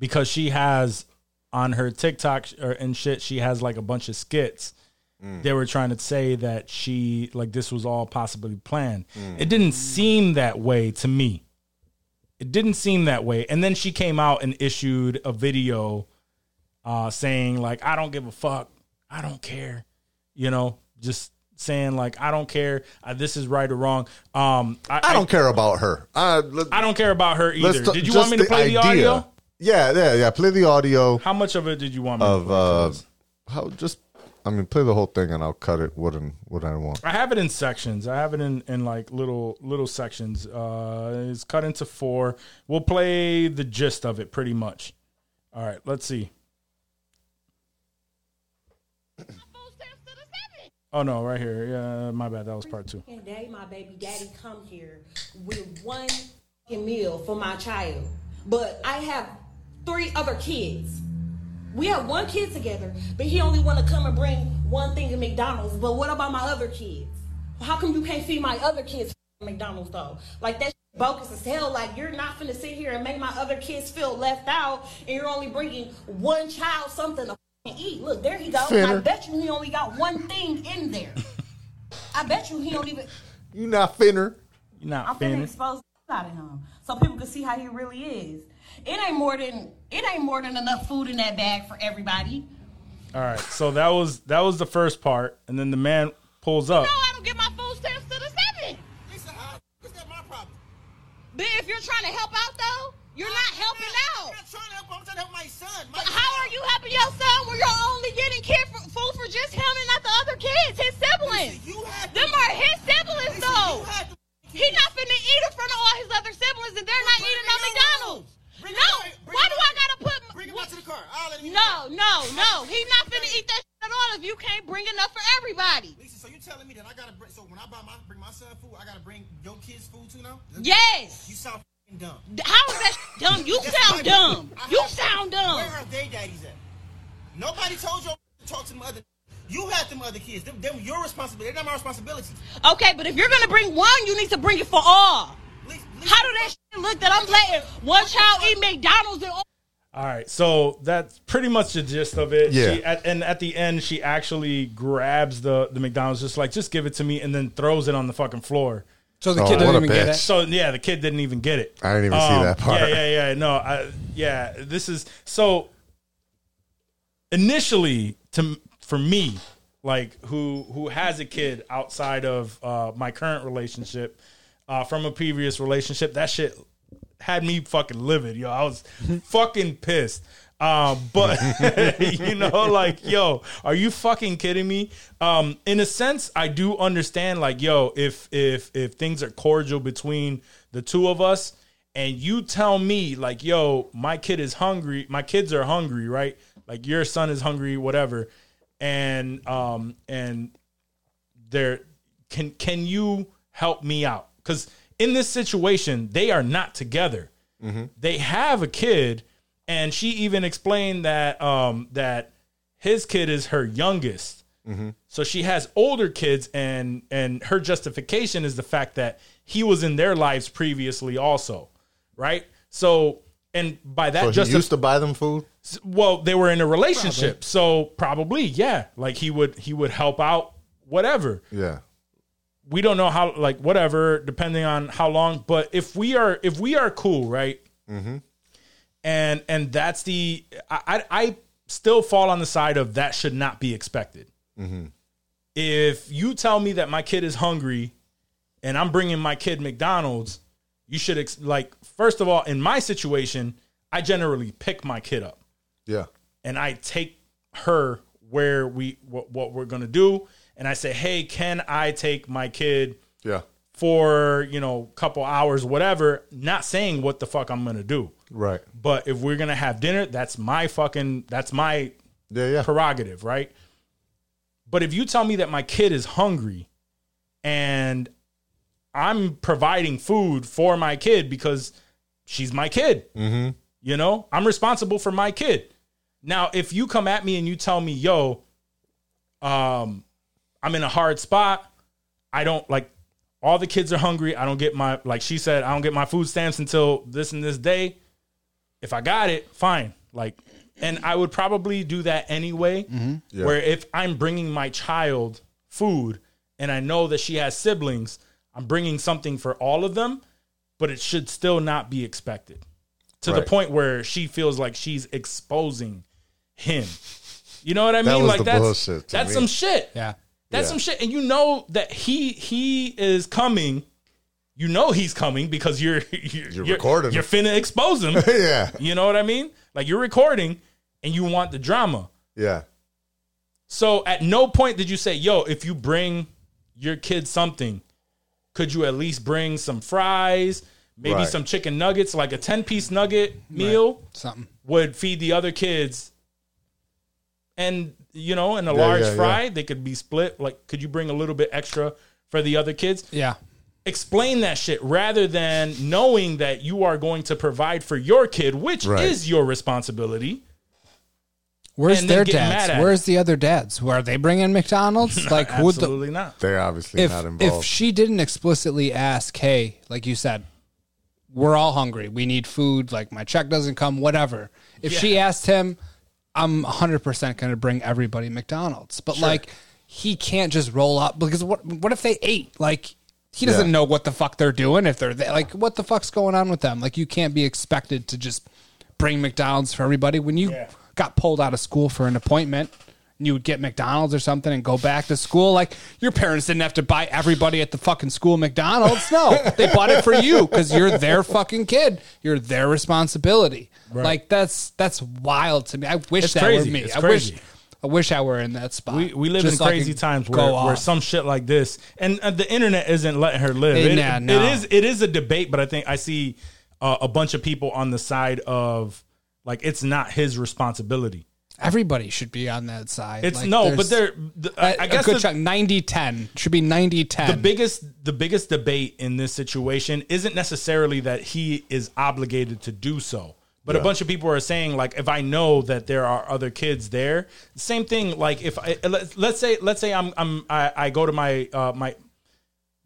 Speaker 4: because she has on her TikTok sh- or, and shit, she has like a bunch of skits. They were trying to say that she like this was all possibly planned. It didn't seem that way to me. It didn't seem that way. And then she came out and issued a video uh, saying like, "I don't give a fuck. I don't care." You know, just saying like, "I don't care. Uh, this is right or wrong." Um, I,
Speaker 5: I don't care about her. Uh, let-
Speaker 4: I don't care about her
Speaker 5: let's
Speaker 4: either.
Speaker 5: t-
Speaker 4: did you
Speaker 5: just
Speaker 4: want me to play the
Speaker 5: idea.
Speaker 4: audio?
Speaker 5: Yeah, yeah, yeah. Play the audio.
Speaker 4: How much of it did you want me to
Speaker 5: of
Speaker 4: play?
Speaker 5: uh how just I mean play the whole thing and I'll cut it what and what I want.
Speaker 4: I have it in sections. I have it in, in like little little sections. Uh, it's cut into four. We'll play the gist of it pretty much. All right, let's see. Oh no, right here. Yeah, my bad. That was part two.
Speaker 10: Every day my baby daddy come here with one f***ing meal for my child. But I have three other kids. We have one kid together, but he only want to come and bring one thing to McDonald's. But what about my other kids? How come you can't feed my other kids f***ing McDonald's though? Like that shit bogus as hell. Like you're not finna sit here and make my other kids feel left out, and you're only bringing one child something to f***ing eat. Look, there he go. I
Speaker 5: Fitter.
Speaker 10: bet you he only got one thing in there. I bet you he don't even.
Speaker 5: You not finner.
Speaker 4: You're not
Speaker 10: I'm finna
Speaker 4: finished.
Speaker 10: expose the out of him so people can see how he really is. It ain't more than it ain't more than enough food in that bag for everybody.
Speaker 4: All right. So that was that was the first part, and then the man pulls up.
Speaker 10: No, I don't get my food stamps to the seven.
Speaker 2: Lisa, how is that uh, my problem?
Speaker 10: But if you're trying to help out though, you're not helping out.
Speaker 2: trying to help. I'm trying to help my son.
Speaker 10: Oh. But how are you helping your son when you're only getting kid for, food for just him and not the other kids, his siblings?
Speaker 2: You had
Speaker 10: Them are his siblings though. He not finna eat in front of all his other siblings and they're not
Speaker 2: Bring it
Speaker 10: eating no
Speaker 2: on.
Speaker 10: McDonald's.
Speaker 2: Bring it
Speaker 10: No,
Speaker 2: on. Bring
Speaker 10: why
Speaker 2: it
Speaker 10: do
Speaker 2: on.
Speaker 10: I gotta put
Speaker 2: Bring him
Speaker 10: what-
Speaker 2: out to the car. I'll let him
Speaker 10: No, no, no. He's not finna eat that shit at all if you can't bring enough for everybody.
Speaker 2: Lisa, so you telling me that I gotta bring? So when I buy my bring my son food, I gotta bring your kids food too now? You
Speaker 10: Yes.
Speaker 2: sound f***ing dumb.
Speaker 10: How is that shit dumb? You
Speaker 2: That's my
Speaker 10: sound dumb.
Speaker 2: business. I
Speaker 10: You
Speaker 2: have-
Speaker 10: sound dumb.
Speaker 2: Uh-huh. Where are they daddies at? Nobody told you to talk to them other. You had them other kids. Them, them your responsibility. They're not my responsibility.
Speaker 10: Okay, but if you're gonna bring one, you need to bring it for all.
Speaker 2: Lisa, Lisa,
Speaker 10: How do that shit look that I'm letting one child eat McDonald's and all?
Speaker 4: All right, so that's pretty much the gist of it.
Speaker 5: Yeah.
Speaker 4: She, at, and at the end, she actually grabs the the McDonald's, just like, just give it to me, and then throws it on the fucking floor.
Speaker 6: So the
Speaker 5: Oh,
Speaker 6: kid
Speaker 5: what
Speaker 6: doesn't
Speaker 5: a
Speaker 6: even get
Speaker 5: bitch.
Speaker 6: it.
Speaker 4: So yeah, the kid didn't even get it. Um,
Speaker 5: I didn't even see that part.
Speaker 4: Yeah, yeah, yeah. No, I, yeah. This is so. Initially, to for me, like who who has a kid outside of uh, my current relationship, uh, from a previous relationship, that shit had me fucking livid, yo. I was fucking pissed. Um, but you know, like, yo, are you fucking kidding me? Um, in a sense, I do understand, like, yo, if if if things are cordial between the two of us, and you tell me, like, yo, my kid is hungry, my kids are hungry, right? Like your son is hungry, whatever, and um and there can can you help me out because in this situation they are not together
Speaker 5: Mm-hmm.
Speaker 4: they have a kid and she even explained that um that his kid is her youngest
Speaker 5: Mm-hmm.
Speaker 4: so she has older kids and and her justification is the fact that he was in their lives previously also right so and by that
Speaker 5: So
Speaker 4: just
Speaker 5: he used to buy them food.
Speaker 4: well they were in a relationship so probably yeah like he would he would help out whatever
Speaker 5: Yeah.
Speaker 4: we don't know how like whatever depending on how long but if we are if we are cool right mm-hmm. and and that's the I, I i still fall on the side of that should not be expected if you tell me that my kid is hungry and i'm bringing my kid mcdonald's you should ex- like first of all in my situation i generally pick my kid up
Speaker 5: Yeah.
Speaker 4: and I take her where we what, what we're gonna do, and I say, hey, can I take my kid
Speaker 5: Yeah.
Speaker 4: for you know couple hours, whatever? Not saying what the fuck I'm gonna do,
Speaker 5: Right.
Speaker 4: but if we're gonna have dinner, that's my fucking that's my
Speaker 5: Yeah. Yeah.
Speaker 4: prerogative, right? But if you tell me that my kid is hungry and I'm providing food for my kid because she's my kid, you know, I'm responsible for my kid. Now, if you come at me and you tell me, yo, um, I'm in a hard spot, I don't like all the kids are hungry. I don't get my, like she said, I don't get my food stamps until this and this day if I got it, fine. Like, and I would probably do that anyway. Where if I'm bringing my child food and I know that she has siblings, I'm bringing something for all of them, but it should still not be expected to the
Speaker 5: Right.
Speaker 4: point where she feels like she's exposing him. You know what I mean?
Speaker 5: That was
Speaker 4: like
Speaker 5: the
Speaker 4: that's
Speaker 5: bullshit to
Speaker 4: that's
Speaker 5: me.
Speaker 4: some shit.
Speaker 6: Yeah.
Speaker 4: That's
Speaker 5: Yeah.
Speaker 4: some shit. And you know that he he is coming. You know he's coming because you're you're,
Speaker 5: recording
Speaker 4: You're
Speaker 5: him.
Speaker 4: finna expose him.
Speaker 5: Yeah.
Speaker 4: You know what I mean? Like you're recording and you want the drama.
Speaker 5: Yeah.
Speaker 4: So at no point did you say, "Yo, if you bring your kid something, could you at least bring some fries, maybe
Speaker 5: Right.
Speaker 4: some chicken nuggets, like a 10-piece nugget meal
Speaker 6: Something.
Speaker 4: would feed the other kids." And you know, in a
Speaker 5: Yeah,
Speaker 4: large
Speaker 5: yeah, yeah.
Speaker 4: fry, they could be split. Like, could you bring a little bit extra for the other kids?
Speaker 6: Yeah.
Speaker 4: explain that shit rather than knowing that you are going to provide for your kid, which
Speaker 5: Right.
Speaker 4: is your responsibility.
Speaker 6: Where's
Speaker 4: And then
Speaker 6: their
Speaker 4: getting mad at
Speaker 6: dads? Where's the other dads? Were they bringing McDonald's? like, who the,
Speaker 4: Absolutely not.
Speaker 5: They're obviously
Speaker 6: if
Speaker 5: not involved.
Speaker 6: if she didn't explicitly ask, hey, like you said, we're all hungry. We need food. Like my check doesn't come. Whatever. If she asked him, I'm 100 percent going to bring everybody McDonald's. But like, he can't just roll up because what? What if they ate? Like. He doesn't
Speaker 5: Yeah.
Speaker 6: know what the fuck they're doing if they're there. like what the fuck's going on with them. Like you can't be expected to just bring McDonald's for everybody when you got pulled out of school for an appointment. and You would get McDonald's or something and go back to school. Like your parents didn't have to buy everybody at the fucking school McDonald's. No, they bought it for you because you're their fucking kid. You're their responsibility. Like that's that's wild to me. I wish
Speaker 4: It's
Speaker 6: that
Speaker 4: crazy.
Speaker 6: were me.
Speaker 4: It's
Speaker 6: I
Speaker 4: crazy.
Speaker 6: wish I wish I were in that spot.
Speaker 4: We, we live
Speaker 6: Just
Speaker 4: in
Speaker 6: so I
Speaker 4: crazy
Speaker 6: could
Speaker 4: times
Speaker 6: go
Speaker 4: where, where
Speaker 6: off.
Speaker 4: some shit like this and uh, the internet isn't letting her live.
Speaker 6: Eh,
Speaker 4: It-
Speaker 6: nah, no.
Speaker 4: it is it is a debate, but I think I see uh, a bunch of people on the side of like it's not his responsibility.
Speaker 6: everybody should be on that side.
Speaker 4: It's
Speaker 6: Like,
Speaker 4: no, but
Speaker 6: there's-
Speaker 4: they're the, I, I
Speaker 6: a
Speaker 4: guess
Speaker 6: good
Speaker 4: the-
Speaker 6: chunk 90 10 should be 90 10
Speaker 4: the biggest the biggest debate in this situation isn't necessarily that he is obligated to do so but a bunch of people are saying like if i know that there are other kids there same thing like if i let's, let's say let's say i'm i'm i, I go to my uh my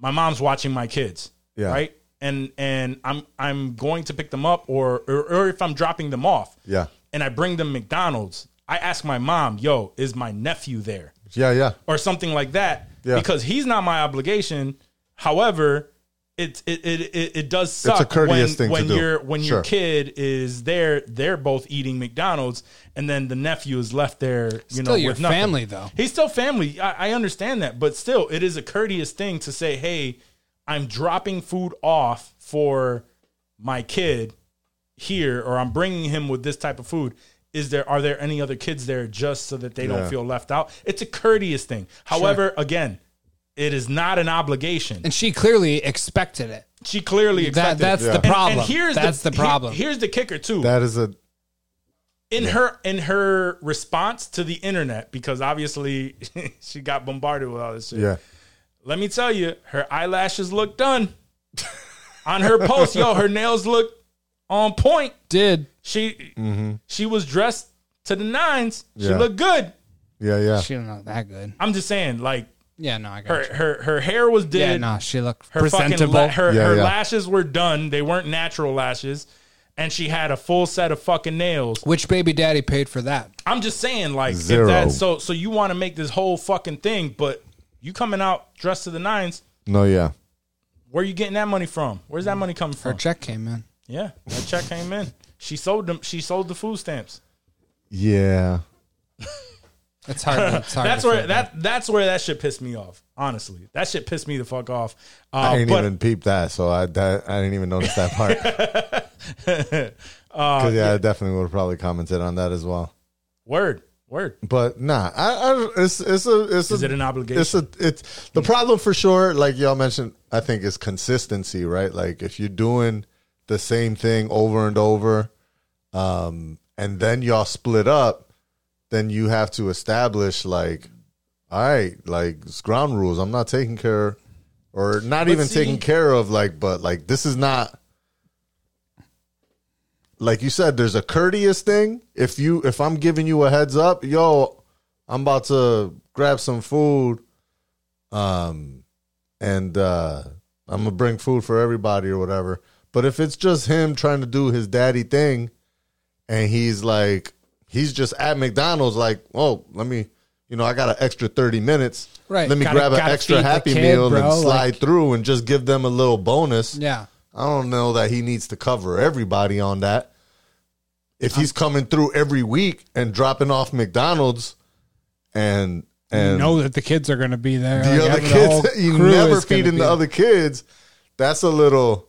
Speaker 4: my mom's watching my kids
Speaker 5: Yeah.
Speaker 4: right and and i'm i'm going to pick them up or or, or if i'm dropping them off
Speaker 5: Yeah.
Speaker 4: and i bring them mcdonald's i ask my mom yo is my nephew there
Speaker 5: yeah. Yeah.
Speaker 4: or something like that
Speaker 5: Yeah.
Speaker 4: because he's not my obligation. However, it it it it, it does suck
Speaker 5: a courteous
Speaker 4: when,
Speaker 5: thing to
Speaker 4: when
Speaker 5: do.
Speaker 4: your when your
Speaker 5: Sure.
Speaker 4: kid is there, they're both eating McDonald's, and then the nephew is left there. You know,
Speaker 6: Still your
Speaker 4: with nothing.
Speaker 6: family, though.
Speaker 4: He's still family. I, I understand that, but still, it is a courteous thing to say, "Hey, I'm dropping food off for my kid." here or I'm bringing him with this type of food. Is there are there any other kids there just so that they don't
Speaker 5: Yeah.
Speaker 4: feel left out? It's a courteous thing. However, again, it is not an obligation.
Speaker 6: and she clearly expected it
Speaker 4: She clearly
Speaker 6: that,
Speaker 4: expected
Speaker 6: that's
Speaker 4: it.
Speaker 5: Yeah.
Speaker 6: the
Speaker 5: And-
Speaker 4: And-
Speaker 6: problem
Speaker 4: And, here's
Speaker 6: that's the,
Speaker 4: he-
Speaker 6: problem
Speaker 4: here's the kicker too.
Speaker 5: That is a
Speaker 4: in her in her response to the internet because obviously she got bombarded with all this shit.
Speaker 5: yeah.
Speaker 4: Let me tell you, her eyelashes look done. On her post, yo, her nails look on point.
Speaker 6: did
Speaker 4: She she was dressed to the nines. She
Speaker 5: Mm-hmm. Yeah.
Speaker 4: looked good.
Speaker 5: Yeah. Yeah.
Speaker 6: she didn't look that good
Speaker 4: I'm just saying, like
Speaker 6: yeah no i got
Speaker 4: her
Speaker 6: you.
Speaker 4: her her hair was did.
Speaker 6: yeah no she looked
Speaker 4: her
Speaker 6: presentable
Speaker 4: Fucking la- her
Speaker 5: Yeah,
Speaker 4: her
Speaker 5: yeah.
Speaker 4: lashes were done. They weren't natural lashes, and she had a full set of fucking nails.
Speaker 6: which baby daddy paid for that
Speaker 4: I'm just saying, like if
Speaker 5: Zero.
Speaker 4: that- so so you want to make this whole fucking thing, but you coming out dressed to the nines.
Speaker 5: No. Yeah.
Speaker 4: Where you getting that money from? Where's that money coming
Speaker 6: her
Speaker 4: from?
Speaker 6: check came in
Speaker 4: yeah, that check came in. She sold them. She sold the food stamps.
Speaker 5: Yeah.
Speaker 6: it's hard, it's hard
Speaker 4: That's
Speaker 6: to
Speaker 4: where
Speaker 6: feel bad.
Speaker 4: that that's where that shit pissed me off. Honestly, that shit pissed me the fuck off. Uh,
Speaker 5: I didn't
Speaker 4: but
Speaker 5: even peep that, so I that, I didn't even notice that part. Because
Speaker 4: Uh,
Speaker 5: yeah, I definitely would have probably commented on that as well.
Speaker 4: word, Word.
Speaker 5: But nah, I, I it's it's a it's
Speaker 4: Is
Speaker 5: a,
Speaker 4: it an obligation? Mm.
Speaker 5: It's a it's the problem for sure. Like y'all mentioned, I think is consistency, right? Like if you're doing the same thing over and over, um, and then y'all split up, then you have to establish like, all right, like it's ground rules. I'm not taking care, or not even
Speaker 6: see-
Speaker 5: taking care of. Like, but like this is not like you said, there's a courteous thing. If you if I'm giving you a heads up, yo, I'm about to grab some food, um, and uh, I'm gonna bring food for everybody or whatever. But if it's just him trying to do his daddy thing, and he's like, he's just at McDonald's, like, oh, let me, you know, I got an extra thirty minutes,
Speaker 6: Right.
Speaker 5: Let me
Speaker 6: Gotta-
Speaker 5: grab an
Speaker 6: gotta feed
Speaker 5: extra
Speaker 6: the
Speaker 5: Happy
Speaker 6: kid,
Speaker 5: Meal and
Speaker 6: bro,
Speaker 5: slide
Speaker 6: like-
Speaker 5: through and just give them a little bonus.
Speaker 6: Yeah.
Speaker 5: I don't know that he needs to cover everybody on that. If he's coming through every week and dropping off McDonald's and and
Speaker 6: you know that the kids are going to be there.
Speaker 5: the
Speaker 6: Like,
Speaker 5: other
Speaker 6: whole
Speaker 5: kids you
Speaker 6: crew
Speaker 5: never
Speaker 6: is gonna
Speaker 5: feeding
Speaker 6: be
Speaker 5: the
Speaker 6: there.
Speaker 5: other kids, that's a little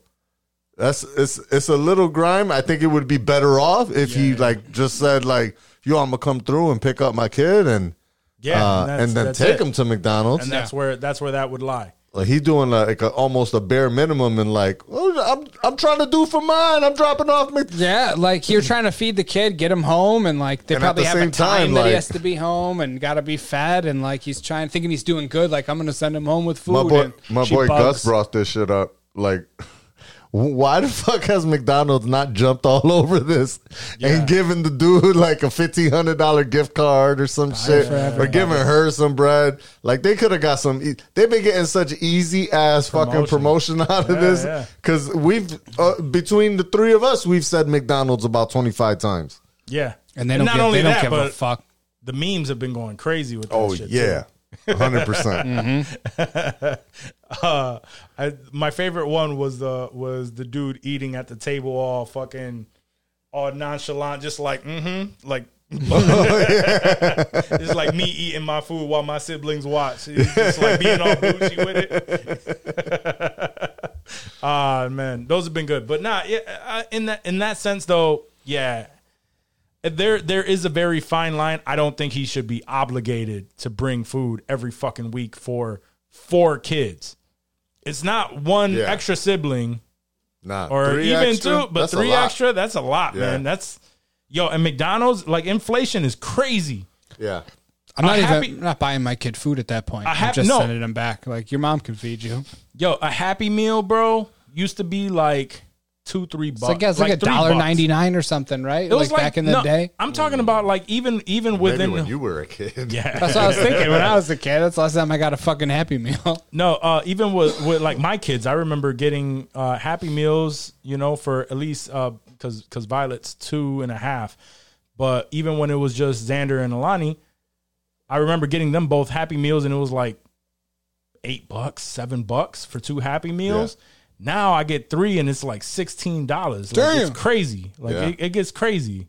Speaker 5: that's it's it's a little grime. I think it would be better off if he like just said like, "Yo, I'm gonna come through and pick up my kid and
Speaker 4: Yeah,
Speaker 5: uh,
Speaker 4: that's-
Speaker 5: and then
Speaker 4: that's it.
Speaker 5: take him to McDonald's."
Speaker 4: And that's where that's where that would lie.
Speaker 5: Like he's doing like a, almost a bare minimum and like, oh, I'm I'm trying to do for mine. I'm dropping off Mc-
Speaker 6: Yeah, like you're trying to feed the kid, get him home, and like they
Speaker 5: And at
Speaker 6: probably
Speaker 5: the
Speaker 6: have a
Speaker 5: same
Speaker 6: time,
Speaker 5: time,
Speaker 6: that
Speaker 5: like-
Speaker 6: he has to be home and got to be fed, and like he's trying, thinking he's doing good. Like I'm going to send him home with
Speaker 5: My
Speaker 6: food.
Speaker 5: boy,
Speaker 6: and
Speaker 5: my
Speaker 6: she
Speaker 5: boy
Speaker 6: bugs.
Speaker 5: Gus brought this shit up. Like, why the fuck has McDonald's not jumped all over this and given the dude like a fifteen hundred dollar gift card or some shit, or giving her some bread? Like they could have got some. E- They've been getting such easy ass fucking promotion out
Speaker 4: Yeah,
Speaker 5: of
Speaker 4: yeah.
Speaker 5: this because we've uh, between the three of us, we've said McDonald's about twenty five times.
Speaker 4: Yeah.
Speaker 6: and they don't, give, they don't give a fuck.
Speaker 4: the memes have been going crazy with that
Speaker 5: Oh
Speaker 4: shit.
Speaker 5: yeah, Mm-hmm. hundred percent.
Speaker 4: uh, I, my favorite one was the was the dude eating at the table all fucking all nonchalant, just like mm-hmm, like it's like me eating my food while my siblings watch, It's just like being all bougie with it. Ah man, those have been good, but nah, yeah, uh, in that in that sense though, yeah. There, there is a very fine line. I don't think he should be obligated to bring food every fucking week for four kids. It's not one
Speaker 5: Yeah.
Speaker 4: extra sibling
Speaker 5: Nah,
Speaker 4: or
Speaker 5: three
Speaker 4: even
Speaker 5: extra,
Speaker 4: two, but
Speaker 5: that's a
Speaker 4: three
Speaker 5: lot.
Speaker 4: extra, that's a lot,
Speaker 5: Yeah.
Speaker 4: man. That's yo, and McDonald's, like inflation is crazy.
Speaker 5: Yeah.
Speaker 6: I'm not
Speaker 4: A
Speaker 6: even
Speaker 4: happy-
Speaker 6: I'm not buying my kid food at that point. I'm
Speaker 4: hap-
Speaker 6: just
Speaker 4: no.
Speaker 6: sending him back. Like your mom can feed you.
Speaker 4: Yo, a happy meal, bro, used to be like two, three bucks.
Speaker 6: So I guess like, a
Speaker 4: three
Speaker 6: dollar
Speaker 4: bucks.
Speaker 6: ninety nine or something, right?
Speaker 4: It was
Speaker 6: like, back in the
Speaker 4: no,
Speaker 6: day.
Speaker 4: I'm talking about like even even within
Speaker 5: Maybe when you were a kid.
Speaker 4: yeah.
Speaker 6: That's what I was thinking when I was a kid. That's the last time I got a fucking happy meal.
Speaker 4: No, uh, even with, with like my kids, I remember getting uh, Happy Meals, you know, for at least because because Violet's two and a half. But even when it was just Xander and Alani, I remember getting them both Happy Meals, and it was like eight bucks, seven bucks for two Happy Meals. Now I get three, and it's like sixteen dollars. Like, it's
Speaker 6: Damn.
Speaker 4: crazy. Like
Speaker 5: Yeah.
Speaker 4: it, it gets crazy.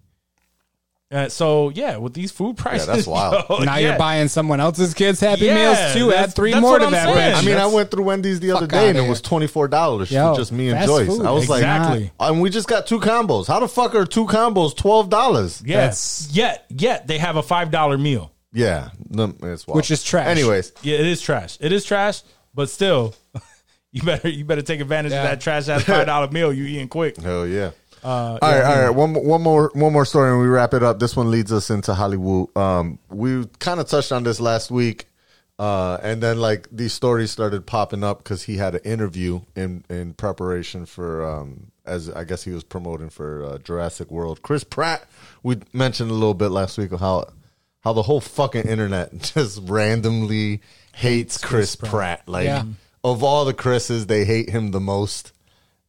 Speaker 4: Uh, so yeah, with these food prices,
Speaker 5: that's wild.
Speaker 4: yo,
Speaker 6: now
Speaker 4: yeah.
Speaker 6: you're buying someone else's kids happy
Speaker 4: Yeah,
Speaker 6: meals too.
Speaker 4: that's-
Speaker 6: Add three
Speaker 4: that's
Speaker 6: more
Speaker 4: what
Speaker 6: to
Speaker 4: I'm
Speaker 6: that.
Speaker 4: saying.
Speaker 6: bitch.
Speaker 5: I mean, I
Speaker 6: That's-
Speaker 5: went through Wendy's the other
Speaker 6: Fuck
Speaker 5: day and
Speaker 6: outta
Speaker 5: it was twenty four dollars
Speaker 6: Yo,
Speaker 5: for just me and
Speaker 6: fast
Speaker 5: Joyce.
Speaker 6: food.
Speaker 5: I was
Speaker 4: Exactly.
Speaker 5: like, and we just got two combos. How the fuck are two combos twelve dollars?
Speaker 4: Yes, yet yet they have a five dollar meal.
Speaker 5: yeah, no, it's wild.
Speaker 6: Which is trash.
Speaker 5: Anyways,
Speaker 4: Yeah, it is trash. It is trash, but still, you better you better take advantage
Speaker 6: Yeah.
Speaker 4: of that trash ass five dollar meal you eating quick.
Speaker 5: hell Uh, yeah. all right, all right. One, mo- one more, one more story, and we wrap it up. This one leads us into Hollywood. Um, we kind of touched on this last week, uh, and then like these stories started popping up because he had an interview in in preparation for um, as I guess he was promoting for uh, Jurassic World. Chris Pratt. We mentioned a little bit last week of how how the whole fucking internet just randomly hates Chris, Pratt. Like
Speaker 6: Yeah.
Speaker 5: of all the Chris's, they hate him the most.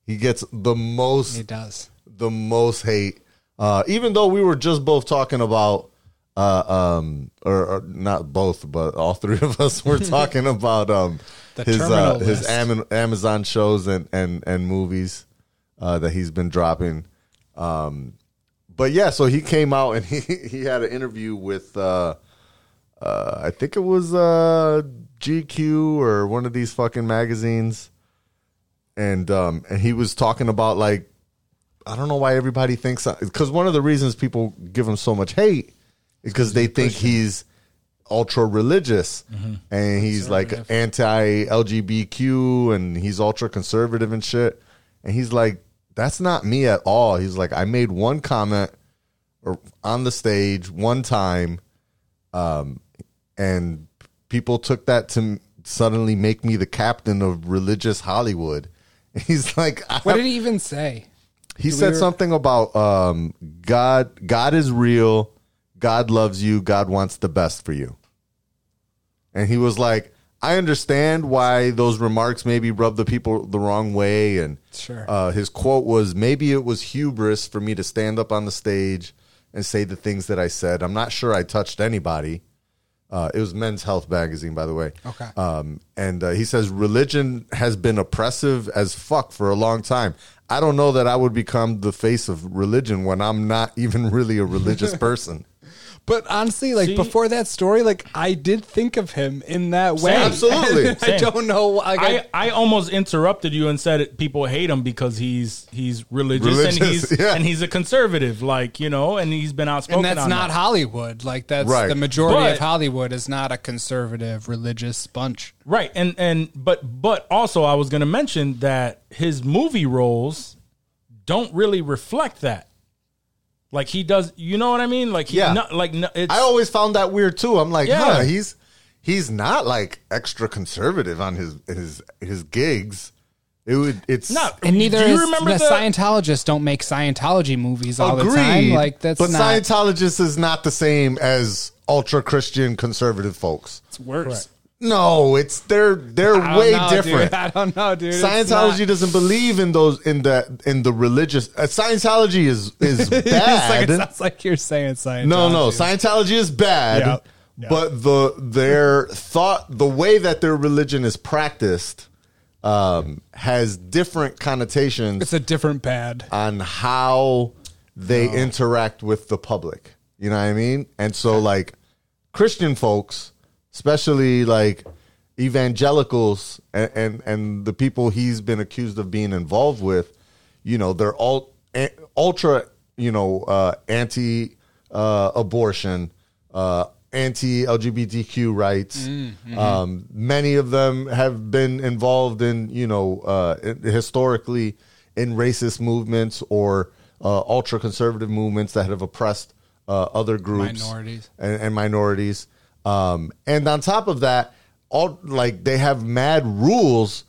Speaker 5: He gets the most
Speaker 6: He does.
Speaker 5: the most hate. Uh, even though we were just both talking about, uh, um, or, or not both, but all three of us were talking about um,
Speaker 6: The
Speaker 5: his uh,
Speaker 6: terminal
Speaker 5: his
Speaker 6: list.
Speaker 5: Am- Amazon shows and and and movies uh, that he's been dropping. Um, but yeah, so he came out and he he had an interview with. Uh, uh, I think it was uh, GQ or one of these fucking magazines, and um, and he was talking about like I don't know why everybody thinks because one of the reasons people give him so much hate because they think he's ultra religious
Speaker 6: Mm-hmm.
Speaker 5: and he's like anti LGBTQ and he's ultra conservative and shit. And he's like, that's not me at all. He's like, I made one comment or on the stage one time, um, and people took that to m- suddenly make me the captain of religious Hollywood. He's like, I
Speaker 6: What did he even say?
Speaker 5: he said something about um, God. God is real. God loves you. God wants the best for you. And he was like, I understand why those remarks maybe rubbed the people the wrong way. And
Speaker 6: Sure.
Speaker 5: uh, his quote was, maybe it was hubris for me to stand up on the stage and say the things that I said. I'm not sure I touched anybody. Uh, it was Men's Health magazine, by the way.
Speaker 6: Okay.
Speaker 5: Um, and uh, he says religion has been oppressive as fuck for a long time. I don't know that I would become the face of religion when I'm not even really a religious person.
Speaker 6: But honestly, like before that story, like I did think of him in that way.
Speaker 5: Absolutely.
Speaker 6: I
Speaker 4: Same.
Speaker 6: don't know. Like, I,
Speaker 4: I, I almost interrupted you and said it, people hate him because he's he's religious, and
Speaker 5: Religious,
Speaker 4: he's
Speaker 5: yeah.
Speaker 4: and he's a conservative, like you know, and he's been outspoken.
Speaker 6: and that's
Speaker 4: on
Speaker 6: not
Speaker 4: that.
Speaker 6: Hollywood. Like that's
Speaker 5: Right.
Speaker 6: the majority
Speaker 4: But-
Speaker 6: of Hollywood is not a conservative religious bunch.
Speaker 4: right. And and but but also I was going to mention that his movie roles don't really reflect that. Like he does, you know what I mean? Like he,
Speaker 5: Yeah.
Speaker 4: no- like no, it's,
Speaker 5: I always found that weird too. I'm like,
Speaker 4: Yeah.
Speaker 5: huh, he's he's not like extra conservative on his his his gigs. It would it's
Speaker 4: not.
Speaker 6: And neither
Speaker 4: do you
Speaker 6: is
Speaker 4: remember
Speaker 6: the,
Speaker 4: the,
Speaker 6: Scientologists don't make Scientology movies all
Speaker 5: agreed.
Speaker 6: the time. Like that's
Speaker 5: but
Speaker 6: not
Speaker 5: Scientologists is not the same as ultra Christian conservative folks.
Speaker 6: it's worse.
Speaker 5: No, it's they're they're
Speaker 6: I don't
Speaker 5: way
Speaker 6: know, dude.
Speaker 5: different.
Speaker 6: I don't know, dude. It's
Speaker 5: Scientology
Speaker 6: not-
Speaker 5: doesn't believe in those in the in the religious. Uh, Scientology is is
Speaker 6: It's like,
Speaker 5: bad.
Speaker 6: it sounds like you're saying Scientology.
Speaker 5: no, no, Scientology is bad.
Speaker 6: Yeah, yeah.
Speaker 5: But the their thought, the way that their religion is practiced, um, has different connotations
Speaker 6: It's a different bad.
Speaker 5: on how they interact with the public. You know what I mean? And so, like, Christian folks, especially like evangelicals and, and, and the people he's been accused of being involved with, you know, they're all a- ultra, you know, uh, anti uh, abortion, uh, anti LGBTQ rights. Um, many of them have been involved in, you know, uh, i- historically in racist movements or uh, ultra conservative movements that have oppressed uh, other groups
Speaker 6: Minorities.
Speaker 5: and, and minorities. Um, and on top of that, all like they have mad rules.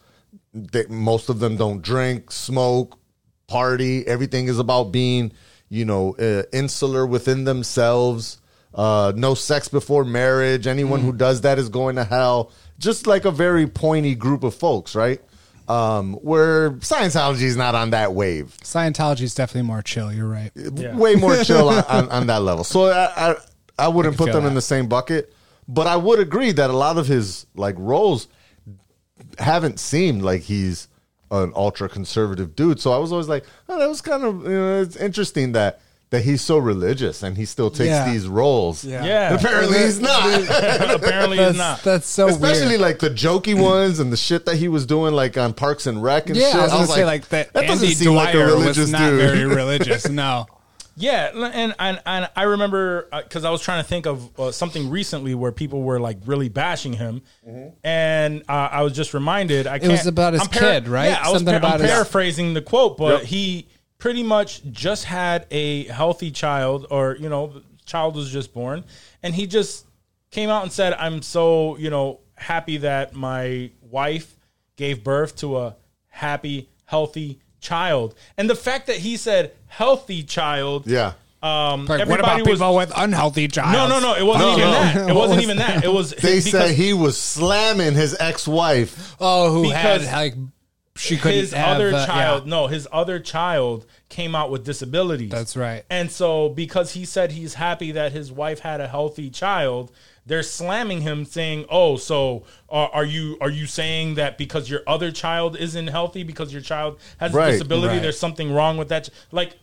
Speaker 5: That most of them don't drink, smoke, party. Everything is about being, you know, uh, insular within themselves. Uh, no sex before marriage. Anyone who does that is going to hell. Just like a very pointy group of folks, right? Um, where Scientology is not on that wave
Speaker 6: Scientology is definitely more chill. You're right.
Speaker 5: way more chill on, on, on that level. So I I, I wouldn't put
Speaker 6: feel
Speaker 5: them in
Speaker 6: that.
Speaker 5: the same bucket, but I would agree that a lot of his like roles haven't seemed like he's an ultra conservative dude. So I was always like, oh, that was kind of you know, it's interesting that that he's so religious and he still takes
Speaker 6: Yeah.
Speaker 5: these roles.
Speaker 4: Yeah.
Speaker 5: apparently he's not.
Speaker 4: apparently
Speaker 6: That's,
Speaker 4: it's not.
Speaker 6: that's so
Speaker 5: Especially
Speaker 6: weird.
Speaker 5: like the jokey ones and the shit that he was doing like on Parks and Rec and
Speaker 6: yeah,
Speaker 5: shit.
Speaker 6: I was gonna say like that. Andy Dwyer was not very religious. No,
Speaker 4: Yeah, l- and and, and I remember because I was trying to think of uh, something recently where people were like really bashing him, and uh, I was just reminded. I can't,
Speaker 6: was about his kid, right?
Speaker 4: Yeah, I was
Speaker 6: Something
Speaker 4: par-
Speaker 6: about
Speaker 4: I'm
Speaker 6: his-
Speaker 4: paraphrasing the quote, but
Speaker 5: Yep.
Speaker 4: he pretty much just had a healthy child, or you know, the child was just born, and he just came out and said, "I'm so you know happy that my wife gave birth to a happy, healthy." Child, and the fact that he said "healthy child,"
Speaker 5: yeah.
Speaker 6: like, what about
Speaker 4: Um, everybody was-
Speaker 6: people with unhealthy jobs? Oh.
Speaker 4: No, no, no. It wasn't
Speaker 5: No,
Speaker 4: even
Speaker 5: no.
Speaker 4: that. It wasn't even that. It was
Speaker 5: They
Speaker 4: because
Speaker 5: said he was slamming his ex-wife
Speaker 6: Oh, who had
Speaker 4: Because
Speaker 6: like she couldn't
Speaker 4: his
Speaker 6: have,
Speaker 4: other
Speaker 6: uh, yeah.
Speaker 4: child. No, his other child came out with disabilities.
Speaker 6: That's right.
Speaker 4: And so, because he said he's happy that his wife had a healthy child, they're slamming him, saying, "Oh, so are, are you are you saying that because your other child isn't healthy because your child has
Speaker 5: Right,
Speaker 4: a disability,
Speaker 6: right.
Speaker 4: there's something wrong with that?" ch- Like.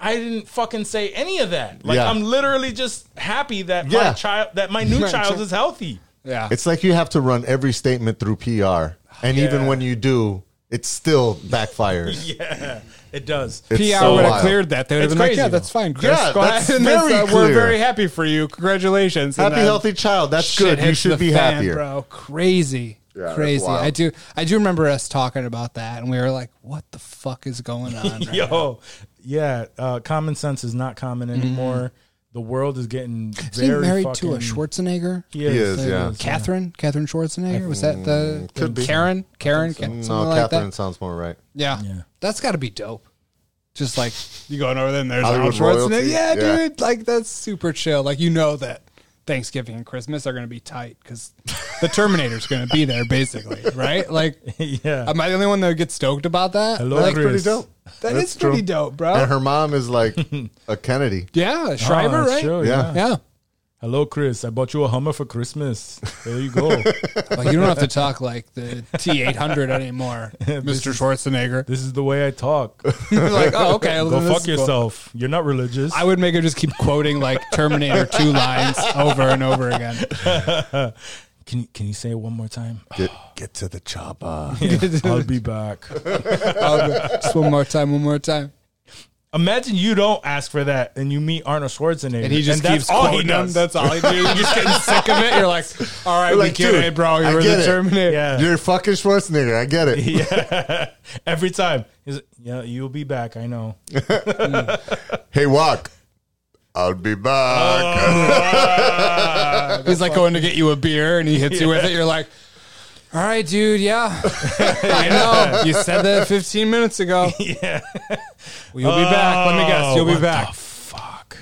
Speaker 4: I didn't fucking say any of that. Like
Speaker 5: Yeah.
Speaker 4: I'm literally just happy that
Speaker 5: Yeah.
Speaker 4: my child, that my new child is healthy.
Speaker 6: Yeah.
Speaker 5: It's like you have to run every statement through PR. And even when you do, it still backfires.
Speaker 4: yeah, it does.
Speaker 5: It's
Speaker 6: PR
Speaker 5: so
Speaker 6: would have
Speaker 5: wild.
Speaker 6: cleared that. They would have
Speaker 4: It's
Speaker 6: been like,
Speaker 4: crazy,
Speaker 6: yeah,
Speaker 4: though.
Speaker 6: that's fine, Chris.
Speaker 5: Yeah,
Speaker 6: Go
Speaker 5: that's
Speaker 6: ahead. And that's,
Speaker 5: very
Speaker 6: uh,
Speaker 5: clear.
Speaker 6: We're very happy for you. Congratulations. And
Speaker 5: Happy,
Speaker 6: then
Speaker 5: healthy child. That's
Speaker 6: shit
Speaker 5: good. You
Speaker 6: hits
Speaker 5: should
Speaker 6: the
Speaker 5: be
Speaker 6: fan,
Speaker 5: happier.
Speaker 6: Bro, crazy.
Speaker 5: Yeah, that's
Speaker 6: crazy.
Speaker 5: wild.
Speaker 6: I do I do remember us talking about that and we were like, what the fuck is going on? right now?
Speaker 4: Yo, yeah. Uh, common sense is not common anymore. The world is getting
Speaker 6: Is he
Speaker 4: very
Speaker 6: married
Speaker 4: fucking,
Speaker 6: to a Schwarzenegger?
Speaker 4: He
Speaker 5: He
Speaker 4: is.
Speaker 5: is, yeah. Mm,
Speaker 6: Catherine? Catherine Schwarzenegger? Was that the
Speaker 5: could be.
Speaker 6: Karen? Karen? Ca-
Speaker 5: Mm, No,
Speaker 6: something like
Speaker 5: Catherine
Speaker 6: that?
Speaker 5: sounds more right.
Speaker 6: Yeah.
Speaker 4: Yeah.
Speaker 6: That's got to be dope. Just like you going over there and there's
Speaker 5: Hollywood
Speaker 6: Arnold Schwarzenegger.
Speaker 5: royalty.
Speaker 6: Yeah,
Speaker 5: Yeah.
Speaker 6: dude. Like that's super chill. Like you know that Thanksgiving and Christmas are going to be tight because the Terminator's going to be there basically, right? Like,
Speaker 4: yeah.
Speaker 6: am I the only one that gets stoked about that?
Speaker 4: Hello,
Speaker 6: like,
Speaker 4: Chris.
Speaker 5: Pretty dope.
Speaker 6: That
Speaker 5: That's
Speaker 6: is pretty
Speaker 5: true.
Speaker 6: dope, bro.
Speaker 5: And her mom is like a Kennedy.
Speaker 6: yeah,
Speaker 4: Oh,
Speaker 6: Shriver,
Speaker 4: that's
Speaker 6: right?
Speaker 4: true,
Speaker 5: Yeah.
Speaker 6: Yeah.
Speaker 4: Hello, Chris. I bought you a Hummer for Christmas. There you go.
Speaker 6: Like you don't have to talk like the T eight hundred anymore, Mister Schwarzenegger.
Speaker 4: this is the way I talk.
Speaker 6: like, oh, okay,
Speaker 4: Go fuck yourself. You're not religious.
Speaker 6: I would make her just keep quoting like Terminator two lines over and over again.
Speaker 4: can you can you say it one more time?
Speaker 5: Get, get to the chopper.
Speaker 4: I'll be back.
Speaker 6: Just one more time, one more time.
Speaker 4: Imagine you don't ask for that and you meet Arnold Schwarzenegger
Speaker 6: And he just
Speaker 4: that's
Speaker 6: keeps quoting them. That's all he does. You're just getting sick of it. You're like, all right,
Speaker 5: Like,
Speaker 6: we get
Speaker 5: dude,
Speaker 6: it, bro.
Speaker 5: I
Speaker 6: You were
Speaker 5: get
Speaker 6: the
Speaker 5: it.
Speaker 6: Terminator.
Speaker 4: Yeah.
Speaker 5: You're fucking Schwarzenegger. I get it.
Speaker 4: Every time. He's like, yeah, you'll be back. I know.
Speaker 5: Hey, walk. I'll be back.
Speaker 6: Oh. He's like going to get you a beer, and he hits you with it. You're like, all right, dude. Yeah, I know. You said that 15 minutes ago. Yeah, well, you'll be back. Let me guess.
Speaker 5: Oh,
Speaker 6: You'll be back.
Speaker 4: Fuck.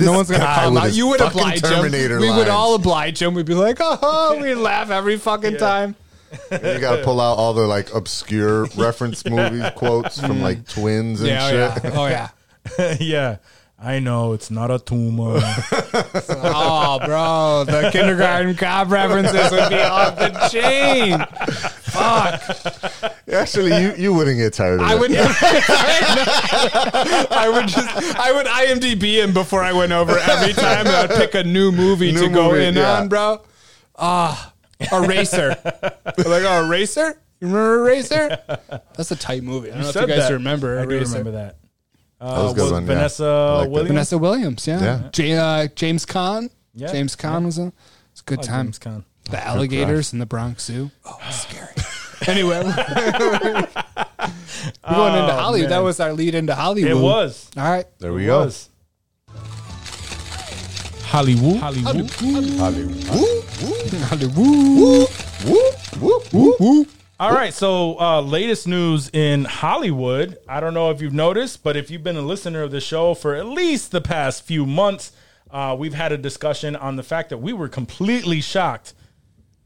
Speaker 6: No one's gonna
Speaker 5: guy
Speaker 6: call him
Speaker 5: with
Speaker 6: out.
Speaker 5: his
Speaker 6: You would
Speaker 5: fucking
Speaker 6: oblige
Speaker 5: Terminator
Speaker 6: him. We would
Speaker 5: lines.
Speaker 6: all oblige him. We'd be like, oh, we laugh every fucking time.
Speaker 5: you gotta pull out all the like obscure reference movie quotes from like twins and
Speaker 6: Yeah, oh,
Speaker 5: shit.
Speaker 6: yeah. Oh yeah.
Speaker 4: yeah. I know it's not a tumor.
Speaker 6: Oh, bro, the kindergarten cop references would be off the chain. Fuck,
Speaker 5: Actually, you, you wouldn't get tired of
Speaker 6: I
Speaker 5: it.
Speaker 6: would. I would just, I would IMDb him before I went over every time. and I'd pick a new movie
Speaker 5: New
Speaker 6: to go
Speaker 5: movie,
Speaker 6: in
Speaker 5: yeah.
Speaker 6: on, bro. Ah, Eraser. like, oh, Eraser. You remember Eraser? That's a tight movie. I don't know if you guys remember.
Speaker 4: I do
Speaker 6: Eraser.
Speaker 4: remember that.
Speaker 5: That was a good
Speaker 4: was
Speaker 5: one, yeah.
Speaker 4: Vanessa
Speaker 5: I liked it.
Speaker 4: Williams?
Speaker 6: Uh, Vanessa Williams, yeah.
Speaker 5: Yeah.
Speaker 6: J- uh, James Caan.
Speaker 4: Yeah.
Speaker 6: James Caan was in. It's a good
Speaker 4: Oh,
Speaker 6: time.
Speaker 4: James Caan.
Speaker 6: The alligators in the Bronx Zoo. Oh, scary. anyway, we're going into Hollywood. That
Speaker 4: Oh, man.
Speaker 6: was our lead into Hollywood.
Speaker 4: It was.
Speaker 6: All right.
Speaker 5: there we go.
Speaker 4: was. Hollywood. Hollywood.
Speaker 6: Hollywood.
Speaker 4: All right. So, uh, latest news in Hollywood. I don't know if you've noticed, but if you've been a listener of the show for at least the past few months, uh, we've had a discussion on the fact that we were completely shocked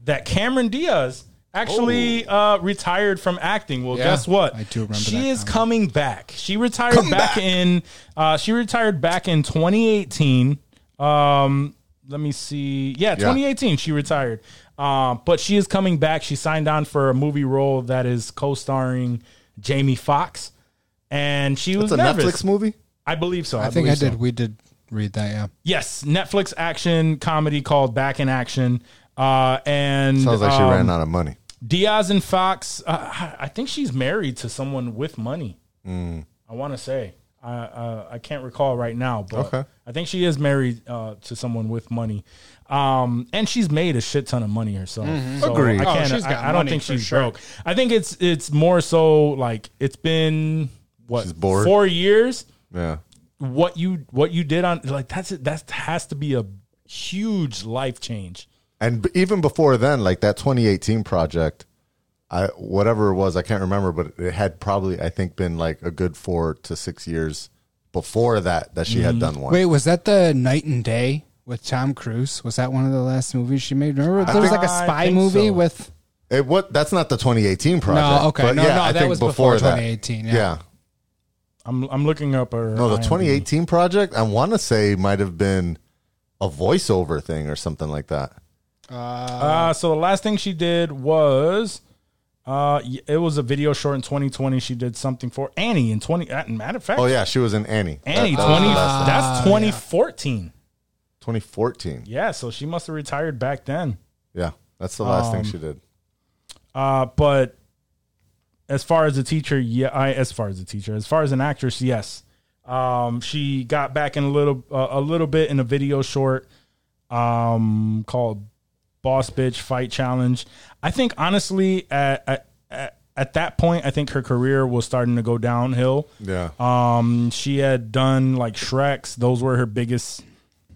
Speaker 4: that Cameron Diaz actually uh, retired from acting. Well,
Speaker 6: Oh. Yeah,
Speaker 4: guess what?
Speaker 6: I do remember that
Speaker 4: She is
Speaker 6: comment.
Speaker 4: coming back. She retired back, in. Uh, she retired back in 2018. Um, let me see. Yeah, 2018. She retired. Um, but she is coming back. She signed on for a movie role that is co-starring Jamie Foxx, and she was
Speaker 5: It's a
Speaker 4: nervous.
Speaker 5: Netflix movie.
Speaker 4: I believe so.
Speaker 6: I think I
Speaker 4: believe so.
Speaker 6: did. We did read that, yeah.
Speaker 4: Yes, Netflix action comedy called Back in Action. Uh, and
Speaker 5: Sounds like she
Speaker 4: um,
Speaker 5: ran out of money.
Speaker 4: Diaz and Fox. Uh, I think she's married to someone with money.
Speaker 5: Mm.
Speaker 4: I want to say. I uh, I can't recall right now, but
Speaker 5: Okay.
Speaker 4: I think she is married uh, to someone with money. Um, and she's made a shit ton of money herself. So
Speaker 5: Agreed.
Speaker 4: I,
Speaker 5: Oh,
Speaker 4: can't,
Speaker 6: Mm-hmm. she's
Speaker 4: I-
Speaker 6: got
Speaker 4: I, don't
Speaker 6: money
Speaker 4: think
Speaker 6: for
Speaker 4: she's
Speaker 6: sure.
Speaker 4: broke. I think it's it's more so like it's been what
Speaker 5: She's bored.
Speaker 4: four years
Speaker 5: Yeah.
Speaker 4: what you what you did on like that's that has to be a huge life change.
Speaker 5: And b- even before then, like that 2018 project, I whatever it was, I can't remember, but it had probably I think been like a good four to six years before that that she had done one.
Speaker 6: Mm-hmm. Wait, was that the Night and Day with Tom Cruise? Was that one of the last movies she made? Remember, there was like a
Speaker 4: I
Speaker 6: spy
Speaker 4: think
Speaker 6: movie
Speaker 4: so.
Speaker 6: with.
Speaker 5: It what? That's not the 2018 project.
Speaker 6: okay. No, no, that was before 2018, yeah.
Speaker 4: I'm I'm looking up her. um,
Speaker 5: No, the
Speaker 4: IMDb.
Speaker 5: 2018 project, I want to say might have been a voiceover thing or something like that.
Speaker 4: Uh, so the last thing she did was, uh, y- it was a video short in 2020. She did something for Annie in 20. uh, Matter of fact,
Speaker 5: Oh yeah, she was in Annie. That-
Speaker 4: Annie
Speaker 5: that was
Speaker 4: 20.
Speaker 5: the last thing.
Speaker 4: that's 2014.
Speaker 5: 2014.
Speaker 4: Yeah. so she must have retired back then. Um,
Speaker 5: Yeah, that's the last thing she did.
Speaker 4: Uh, but as far as a teacher, yeah, I as far as a teacher, as far as an actress, yes. Um, she got back in a little uh, a little bit in a video short um called Boss Bitch Fight Challenge. I think honestly at at- at, at that point, I think her career was starting to go downhill.
Speaker 5: Yeah.
Speaker 4: Um, she had done like Shreks; those were her biggest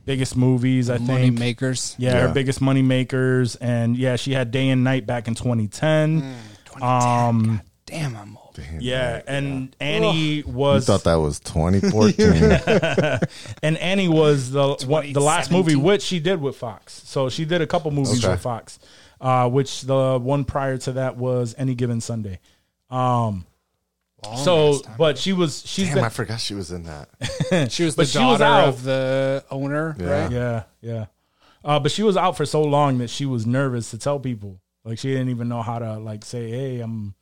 Speaker 4: biggest movies. I
Speaker 6: Money
Speaker 4: think
Speaker 6: makers.
Speaker 4: yeah,
Speaker 5: Yeah.
Speaker 4: her biggest money makers, and yeah, she had Day and Night back in 2010. um,
Speaker 6: Damn, I'm old.
Speaker 4: yeah, and Annie was
Speaker 5: thought that was 2014.
Speaker 4: and Annie was the one, the last movie which she did with Fox. So she did a couple movies
Speaker 5: Okay.
Speaker 4: with Fox, uh, which the one prior to that was Any Given Sunday. Um, so, but she was she's
Speaker 5: Damn,
Speaker 4: been-
Speaker 5: I forgot she was in that.
Speaker 6: She was the
Speaker 4: But she was
Speaker 6: daughter
Speaker 4: out.
Speaker 6: of the owner,
Speaker 5: Yeah.
Speaker 6: right?
Speaker 4: yeah yeah, uh, but she was out for so long that she was nervous to tell people. Like she didn't even know how to like say, "Hey, I'm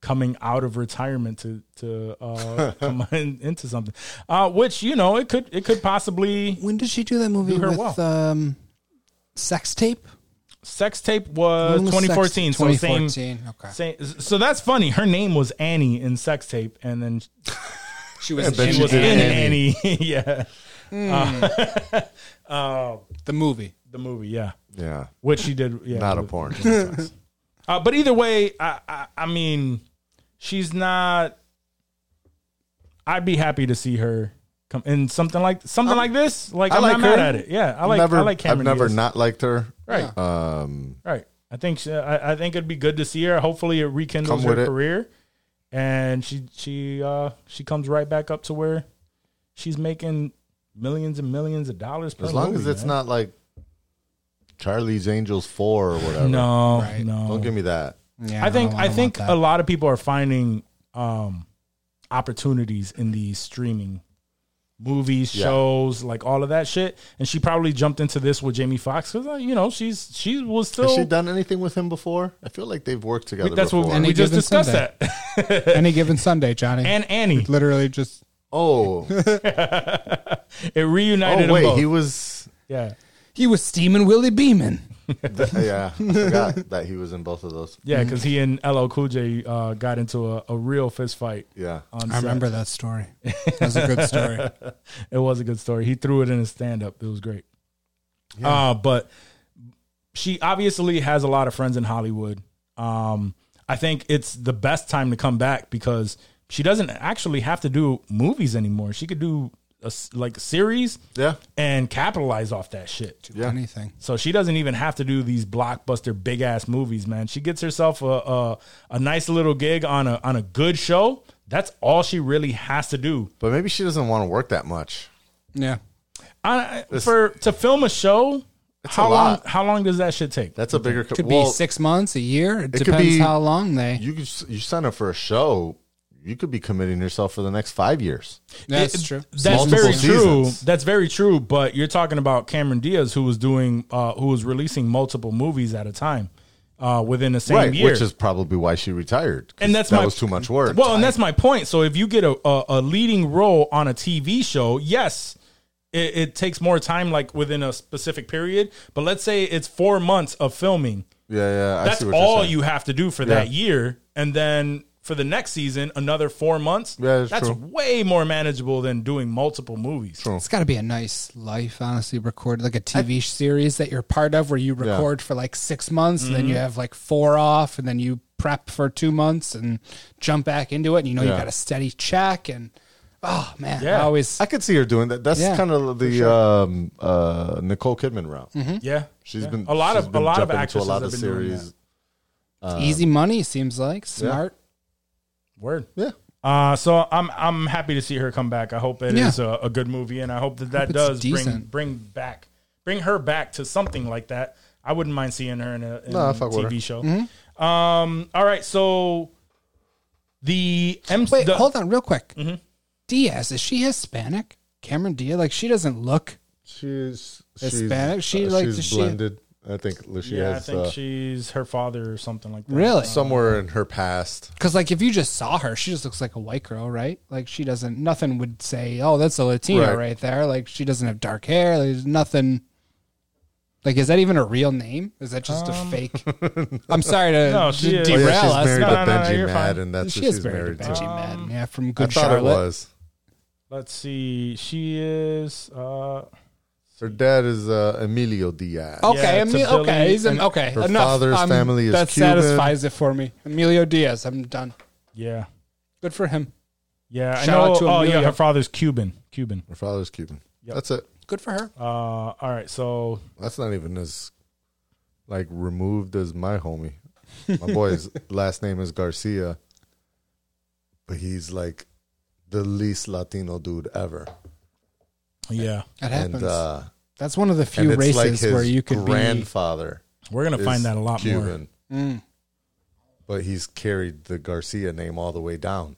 Speaker 4: coming out of retirement to to uh, come in, into something," uh, which you know it could it could possibly
Speaker 6: When did she do that movie
Speaker 4: Do her
Speaker 6: with
Speaker 4: well.
Speaker 6: um, sex tape?
Speaker 4: Sex tape was
Speaker 6: When was Sex-
Speaker 4: 2014. so same,
Speaker 6: 2014. Okay.
Speaker 4: same. So that's funny. Her name was Annie in Sex Tape, and then
Speaker 6: She was,
Speaker 5: then
Speaker 6: she
Speaker 4: she
Speaker 5: she
Speaker 4: was
Speaker 5: did
Speaker 4: in Annie.
Speaker 5: Annie.
Speaker 4: yeah,
Speaker 6: the movie.
Speaker 4: the movie. Yeah,
Speaker 5: Yeah.
Speaker 4: which she did. Yeah,
Speaker 5: Not a
Speaker 4: with-
Speaker 5: porn.
Speaker 4: Uh, but either way, I, I, I mean, she's not. I'd be happy to see her come in something like something like this. Like
Speaker 5: I
Speaker 4: I'm
Speaker 5: like
Speaker 4: not mad
Speaker 5: her.
Speaker 4: at it. Yeah, I like
Speaker 5: never,
Speaker 4: I like Cameron.
Speaker 5: I've never
Speaker 4: Diaz.
Speaker 5: not liked her.
Speaker 4: right.
Speaker 5: Um,
Speaker 4: Right. I think she, I, I think it'd be good to see her. Hopefully, it rekindles
Speaker 5: Come with
Speaker 4: her
Speaker 5: it.
Speaker 4: career, and she she uh she comes right back up to where she's making millions and millions of dollars. Per
Speaker 5: as long as
Speaker 4: movie,
Speaker 5: it's
Speaker 4: man.
Speaker 5: not like Charlie's Angels 4 or whatever.
Speaker 4: no,
Speaker 6: Right.
Speaker 4: no.
Speaker 5: Don't give me that.
Speaker 6: Yeah,
Speaker 4: I think
Speaker 6: don't-
Speaker 4: I,
Speaker 6: don't
Speaker 4: think
Speaker 6: want
Speaker 4: a
Speaker 6: that.
Speaker 4: lot of people are finding um opportunities in these streaming movies,
Speaker 5: Yeah.
Speaker 4: shows, like all of that shit. And she probably jumped into this with Jamie Foxx because uh, you know she's she was still.
Speaker 5: Has she done anything with him before? I feel like they've worked together
Speaker 4: that's
Speaker 5: before.
Speaker 4: what
Speaker 6: Any
Speaker 4: we just
Speaker 6: Given
Speaker 4: discussed.
Speaker 6: Sunday.
Speaker 4: That
Speaker 6: any given Sunday, Johnny.
Speaker 4: and Annie,
Speaker 6: literally just
Speaker 5: oh,
Speaker 4: it reunited
Speaker 5: oh
Speaker 4: them
Speaker 5: wait,
Speaker 4: both.
Speaker 5: he was.
Speaker 4: yeah.
Speaker 6: he was steaming Willie Beeman.
Speaker 5: Yeah, I forgot that he was in both of those.
Speaker 4: Yeah, because he and LL Cool J uh, got into a, a real fist fight.
Speaker 5: Yeah.
Speaker 4: On
Speaker 6: I
Speaker 4: set.
Speaker 6: remember that story. That was a good story.
Speaker 4: It was a good story. He threw it in his stand up. It was great. Uh, but she obviously has a lot of friends in Hollywood. Um, I think it's the best time to come back because she doesn't actually have to do movies anymore. She could do a s like a series
Speaker 5: Yeah.
Speaker 4: and capitalize off that shit.
Speaker 5: Yeah.
Speaker 6: Anything.
Speaker 4: So she doesn't even have to do these blockbuster big ass movies, man. She gets herself a, a a nice little gig on a on a good show. That's all she really has to do.
Speaker 5: But maybe she doesn't want to work that much.
Speaker 6: Yeah.
Speaker 4: I, for to film a show, how
Speaker 5: a
Speaker 4: long
Speaker 5: lot.
Speaker 4: how long does that shit take?
Speaker 5: That's a bigger co-
Speaker 6: Could
Speaker 5: well,
Speaker 6: be six months, a year. It,
Speaker 5: could
Speaker 6: depends
Speaker 5: be-
Speaker 6: how long they.
Speaker 5: You could, s- you sign up for a show, you could be committing yourself for the next five years.
Speaker 6: That's
Speaker 4: It-
Speaker 6: true.
Speaker 4: That's
Speaker 5: Multiple
Speaker 4: very
Speaker 5: seasons.
Speaker 4: true. That's very true. But you're talking about Cameron Diaz, who was doing, uh, who was releasing multiple movies at a time uh, within the same
Speaker 5: right,
Speaker 4: year,
Speaker 5: which is probably why she retired. 'cause
Speaker 4: and that's
Speaker 5: that
Speaker 4: my,
Speaker 5: was too much work.
Speaker 4: Well, and that's my point. So if you get a, a, a leading role on a TV show, yes, it, it takes more time, like within a specific period. But let's say it's four months of filming.
Speaker 5: yeah, yeah. I
Speaker 4: That's
Speaker 5: see what you're
Speaker 4: all
Speaker 5: saying.
Speaker 4: you have to do for that year, and then for the next season, another four months.
Speaker 5: Yeah, that's true.
Speaker 4: way more manageable than doing multiple movies.
Speaker 5: True.
Speaker 6: It's got to be a nice life, honestly. Record like a TV series that you're part of, where you record for like six months, and then you have like four off, and then you prep for two months and jump back into it, and you know you
Speaker 5: Yeah.
Speaker 6: got a steady check. And oh man,
Speaker 4: Yeah.
Speaker 6: I always
Speaker 5: I could see her doing that. That's
Speaker 6: Yeah,
Speaker 5: kind of the um, uh, Nicole Kidman route.
Speaker 4: Yeah,
Speaker 5: She's
Speaker 4: yeah.
Speaker 5: been
Speaker 4: a lot
Speaker 5: she's
Speaker 4: of a
Speaker 5: been
Speaker 4: lot of
Speaker 5: jumping into
Speaker 4: actresses
Speaker 5: a lot of
Speaker 4: have been doing
Speaker 5: series.
Speaker 6: easy money seems like smart.
Speaker 4: that. Word.
Speaker 5: Yeah,
Speaker 4: Uh, so I'm I'm happy to see her come back. I hope it is
Speaker 6: Yeah.
Speaker 4: a, a good movie, and I hope that that
Speaker 6: it's
Speaker 4: does bring
Speaker 6: decent.
Speaker 4: bring back bring her back to something like that. I wouldn't mind seeing her in a, in
Speaker 5: No, I
Speaker 4: a
Speaker 5: fuck with her.
Speaker 4: TV show.
Speaker 6: Mm-hmm.
Speaker 4: Um, all right, so the M-
Speaker 6: Wait,
Speaker 4: the-
Speaker 6: hold on, real quick. Diaz is she Hispanic? Cameron Diaz, like she doesn't look.
Speaker 5: she's
Speaker 6: Hispanic?
Speaker 5: She's,
Speaker 6: She,
Speaker 5: uh,
Speaker 6: like,
Speaker 5: she's
Speaker 6: does she-
Speaker 5: blended. I think she
Speaker 4: yeah, I
Speaker 5: has
Speaker 4: think
Speaker 5: uh,
Speaker 4: she's her father or something like that.
Speaker 6: Really?
Speaker 5: somewhere in her past.
Speaker 6: Because like if you just saw her, she just looks like a white girl, right? Like she doesn't. Nothing would say, "Oh, that's a Latina
Speaker 5: Right.
Speaker 6: right, there." Like she doesn't have dark hair. There's nothing. Like, is that even a real name? Is that just a fake? I'm sorry to
Speaker 4: No, she
Speaker 6: d-
Speaker 4: is-
Speaker 5: Oh,
Speaker 6: derail
Speaker 5: yeah, she's
Speaker 6: us.
Speaker 5: married
Speaker 4: No,
Speaker 5: to
Speaker 4: no, no,
Speaker 5: Benji
Speaker 4: you're
Speaker 5: Mad,
Speaker 4: fine.
Speaker 5: and that's
Speaker 6: she
Speaker 5: who
Speaker 6: is
Speaker 5: she's
Speaker 6: married
Speaker 5: married
Speaker 6: to
Speaker 5: to.
Speaker 6: Benji Madden. Yeah, from
Speaker 5: I
Speaker 6: Good
Speaker 5: thought
Speaker 6: Charlotte.
Speaker 5: it was.
Speaker 4: Let's see. She is. Uh,
Speaker 5: Her dad is uh, Emilio Diaz.
Speaker 6: Okay,
Speaker 4: Yeah, it's a
Speaker 6: Emil-
Speaker 4: Billy-
Speaker 6: okay, he's
Speaker 4: and
Speaker 6: a, okay.
Speaker 5: her
Speaker 6: enough.
Speaker 5: father's
Speaker 6: I'm-
Speaker 5: family is
Speaker 6: that
Speaker 5: Cuban.
Speaker 6: satisfies it for me. Emilio Diaz, I'm done.
Speaker 4: yeah,
Speaker 6: Good for him.
Speaker 4: yeah. I
Speaker 6: Shout
Speaker 4: know.
Speaker 6: out to
Speaker 4: Oh, yeah.
Speaker 6: Amelia.
Speaker 4: Her father's Cuban. Cuban.
Speaker 5: Her father's Cuban. That's it.
Speaker 6: Good for her.
Speaker 4: Uh, all right. So
Speaker 5: That's not even as like removed as my homie. My boy's last name is Garcia, but he's like the least Latino dude ever.
Speaker 4: yeah,
Speaker 6: That happens.
Speaker 5: And uh,
Speaker 6: That's one of the
Speaker 5: and
Speaker 6: few
Speaker 5: it's
Speaker 6: races
Speaker 5: like his
Speaker 6: where you could
Speaker 5: grandfather.
Speaker 4: we're gonna
Speaker 5: is
Speaker 4: find that a lot more.
Speaker 5: Cuban,
Speaker 6: Mm.
Speaker 5: but he's carried the Garcia name all the way down.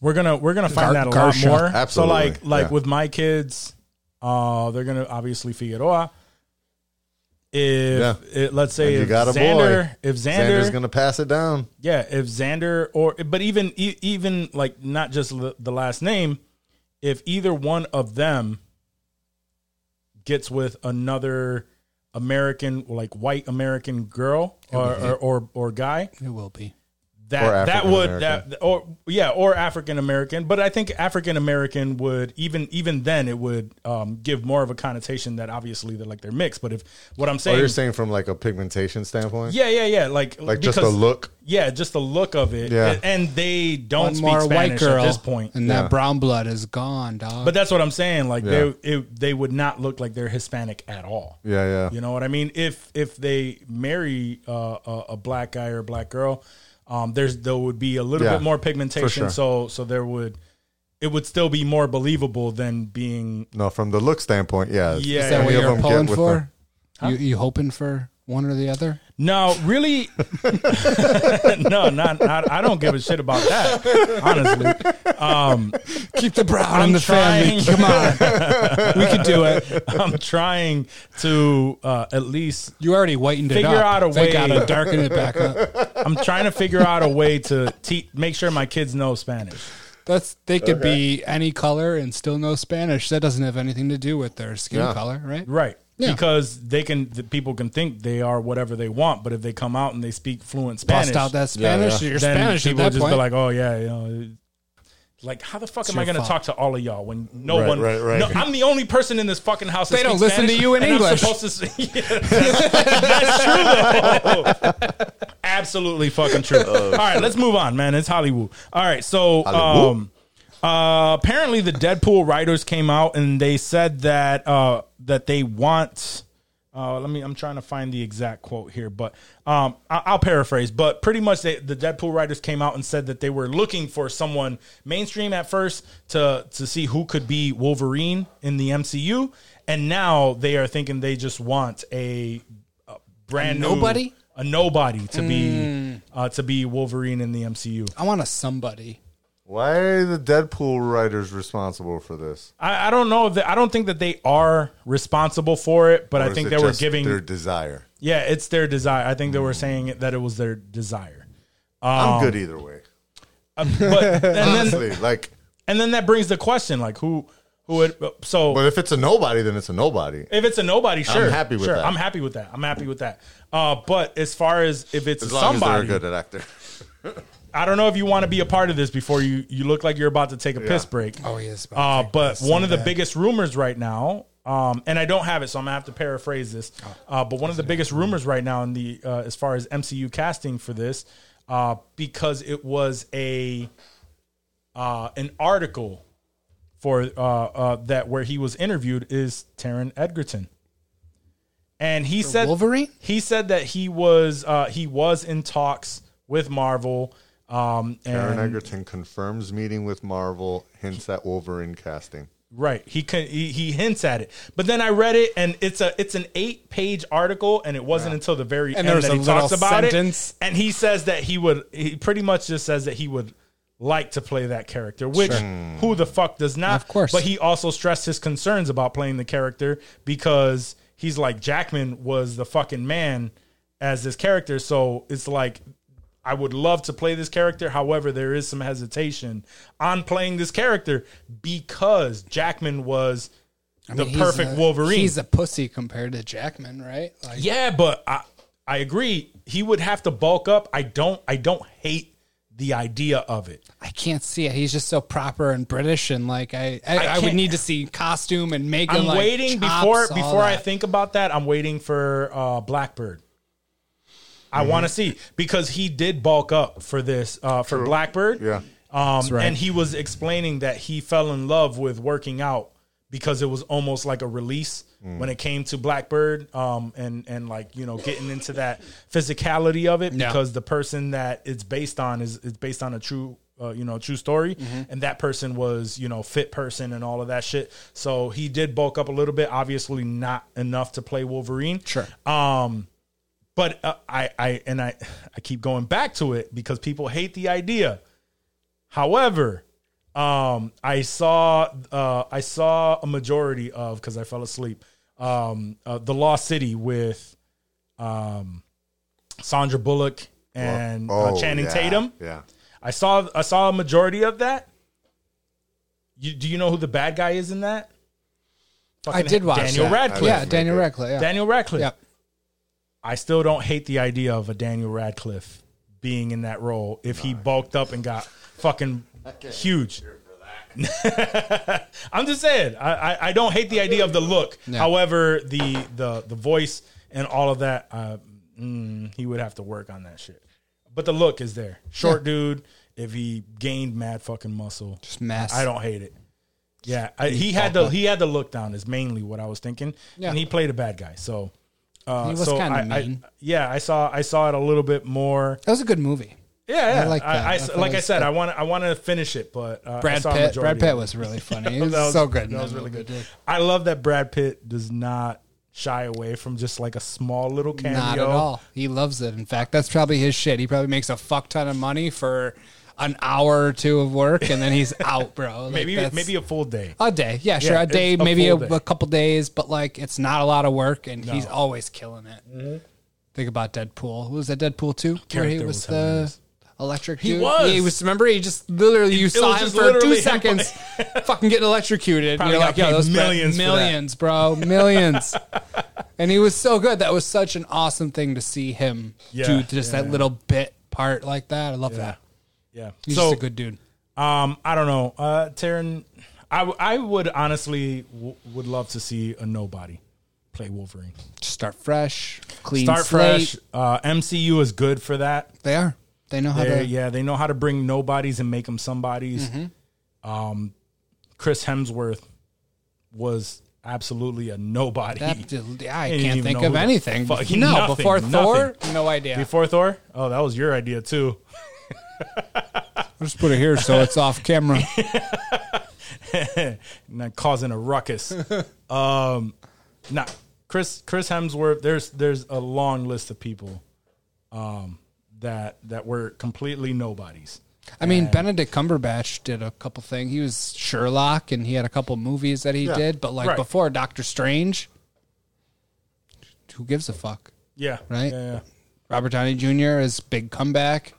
Speaker 4: We're gonna we're gonna find
Speaker 6: Gar-
Speaker 4: that a lot
Speaker 6: Garsha.
Speaker 4: more.
Speaker 5: Absolutely,
Speaker 4: So like like
Speaker 5: yeah.
Speaker 4: with my kids, uh, they're gonna obviously Figueroa. If
Speaker 5: Yeah.
Speaker 4: it, let's say
Speaker 5: And you
Speaker 4: if
Speaker 5: got a boy.
Speaker 4: Xander, if Xander,
Speaker 5: Xander's gonna pass it down.
Speaker 4: yeah, if Xander or but even e- even like not just l- the last name, if either one of them gets with another American, like white American girl or or, or, or guy,
Speaker 6: be. It will be.
Speaker 5: Or
Speaker 4: that that would
Speaker 5: African-American.
Speaker 4: that or yeah or African American, but I think African American would even even then it would um, give more of a connotation that obviously they're like they're mixed. But if what I'm
Speaker 5: Oh,
Speaker 4: saying,
Speaker 5: you're saying from like a pigmentation standpoint?
Speaker 4: yeah yeah yeah like
Speaker 5: Like just the look.
Speaker 4: yeah just the look of it
Speaker 5: Yeah.
Speaker 4: and, and they don't
Speaker 6: One
Speaker 4: speak
Speaker 6: more
Speaker 4: Spanish
Speaker 6: white girl
Speaker 4: at this point.
Speaker 6: and
Speaker 5: Yeah.
Speaker 6: that brown blood is gone, dog.
Speaker 4: But that's what I'm saying. Like
Speaker 5: Yeah.
Speaker 4: they it, they would not look like they're Hispanic at all.
Speaker 5: Yeah, yeah.
Speaker 4: You know what I mean? If if they marry uh, a, a black guy or a black girl, um, there's there would be a little
Speaker 5: Yeah,
Speaker 4: bit more
Speaker 5: for
Speaker 4: pigmentation.
Speaker 5: sure.
Speaker 4: So so there would it would still be more believable than being
Speaker 5: No, from the look standpoint, yeah.
Speaker 4: Yeah.
Speaker 6: is that
Speaker 5: Any
Speaker 6: what
Speaker 5: of
Speaker 6: you're
Speaker 5: them get
Speaker 6: pulling
Speaker 5: with
Speaker 6: for? You, you hoping for one or the other?
Speaker 4: no really no not, not I don't give a shit about that honestly.
Speaker 6: Keep the brown
Speaker 4: I'm
Speaker 6: in the
Speaker 4: trying.
Speaker 6: family. Come on, we could do it.
Speaker 4: I'm trying to uh, at least
Speaker 6: You already whitened it up.
Speaker 4: Figure out a
Speaker 6: They
Speaker 4: way-
Speaker 6: gotta darken it back up.
Speaker 4: I'm trying to figure out a way to te- make sure my kids know Spanish.
Speaker 6: That's they could be any color and still no Spanish. That doesn't have anything to do with their skin
Speaker 5: Yeah.
Speaker 6: color, right?
Speaker 4: Right.
Speaker 6: Yeah.
Speaker 4: Because they can, the people can think they are whatever they want, but if they come out and they speak fluent Spanish,
Speaker 6: Bust out that Spanish.
Speaker 5: yeah.
Speaker 6: You're
Speaker 4: then
Speaker 6: Spanish at
Speaker 4: people
Speaker 6: that
Speaker 4: just
Speaker 6: point.
Speaker 4: be like, "Oh yeah, you know." Like, how the fuck am I
Speaker 6: your
Speaker 4: going to
Speaker 6: fault.
Speaker 4: talk to all of y'all when no
Speaker 5: Right,
Speaker 4: one?
Speaker 5: right, right.
Speaker 4: No, I'm the only person in this fucking house. that
Speaker 6: They don't
Speaker 4: speaks
Speaker 6: listen to
Speaker 4: Spanish,
Speaker 6: you in
Speaker 4: and I'm
Speaker 6: English.
Speaker 4: supposed to see- Yeah, that's, that's true though. Absolutely fucking true. all right, let's move on, man. It's Hollywood. All right, so
Speaker 5: Hollywood.
Speaker 4: um, uh, apparently the Deadpool writers came out and they said that uh, that they want. Uh, let me. I'm trying to find the exact quote here, but um, I, I'll paraphrase. But pretty much, they, the Deadpool writers came out and said that they were looking for someone mainstream at first to to see who could be Wolverine in the MCU, and now they are thinking they just want a, a brand
Speaker 6: A
Speaker 4: new-
Speaker 6: nobody?
Speaker 4: a nobody to be uh, to be Wolverine in the MCU.
Speaker 6: I want a somebody.
Speaker 5: Why are the Deadpool writers responsible for this?
Speaker 4: I, I don't know. That, I don't think that they are responsible for it, but
Speaker 5: Or
Speaker 4: I
Speaker 5: is
Speaker 4: think
Speaker 5: it
Speaker 4: they were
Speaker 5: just
Speaker 4: giving.
Speaker 5: their Hmm. desire.
Speaker 4: yeah, it's their desire. I think they were saying it- that it was their desire.
Speaker 6: Oh.
Speaker 5: I'm good either way.
Speaker 4: But and then
Speaker 5: Honestly, like,
Speaker 4: and then that brings the question, like who who would so
Speaker 5: but if it's a nobody, then it's a nobody.
Speaker 4: if it's a nobody, sure,
Speaker 5: happy with
Speaker 4: sure,
Speaker 5: that.
Speaker 4: I'm happy with that. I'm happy with that. Uh, but as far as if it's
Speaker 5: As long
Speaker 4: somebody,
Speaker 5: as they're a good actor.
Speaker 4: I don't know if you want to be a part of this before you you look like you're about to take a piss break.
Speaker 6: Oh, he is about to
Speaker 4: Uh,
Speaker 6: take a
Speaker 4: but
Speaker 6: piss so
Speaker 4: one of the
Speaker 6: bad.
Speaker 4: biggest rumors right now, um, and I don't have it, so I'm gonna have to paraphrase this. Uh, but one of the biggest rumors right now in the uh, as far as MCU casting for this, uh, because it was a uh, an article for uh, uh, that where he was interviewed is Taron Edgerton. And he said
Speaker 6: Wolverine?
Speaker 4: He said that he was uh, he was in talks with Marvel. Um,
Speaker 5: Aaron
Speaker 4: and
Speaker 5: Egerton confirms meeting with Marvel, hints at Wolverine casting.
Speaker 4: right, he, can, he he hints at it, but then I read it, and it's a it's an eight page article, and it wasn't until the very
Speaker 6: And
Speaker 4: end
Speaker 6: there's
Speaker 4: that
Speaker 6: a
Speaker 4: he talks
Speaker 6: little
Speaker 4: about
Speaker 6: sentence.
Speaker 4: it, and he says that he would he pretty much just says that he would like to play that character, which who the fuck does not,
Speaker 6: Of course.
Speaker 4: But he also stressed his concerns about playing the character because he's like Jackman was the fucking man as this character, so it's like I would love to play this character. However, there is some hesitation on playing this character because Jackman was the
Speaker 6: mean, he's
Speaker 4: perfect
Speaker 6: a-
Speaker 4: Wolverine.
Speaker 6: He's a pussy compared to Jackman, right? Like,
Speaker 4: Yeah, but I I agree. He would have to bulk up. I don't I don't hate the idea of it.
Speaker 6: I can't see it. He's just so proper and British, and like I, I, I, would
Speaker 4: can't-
Speaker 6: need to see costume and makeup.
Speaker 4: I'm
Speaker 6: like,
Speaker 4: waiting
Speaker 6: chops,
Speaker 4: before
Speaker 6: all
Speaker 4: before I
Speaker 6: that.
Speaker 4: think about that. I'm waiting for uh, Blackbird. I want to see because he did bulk up for this uh, for Blackbird.
Speaker 5: Yeah.
Speaker 4: um, and he was explaining that he fell in love with working out because it was almost like a release when it came to Blackbird. Um, and and like you know getting into that physicality of it
Speaker 6: Yeah.
Speaker 4: because the person that it's based on is it's based on a true uh, you know true story and that person was you know fit person and all of that shit so he did bulk up a little bit obviously not enough to play wolverine
Speaker 6: Sure.
Speaker 4: um but uh, i i and i i keep going back to it because people hate the idea however um i saw uh i saw a majority of because i fell asleep um uh, the lost city with um sandra bullock and uh, channing
Speaker 5: Oh, yeah,
Speaker 4: tatum
Speaker 5: Yeah.
Speaker 4: I saw I saw a majority of that. You do you know who the bad guy is in that?
Speaker 6: I did watch
Speaker 4: Daniel
Speaker 6: that.
Speaker 4: Radcliffe.
Speaker 6: Yeah, Daniel Radcliffe. Yeah.
Speaker 4: Daniel Radcliffe.
Speaker 6: Yep.
Speaker 4: I still don't hate the idea of a Daniel Radcliffe being in that role if he bulked up and got fucking huge. I'm just saying, I, I, I don't hate the idea of the look. However, the the the voice and all of that, uh, mm, he would have to work on that shit. But the look is there. Short dude. If he gained mad fucking muscle,
Speaker 6: Just mass.
Speaker 4: I don't hate it. Yeah, I, he had the he had the look down is mainly what I was thinking,
Speaker 6: Yeah.
Speaker 4: and he played a bad guy. So uh,
Speaker 6: He was
Speaker 4: so
Speaker 6: kinda
Speaker 4: I- I-
Speaker 6: mean.
Speaker 4: yeah, I saw I saw it a little bit more.
Speaker 6: That was a good movie.
Speaker 4: Yeah, yeah. I
Speaker 6: I
Speaker 4: like
Speaker 6: like that.
Speaker 4: I,
Speaker 6: I thought
Speaker 4: like
Speaker 6: it
Speaker 4: I
Speaker 6: was
Speaker 4: said,
Speaker 6: good.
Speaker 4: I want I want to finish it, but uh, I
Speaker 6: Brad
Speaker 4: saw a
Speaker 6: Pitt.
Speaker 4: majority
Speaker 6: Brad
Speaker 4: of
Speaker 6: Pitt
Speaker 4: it.
Speaker 6: was really funny. He was,
Speaker 4: That was-
Speaker 6: so good. in
Speaker 4: That was really
Speaker 6: movie,
Speaker 4: good.
Speaker 6: dude.
Speaker 4: I love that Brad Pitt does not shy away from just like a small little cameo.
Speaker 6: Not at all. He loves it. In fact, that's probably his shit. He probably makes a fuck ton of money for an hour or two of work, and then he's out, bro. Like,
Speaker 4: Maybe
Speaker 6: that's-
Speaker 4: maybe a full day.
Speaker 6: A day, yeah, sure,
Speaker 4: Yeah,
Speaker 6: a day,
Speaker 4: it's a
Speaker 6: maybe a,
Speaker 4: full day.
Speaker 6: a couple days, but like it's not a lot of work, and he's always killing it. Think about Deadpool. Who was that Deadpool too? Where he
Speaker 4: Mm-hmm. Character
Speaker 6: was
Speaker 4: was telling
Speaker 6: the
Speaker 4: us.
Speaker 6: electric.
Speaker 4: He
Speaker 6: dude?
Speaker 4: was.
Speaker 6: Yeah, he was. Remember, he just literally you saw
Speaker 4: was
Speaker 6: him
Speaker 4: just
Speaker 6: for two
Speaker 4: literally him.
Speaker 6: seconds, fucking getting electrocuted. And
Speaker 4: Probably
Speaker 6: you're
Speaker 4: got
Speaker 6: like, yo,
Speaker 4: paid
Speaker 6: those
Speaker 4: millions
Speaker 6: millions,
Speaker 4: for that.
Speaker 6: millions, bro, millions. and he was so good. That was such an awesome thing to see him
Speaker 4: Yeah,
Speaker 6: do just
Speaker 4: yeah.
Speaker 6: that little bit part like that. I love that.
Speaker 4: Yeah.
Speaker 6: He's
Speaker 4: so
Speaker 6: just a good dude.
Speaker 4: um, I don't know, uh, Taryn. I, w- I would honestly w- would love to see a nobody play Wolverine.
Speaker 6: Just start fresh, clean,
Speaker 4: Start
Speaker 6: slate.
Speaker 4: fresh. Uh, MCU is good for that.
Speaker 6: They are. They know how
Speaker 4: They-
Speaker 6: to.
Speaker 4: Eh, yeah, they know how to bring nobodies and make them somebodies. Um,
Speaker 6: Mm-hmm.
Speaker 4: Chris Hemsworth was absolutely a nobody.
Speaker 6: That, yeah, I
Speaker 4: Didn't
Speaker 6: can't
Speaker 4: even
Speaker 6: think
Speaker 4: know who
Speaker 6: of
Speaker 4: the
Speaker 6: anything.
Speaker 4: fuck-
Speaker 6: no,
Speaker 4: nothing,
Speaker 6: before
Speaker 4: nothing.
Speaker 6: Thor, no idea.
Speaker 4: Before Thor? Oh, that was your idea too.
Speaker 6: I'll just put it here so it's off camera.
Speaker 4: Not causing a ruckus. um, nah, Chris Chris Hemsworth. There's there's a long list of people um, that that were completely nobodies.
Speaker 6: I mean, Benedict Cumberbatch did a couple things. He was Sherlock, and he had a couple movies that he did. But like
Speaker 4: Right.
Speaker 6: before Doctor Strange, who gives a fuck?
Speaker 4: Yeah.
Speaker 6: Right.
Speaker 4: Yeah. yeah.
Speaker 6: Robert Downey Jr. is big comeback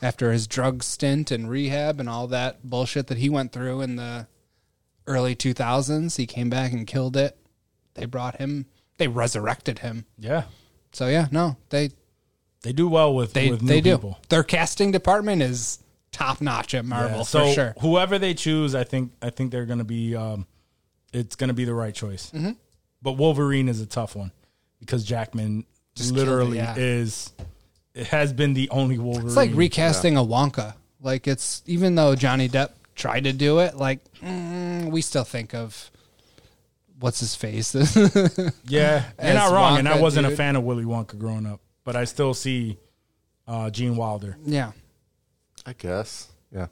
Speaker 6: after his drug stint and rehab and all that bullshit that he went through in the early 2000s. He came back and killed it. They brought him. They resurrected him.
Speaker 4: Yeah.
Speaker 6: So yeah, no, they
Speaker 4: They do well with
Speaker 6: they
Speaker 4: with new
Speaker 6: they do.
Speaker 4: people.
Speaker 6: Their casting department is top notch at Marvel
Speaker 4: Yeah,
Speaker 6: for
Speaker 4: so
Speaker 6: sure.
Speaker 4: whoever they choose, I think I think they're going to be um, it's going to be the right choice.
Speaker 6: Mm-hmm.
Speaker 4: But Wolverine is a tough one because Jackman
Speaker 6: killed it,
Speaker 4: literally
Speaker 6: yeah.
Speaker 4: is it has been the only Wolverine.
Speaker 6: It's like recasting a Wonka. Like it's even though Johnny Depp tried to do it, like mm, we still think of what's his face.
Speaker 4: yeah, you're not
Speaker 6: as
Speaker 4: wrong. and I
Speaker 6: Wonka,
Speaker 4: wasn't a
Speaker 6: dude.
Speaker 4: fan of Willy Wonka growing up, but I still see uh, Gene Wilder.
Speaker 6: yeah,
Speaker 5: I guess. Yeah.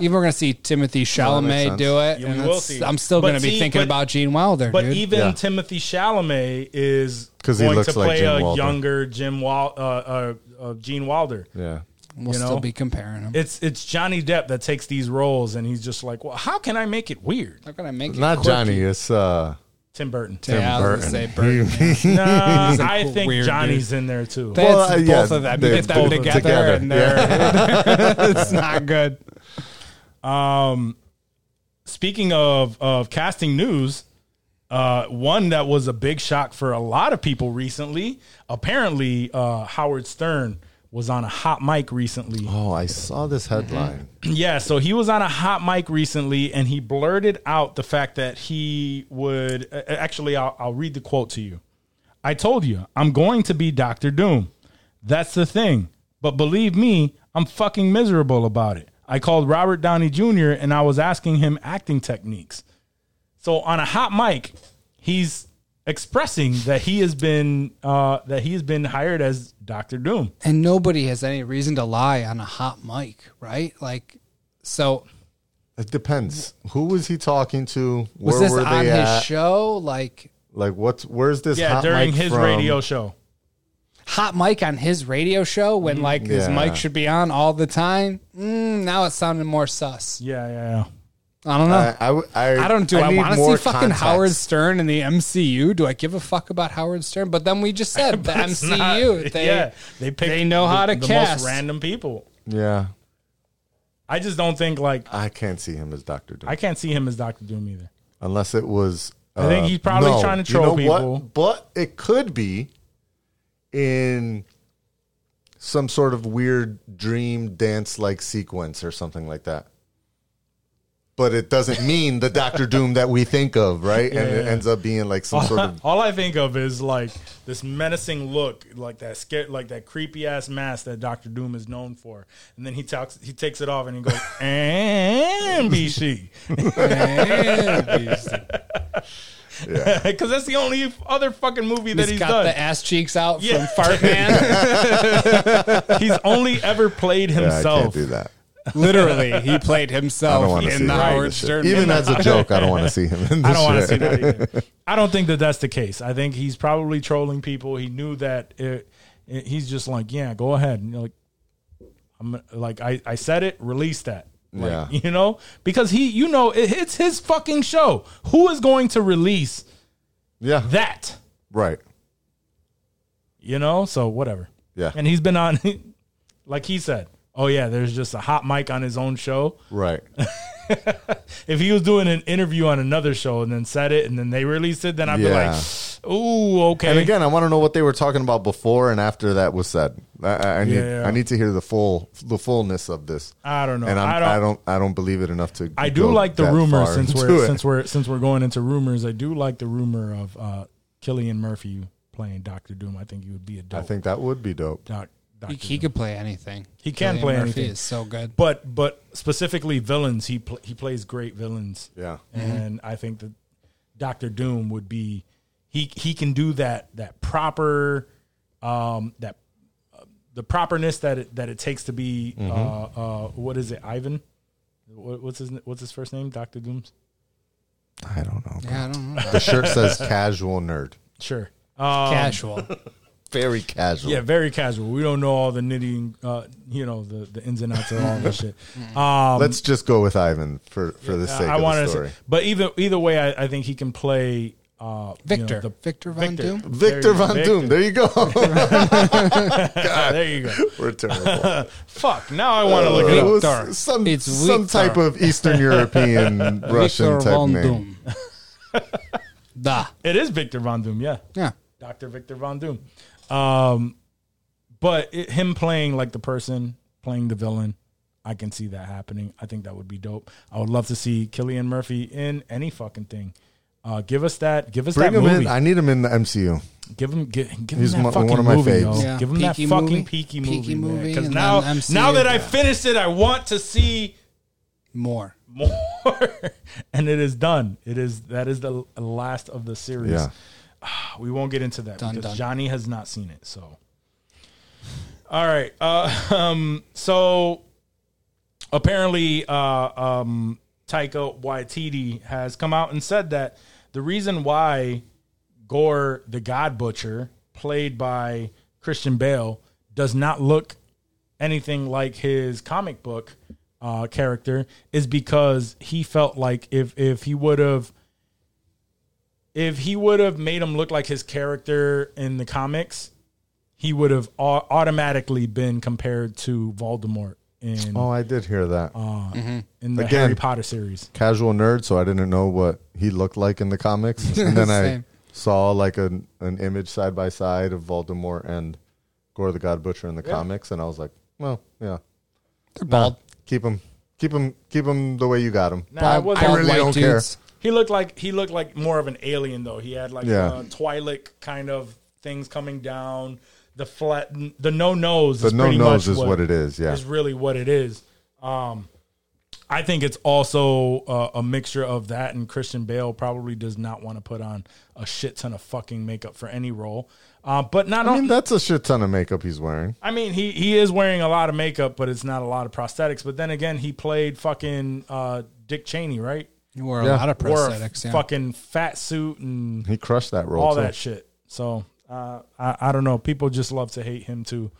Speaker 6: even we're gonna see Timothy Chalamet
Speaker 5: sense.
Speaker 6: do it.
Speaker 4: Yeah,
Speaker 6: and
Speaker 4: we will
Speaker 6: it's-
Speaker 4: see.
Speaker 6: I'm still
Speaker 4: But
Speaker 6: gonna
Speaker 4: see,
Speaker 6: be thinking
Speaker 4: but-
Speaker 6: about Gene Wilder,
Speaker 4: But
Speaker 6: dude.
Speaker 4: even
Speaker 5: Yeah.
Speaker 4: Timothy Chalamet is
Speaker 5: 'Cause he
Speaker 4: going to
Speaker 5: looks like
Speaker 4: play
Speaker 5: Jim
Speaker 4: a
Speaker 5: Wilder.
Speaker 4: younger Jim Wal uh, uh, uh, Gene Wilder.
Speaker 5: Yeah.
Speaker 6: we'll
Speaker 4: you know,
Speaker 6: still be comparing him.
Speaker 4: It's it's Johnny Depp that takes these roles, and he's just like, well, how can I make it weird?
Speaker 6: How can I make it
Speaker 5: Not
Speaker 6: quirky?
Speaker 5: Johnny. It's uh,
Speaker 4: Tim Burton.
Speaker 6: Yeah, I was
Speaker 5: Burton.
Speaker 6: gonna say Burton.
Speaker 4: Nah, I
Speaker 6: cool,
Speaker 4: think
Speaker 6: weird
Speaker 4: Johnny's in there too.
Speaker 6: That's
Speaker 5: Well, uh,
Speaker 6: both
Speaker 5: yeah,
Speaker 6: of them. You
Speaker 5: they're
Speaker 6: Get them
Speaker 4: both
Speaker 6: together,
Speaker 5: together,
Speaker 6: and they're, it's not good.
Speaker 4: speaking of of casting news, uh, one that was a big shock for a lot of people recently. Apparently, uh, Howard Stern was on a hot mic recently.
Speaker 5: Oh, I saw this headline.
Speaker 4: Yeah, so he was on a hot mic recently, and he blurted out the fact that he would. uh, Actually, I'll, I'll read the quote to you. I told you, I'm going to be Doctor Doom. That's the thing. But believe me, I'm fucking miserable about it. I called Robert Downey Jr. and I was asking him acting techniques. So on a hot mic, he's expressing that he has been uh, that he has been hired as Doctor Doom.
Speaker 6: and nobody has any reason to lie on a hot mic, right? Like, so
Speaker 5: It depends. Who was he talking to?
Speaker 6: was
Speaker 5: Where
Speaker 6: this
Speaker 5: were they
Speaker 6: on
Speaker 5: at?
Speaker 6: his show? Like,
Speaker 5: Like, what's where's this?
Speaker 4: Yeah,
Speaker 5: hot
Speaker 4: during
Speaker 5: mic
Speaker 4: his
Speaker 5: from?
Speaker 4: radio show.
Speaker 6: hot mic on his radio show when like his
Speaker 5: Yeah.
Speaker 6: mic should be on all the time? Mm, now it's sounding more sus.
Speaker 4: Yeah, yeah, yeah.
Speaker 6: I don't know.
Speaker 5: I, I, w- I,
Speaker 6: I don't do. I,
Speaker 5: need
Speaker 6: want to see
Speaker 5: more
Speaker 6: fucking
Speaker 5: context.
Speaker 6: Howard Stern in the MCU. Do I give a fuck about Howard Stern? But then we just said the
Speaker 4: It's
Speaker 6: MCU.
Speaker 4: not-
Speaker 6: they,
Speaker 4: yeah, they pick
Speaker 6: they know how to
Speaker 4: the
Speaker 6: cast.
Speaker 4: most random people.
Speaker 5: Yeah,
Speaker 4: I just don't think like
Speaker 5: I can't see him as Doctor Doom
Speaker 4: I can't see him as Doctor Doom either.
Speaker 5: unless it was.
Speaker 4: I think
Speaker 5: uh,
Speaker 4: he's probably
Speaker 5: no.
Speaker 4: trying to
Speaker 5: You know
Speaker 4: troll
Speaker 5: what?
Speaker 4: people.
Speaker 5: but it could be in some sort of weird dream dance like sequence or something like that. But it doesn't mean the Doctor Doom that we think of, right? and it
Speaker 4: yeah.
Speaker 5: ends up being like some sort of
Speaker 4: All I think of is like this menacing look, like that scared, like that creepy ass mask that Doctor Doom is known for. And then he talks, he takes it off, and he goes, "And BC," because that's the only other fucking movie that
Speaker 6: He's
Speaker 4: he's,
Speaker 6: got
Speaker 4: done.
Speaker 6: the ass cheeks out
Speaker 4: Yeah.
Speaker 6: from Fart Man.
Speaker 4: he's only ever played
Speaker 5: yeah, I
Speaker 4: himself.
Speaker 5: can't do that.
Speaker 6: Literally, he played
Speaker 5: I don't
Speaker 6: himself
Speaker 5: want to see
Speaker 6: in the
Speaker 5: him. in
Speaker 6: Howard
Speaker 5: this shit.
Speaker 6: Stern.
Speaker 5: Even as a joke, I don't want to see him in this
Speaker 4: I don't want to
Speaker 5: shit.
Speaker 4: see that either. I don't think that that's the case. I think he's probably trolling people. He knew that. It, it- he's just like, yeah, go ahead. And you're like, I'm like, I, I said it. Release that. Like,
Speaker 5: Yeah.
Speaker 4: You know, because he, you know, it, it's his fucking show. Who is going to release
Speaker 5: Yeah,
Speaker 4: that?
Speaker 5: right.
Speaker 4: You know, so whatever.
Speaker 5: Yeah.
Speaker 4: And he's been on, like he said. Oh yeah, there's just a hot mic on his own show.
Speaker 5: Right.
Speaker 4: If he was doing an interview on another show and then said it and then they released it, then I'd
Speaker 5: Yeah.
Speaker 4: be like, "Ooh, okay."
Speaker 5: And again, I want to know what they were talking about before and after that was said. I, I, I need
Speaker 4: Yeah.
Speaker 5: I need to hear the full the fullness of this.
Speaker 4: I don't know.
Speaker 5: And I'm, I,
Speaker 4: I
Speaker 5: don't,
Speaker 4: don't-
Speaker 5: I don't believe it enough to.
Speaker 4: I do
Speaker 5: go
Speaker 4: like the
Speaker 5: that
Speaker 4: rumor
Speaker 5: far
Speaker 4: since
Speaker 5: into
Speaker 4: we're
Speaker 5: it.
Speaker 4: since we're since we're going into rumors. I do like the rumor of uh Killian Murphy playing Doctor Doom. I think he would be a dope.
Speaker 5: I think that would be dope.
Speaker 4: doc, Doctor
Speaker 6: He, he could play anything.
Speaker 4: He can
Speaker 6: Cillian
Speaker 4: play
Speaker 6: Murphy
Speaker 4: anything.
Speaker 6: Is so good.
Speaker 4: But but specifically villains, he pl- he plays great villains.
Speaker 5: Yeah.
Speaker 4: and I think that Doctor Doom would be he he can do that that proper um that uh, the properness that it that it takes to be
Speaker 5: Mm-hmm.
Speaker 4: uh uh what is it Ivan. What- What's his what's his first name? Doctor Doom's.
Speaker 5: I don't know.
Speaker 6: Yeah, I don't know.
Speaker 5: The shirt says "casual nerd."
Speaker 4: Sure. Um,
Speaker 6: Casual.
Speaker 5: Very casual.
Speaker 4: Yeah, very casual. We don't know all the nitty, uh, you know, the, the ins and outs of all this shit. Um,
Speaker 5: Let's just go with Ivan for for the sake
Speaker 4: I
Speaker 5: of
Speaker 4: want
Speaker 5: the
Speaker 4: to,
Speaker 5: story.
Speaker 4: but either either way, I, I think he can play uh, you
Speaker 6: Victor.
Speaker 4: know, the-
Speaker 6: Victor Von Doom?
Speaker 5: Victor
Speaker 4: There you-
Speaker 5: Von Doom. There you go.
Speaker 4: Ah, there you go.
Speaker 5: We're terrible.
Speaker 4: Fuck. Now I want to look
Speaker 5: It
Speaker 4: it up.
Speaker 5: was
Speaker 6: Victor.
Speaker 5: some
Speaker 6: It's
Speaker 5: some
Speaker 6: Victor.
Speaker 5: type of Eastern European Russian
Speaker 6: Victor
Speaker 5: type
Speaker 6: Von
Speaker 5: name.
Speaker 6: Doom. da.
Speaker 4: It is Victor Von Doom. Yeah,
Speaker 6: Yeah.
Speaker 4: Doctor Victor Von Doom. Um, but it, him playing like the person playing the villain, I can see that happening. I think that would be dope. I would love to see Killian Murphy in any fucking thing. Uh, give us that. Give us
Speaker 5: Bring
Speaker 4: that
Speaker 5: him
Speaker 4: movie.
Speaker 5: in. I need him in the MCU.
Speaker 4: Give him, give, give him
Speaker 5: He's
Speaker 4: that
Speaker 5: mo-
Speaker 4: fucking
Speaker 5: one of my
Speaker 4: movie,
Speaker 5: faves.
Speaker 4: yo.
Speaker 6: Yeah.
Speaker 4: Give him that
Speaker 6: Peaky
Speaker 4: fucking
Speaker 6: movie.
Speaker 4: peaky
Speaker 6: Peaky
Speaker 4: movie,
Speaker 6: movie
Speaker 4: Because
Speaker 6: and
Speaker 4: now,
Speaker 6: then MCU.
Speaker 4: now that I finished it, I want to see
Speaker 6: More.
Speaker 4: more. and it is done. It is that is the last of the series.
Speaker 5: Yeah.
Speaker 4: We won't get into that
Speaker 6: Done,
Speaker 4: because
Speaker 6: done.
Speaker 4: Johnny has not seen it. So, all right. Uh, um, so apparently, uh, um, Taika Waititi has come out and said that the reason why Gore the God Butcher, played by Christian Bale, does not look anything like his comic book uh, character is because he felt like if if he would have if he would have made him look like his character in the comics, he would have au- automatically been compared to Voldemort in
Speaker 5: Oh, I did hear that.
Speaker 6: Uh,
Speaker 4: in the
Speaker 5: again.
Speaker 4: Harry Potter series.
Speaker 5: Casual nerd, so I didn't know what he looked like in the comics, and then I
Speaker 6: Same.
Speaker 5: saw like an an image side by side of Voldemort and Gore the God Butcher in the comics, and I was like, well, yeah,
Speaker 6: They're bald.
Speaker 5: keep him, keep him, keep him the way you got him.
Speaker 4: Nah, it wasn't-
Speaker 5: I really
Speaker 6: white
Speaker 5: don't care.
Speaker 4: He looked like he looked like more of an alien though. He had like
Speaker 5: Yeah.
Speaker 4: uh, Twi'lek kind of things coming down. The flat, the no nose.
Speaker 5: The no nose is what it is, yeah.
Speaker 4: is really what it is. Um, I think it's also uh, a mixture of that and Christian Bale probably does not want to put on a shit ton of fucking makeup for any role. Uh, but not
Speaker 5: I
Speaker 4: only
Speaker 5: mean, that's a shit ton of makeup he's wearing.
Speaker 4: I mean, he he is wearing a lot of makeup, but it's not a lot of prosthetics. But then again, he played fucking uh, Dick Cheney, right?
Speaker 6: You wore a
Speaker 5: Yeah.
Speaker 6: lot of
Speaker 4: Wore a
Speaker 6: prosthetics. Yeah.
Speaker 4: Fucking fat suit and
Speaker 5: He crushed that role.
Speaker 4: all
Speaker 5: too.
Speaker 4: that shit. So uh, I I don't know. People just love to hate him too.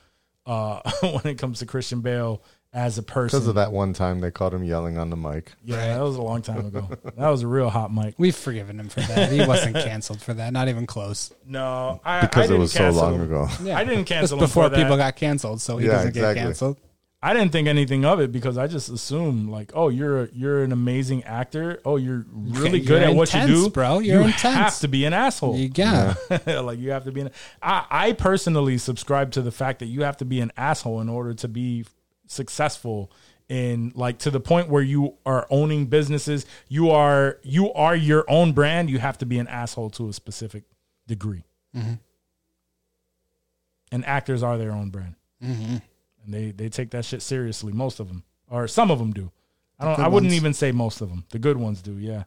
Speaker 4: Uh, when it comes to Christian Bale as a person,
Speaker 5: because of that one time they caught him yelling on the mic.
Speaker 4: yeah, that was a long time ago. that was a real hot mic.
Speaker 6: We've forgiven him for that. He wasn't canceled for that. Not even close.
Speaker 4: No, I, I
Speaker 5: Because it
Speaker 4: didn't
Speaker 5: was so
Speaker 4: cancel
Speaker 5: long
Speaker 4: him.
Speaker 5: ago.
Speaker 6: Yeah.
Speaker 4: I didn't cancel
Speaker 6: Just
Speaker 4: him
Speaker 6: before
Speaker 4: for that.
Speaker 6: people got canceled, so he
Speaker 5: Yeah,
Speaker 6: doesn't
Speaker 5: exactly.
Speaker 6: get canceled.
Speaker 4: I didn't think anything of it because I just assumed like, oh, you're a, you're an amazing actor. Oh, you're really
Speaker 6: You're
Speaker 4: good at what
Speaker 6: intense,
Speaker 4: you do,
Speaker 6: bro. You're
Speaker 4: you
Speaker 6: intense.
Speaker 4: have to be an asshole.
Speaker 6: You yeah.
Speaker 4: like you have to be an. I, I personally subscribe to the fact that you have to be an asshole in order to be successful. In like to the point where you are owning businesses, you are you are your own brand. You have to be an asshole to a specific degree, and actors are their own brand and they they take that shit seriously. Most of them, or some of them do. I don't. I wouldn't even say most of them. The good ones do. Yeah.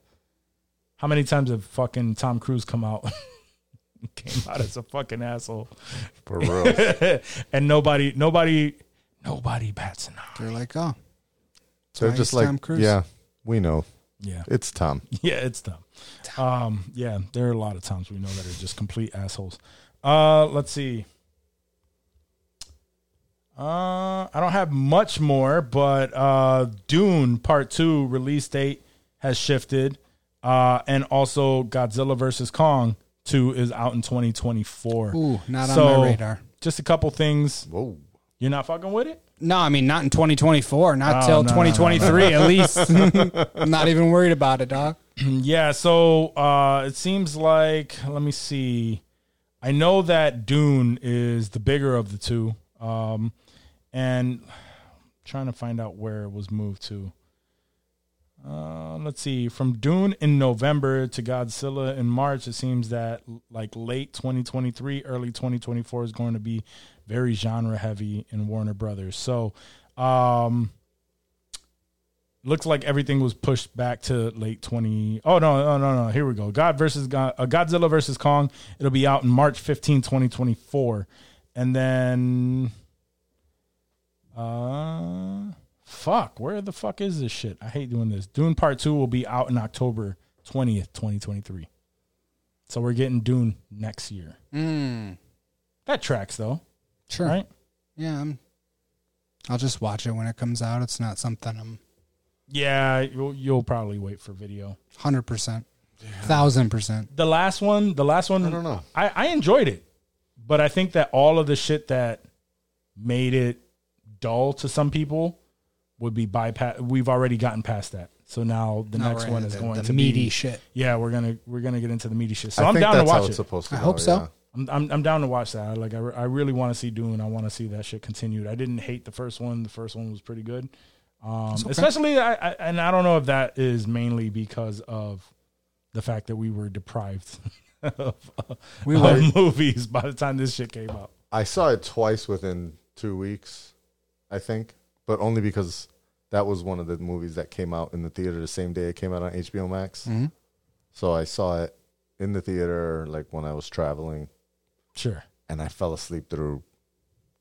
Speaker 4: How many times have fucking Tom Cruise come out? came out as a fucking asshole,
Speaker 5: For real.
Speaker 4: and nobody, nobody, nobody bats an eye.
Speaker 6: They're like, oh,
Speaker 5: They're
Speaker 6: why
Speaker 5: just
Speaker 6: he's
Speaker 5: like,
Speaker 6: Tom Cruise.
Speaker 5: yeah, we know.
Speaker 4: Yeah,
Speaker 5: It's Tom.
Speaker 4: yeah, it's dumb. Um, yeah, there are a lot of times we know that are just complete assholes. Uh, let's see. Uh, I don't have much more, but uh, Dune Part Two release date has shifted, uh, and also Godzilla versus Kong Two is out in 2024.
Speaker 6: Ooh, not on my radar.
Speaker 4: Just a couple things.
Speaker 5: Whoa.
Speaker 4: You're not fucking with it.
Speaker 6: no, I mean, not in 2024, not
Speaker 4: Oh,
Speaker 6: till
Speaker 4: no, no, no,
Speaker 6: 2023 at least. I'm not even worried about it, dog.
Speaker 4: Yeah, so uh, it seems like let me see. I know that Dune is the bigger of the two, um, and trying to find out where it was moved to. Uh, let's see. From Dune in November to Godzilla in March, it seems that like late 2023, early 2024 is going to be very genre heavy in Warner Brothers. So, um, looks like everything was pushed back to late 20 oh no no no no here we go god versus god uh, godzilla versus kong it'll be out in march 15 2024 and then uh fuck where the fuck is this shit i hate doing this dune part 2 will be out in october 20th 2023 so we're getting dune next year that tracks though
Speaker 6: Sure.
Speaker 4: right
Speaker 6: Yeah. I'm, I'll just watch it when it comes out. It's not something I'm
Speaker 4: yeah you'll, you'll probably wait for video
Speaker 6: 100%, 1000%.
Speaker 4: the last one, the last one, I
Speaker 5: don't know.
Speaker 4: I, enjoyed it, but I think that all of the shit that made it dull to some people would be bypass. We've already gotten past that, so now the
Speaker 6: Now
Speaker 4: next
Speaker 6: we're
Speaker 4: one
Speaker 6: into
Speaker 4: is
Speaker 6: the-
Speaker 4: going
Speaker 6: the
Speaker 4: to
Speaker 6: meaty
Speaker 4: be,
Speaker 6: shit.
Speaker 4: Yeah, we're gonna we're gonna get into the meaty shit. So
Speaker 5: I
Speaker 4: I am
Speaker 5: think
Speaker 4: down to
Speaker 5: that's how
Speaker 4: watch it.
Speaker 5: it's supposed to
Speaker 6: I
Speaker 5: go,
Speaker 6: hope so.
Speaker 4: I'm, I'm I'm down to watch that. Like I, re- I really want to see Dune. I want to see that shit continued. I didn't hate the first one. The first one was pretty good. Um, Especially, I, I and I don't know if that is mainly because of the fact that we were deprived of, of movies by the time this shit came out.
Speaker 5: I saw it twice within two weeks, I think, but only because that was one of the movies that came out in the theater the same day it came out on HBO Max. So I saw it in the theater, like when I was traveling,
Speaker 4: Sure,
Speaker 5: and I fell asleep through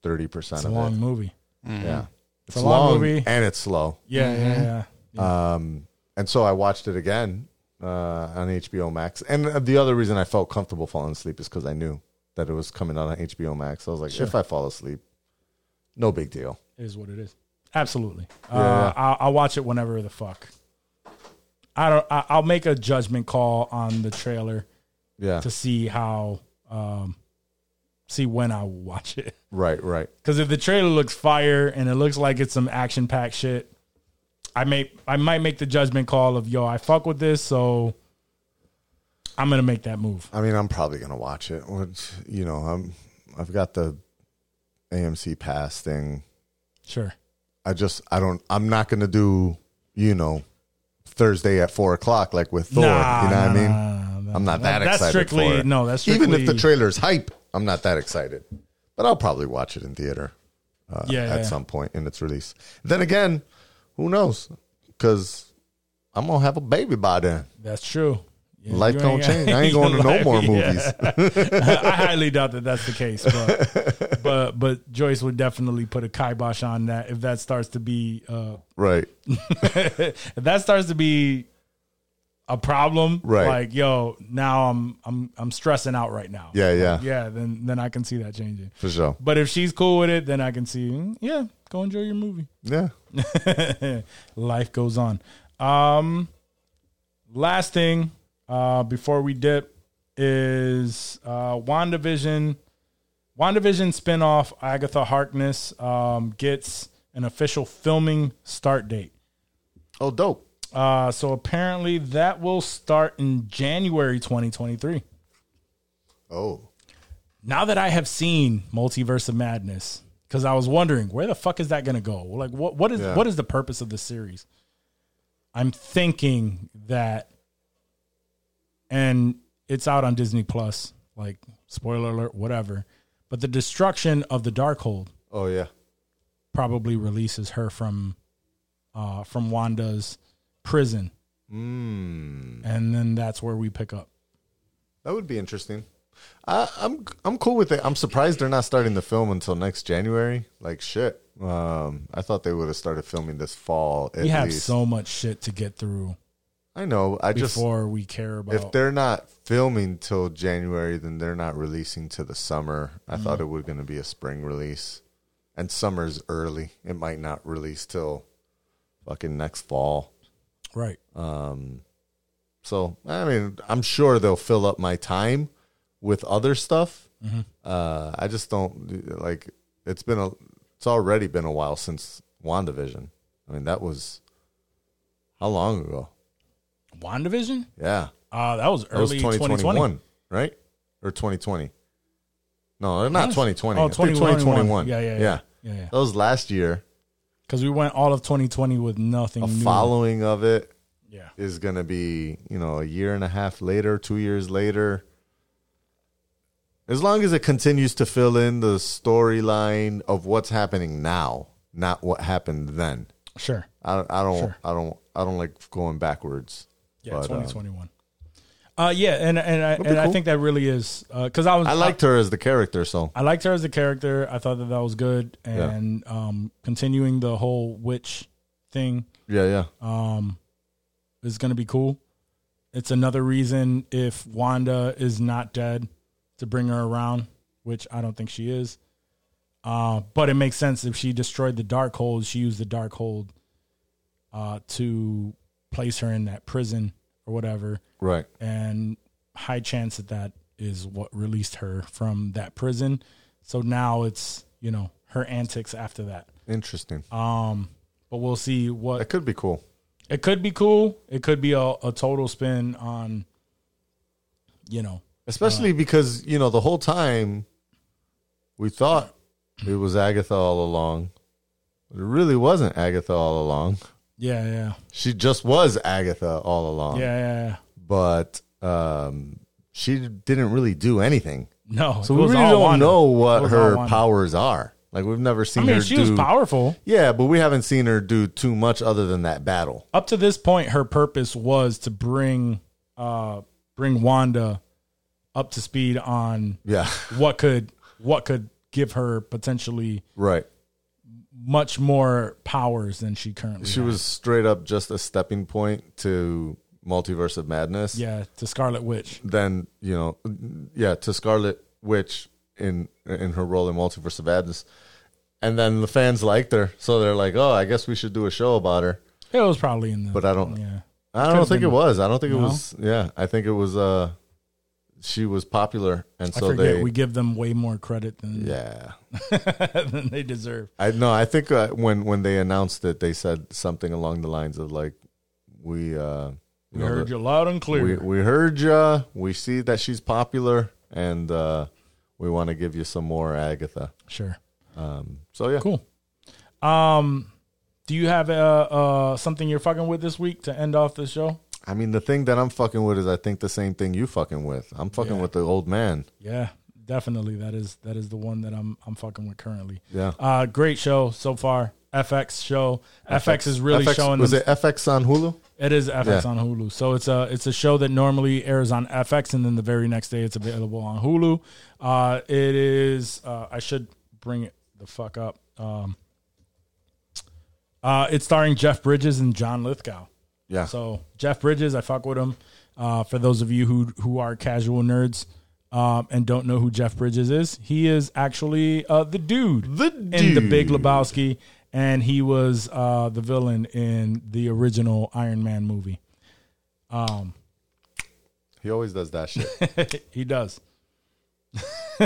Speaker 5: 30%
Speaker 4: it's a
Speaker 5: of
Speaker 4: long
Speaker 5: it.
Speaker 4: movie. Mm-hmm.
Speaker 5: Yeah. It's,
Speaker 4: a long movie.
Speaker 5: and it's slow.
Speaker 4: Yeah, yeah, yeah.
Speaker 5: Um, and so I watched it again uh, on HBO Max. And uh, the other reason I felt comfortable falling asleep is because I knew that it was coming out on HBO Max. I was like, if I fall asleep, no big deal.
Speaker 4: It is what it is. Absolutely. Uh, I'll, I'll watch it whenever the fuck. I don't. I, I'll make a judgment call on the trailer.
Speaker 5: Yeah.
Speaker 4: to see how um see when I watch it.
Speaker 5: Right, right.
Speaker 4: Because if the trailer looks fire and it looks like it's some action packed shit, I may I might make the judgment call of yo, I fuck with this, so I'm gonna make that move.
Speaker 5: I mean, I'm probably gonna watch it. Which, you know, I'm I've got the AMC pass thing.
Speaker 4: Sure.
Speaker 5: I just I don't I'm not gonna do you know Thursday at four o'clock like with Thor.
Speaker 4: Nah,
Speaker 5: you know what I
Speaker 4: nah,
Speaker 5: mean?
Speaker 4: nah, nah,
Speaker 5: I'm not that,
Speaker 4: that's
Speaker 5: excited.
Speaker 4: strictly-
Speaker 5: for it.
Speaker 4: no, that's
Speaker 5: even if the
Speaker 4: strictly-
Speaker 5: trailer's hype. I'm not that excited, but I'll probably watch it in theater uh,
Speaker 4: Yeah,
Speaker 5: at
Speaker 4: yeah.
Speaker 5: some point in its release. Then again, who knows? Because I'm gonna have a baby by then.
Speaker 4: That's true. Yeah,
Speaker 5: Life
Speaker 4: you
Speaker 5: don't
Speaker 4: ain't-
Speaker 5: change. I ain't going to no
Speaker 4: Life-
Speaker 5: more
Speaker 4: yeah.
Speaker 5: movies.
Speaker 4: I highly doubt that that's the case, but but but Joyce would definitely put a kibosh on that if that starts to be uh,
Speaker 5: right.
Speaker 4: if that starts to be a problem.
Speaker 5: Right.
Speaker 4: Like yo, now I'm I'm I'm stressing out right now.
Speaker 5: Yeah, yeah.
Speaker 4: Yeah. Then then I can see that changing.
Speaker 5: For sure.
Speaker 4: But if she's cool with it, then I can see. mm, Yeah, go enjoy your movie.
Speaker 5: Yeah.
Speaker 4: Life goes on. Um, last thing uh, before we dip is uh, WandaVision. WandaVision spinoff Agatha Harkness um, gets an official filming start date.
Speaker 5: Oh, dope.
Speaker 4: Uh, so apparently that will start in January 2023.
Speaker 5: Oh,
Speaker 4: Now that I have seen Multiverse of Madness, because I was wondering where the fuck is that going to go? Like, what what is
Speaker 5: Yeah.
Speaker 4: what is the purpose of the series? I'm thinking that, and it's out on Disney Plus. Like, spoiler alert, whatever. But the destruction of the Darkhold
Speaker 5: oh yeah.
Speaker 4: probably releases her from uh from Wanda's prison.
Speaker 5: Hmm.
Speaker 4: And then that's where we pick up.
Speaker 5: That would be interesting. I, I'm I'm cool with it. I'm surprised they're not starting the film until next January. Like shit. Um, I thought they would have started filming this fall. At
Speaker 4: we have
Speaker 5: least.
Speaker 4: so much shit to get through
Speaker 5: I know. I just
Speaker 4: before we care about
Speaker 5: if they're not filming till January, then they're not releasing to the summer.
Speaker 4: Mm-hmm.
Speaker 5: I thought it was going to be a spring release, and summer's early. It might not release till fucking next fall.
Speaker 4: right.
Speaker 5: So I mean, I'm sure they'll fill up my time with other stuff.
Speaker 4: Mm-hmm.
Speaker 5: Uh, I just don't like. It's been a. It's already been a while since Wandavision. I mean, that was how long ago?
Speaker 4: WandaVision?
Speaker 5: Yeah,
Speaker 4: Uh that was
Speaker 5: that was
Speaker 4: early
Speaker 5: 2021,
Speaker 4: 2021.
Speaker 5: right? Or 2020? No, not
Speaker 4: Yes.
Speaker 5: 2020.
Speaker 4: Oh,
Speaker 5: I think
Speaker 4: 2021.
Speaker 5: 2021.
Speaker 4: Yeah, yeah, yeah. Yeah, yeah.
Speaker 5: That was last year.
Speaker 4: Cuz we went all of 2020 with nothing
Speaker 5: A
Speaker 4: new.
Speaker 5: following of it
Speaker 4: Yeah.
Speaker 5: is going to be, you know, a year and a half later, two years later. As long as it continues to fill in the storyline of what's happening now, not what happened then.
Speaker 4: Sure.
Speaker 5: I, I don't,
Speaker 4: Sure.
Speaker 5: I don't, I don't like going backwards.
Speaker 4: Yeah,
Speaker 5: But, um,
Speaker 4: 2021. Uh yeah, and and I
Speaker 5: be
Speaker 4: and I
Speaker 5: cool.
Speaker 4: think that really is uh, cuz I was
Speaker 5: I liked her as the character, so
Speaker 4: I liked her as a character. I thought that that was good and um continuing the whole witch thing
Speaker 5: yeah, yeah,
Speaker 4: is going to be cool. It's another reason if Wanda is not dead to bring her around, which I don't think she is. Uh, but it makes sense if she destroyed the dark hold, she used the dark hold uh, to place her in that prison or whatever.
Speaker 5: right.
Speaker 4: And high chance that that is what released her from that prison. So now it's, you know, her antics after that.
Speaker 5: Interesting.
Speaker 4: Uh, But we'll see what
Speaker 5: that could be cool.
Speaker 4: uh, it could be cool. It could be a, a total spin on, you know,
Speaker 5: Especially because, you know, the whole time we thought it was Agatha all along. It really wasn't Agatha all along.
Speaker 4: yeah, yeah,
Speaker 5: She just was Agatha all
Speaker 4: yeah,
Speaker 5: along.
Speaker 4: yeah. yeah.
Speaker 5: But um, she didn't really do anything.
Speaker 4: No,
Speaker 5: So
Speaker 4: it
Speaker 5: we
Speaker 4: was
Speaker 5: really
Speaker 4: all
Speaker 5: don't
Speaker 4: Wanda.
Speaker 5: know
Speaker 4: It
Speaker 5: what
Speaker 4: was
Speaker 5: her
Speaker 4: all Wanda.
Speaker 5: powers are. Like we've never
Speaker 4: I
Speaker 5: seen
Speaker 4: mean,
Speaker 5: her
Speaker 4: she
Speaker 5: do
Speaker 4: was powerful
Speaker 5: Yeah, but we haven't seen her do too much other than that battle.
Speaker 4: up to this point. Her purpose was to bring, uh, bring Wanda up to speed on
Speaker 5: Yeah.
Speaker 4: what could what could give her potentially
Speaker 5: right.
Speaker 4: much more powers than she currently.
Speaker 5: She
Speaker 4: has.
Speaker 5: was straight up just a stepping point to Multiverse of Madness.
Speaker 4: yeah to Scarlet Witch.
Speaker 5: then you know yeah to scarlet witch in in her role in multiverse of madness and then the fans liked her so they're like oh i guess we should do a show about her
Speaker 4: It was probably in the
Speaker 5: but i don't
Speaker 4: yeah.
Speaker 5: i don't
Speaker 4: Could've
Speaker 5: think
Speaker 4: been-
Speaker 5: it was i don't think
Speaker 4: No?
Speaker 5: it was yeah i think it was uh she was popular, and
Speaker 4: I
Speaker 5: so
Speaker 4: forget
Speaker 5: they
Speaker 4: we give them way more credit than
Speaker 5: yeah.
Speaker 4: than they deserve.
Speaker 5: I know. I think uh, when when they announced it, they said something along the lines of like, "We uh, you
Speaker 4: We
Speaker 5: know,
Speaker 4: heard
Speaker 5: the-
Speaker 4: you loud and clear.
Speaker 5: we we heard ya. We see that she's popular, and uh, we want to give you some more Agatha."
Speaker 4: sure.
Speaker 5: So yeah,
Speaker 4: Cool. Um, do you have uh, uh something you're fucking with this week to end off the show?
Speaker 5: I mean, the thing that I'm fucking with is I think the same thing you fucking with. I'm fucking with the old man.
Speaker 4: Yeah, definitely. That is that is the one that I'm I'm fucking with currently.
Speaker 5: Yeah.
Speaker 4: Uh, great show so far. FX show. FX, is really
Speaker 5: FX,
Speaker 4: showing.
Speaker 5: Was
Speaker 4: them-
Speaker 5: it FX on Hulu?
Speaker 4: it is FX
Speaker 5: Yeah.
Speaker 4: on Hulu. So it's a it's a show that normally airs on FX, and then the very next day it's available on Hulu. Uh, it is. Uh, I should bring it the fuck up. Um, uh, it's starring Jeff Bridges and John Lithgow.
Speaker 5: Yeah.
Speaker 4: So Jeff Bridges, I fuck with him. Uh, for those of you who who are casual nerds um, and don't know who Jeff Bridges is, he is actually uh, the dude, the in the Big
Speaker 5: dude.
Speaker 4: Lebowski, and he was uh, the villain in the original Iron Man movie.
Speaker 5: he always does that shit.
Speaker 4: he does.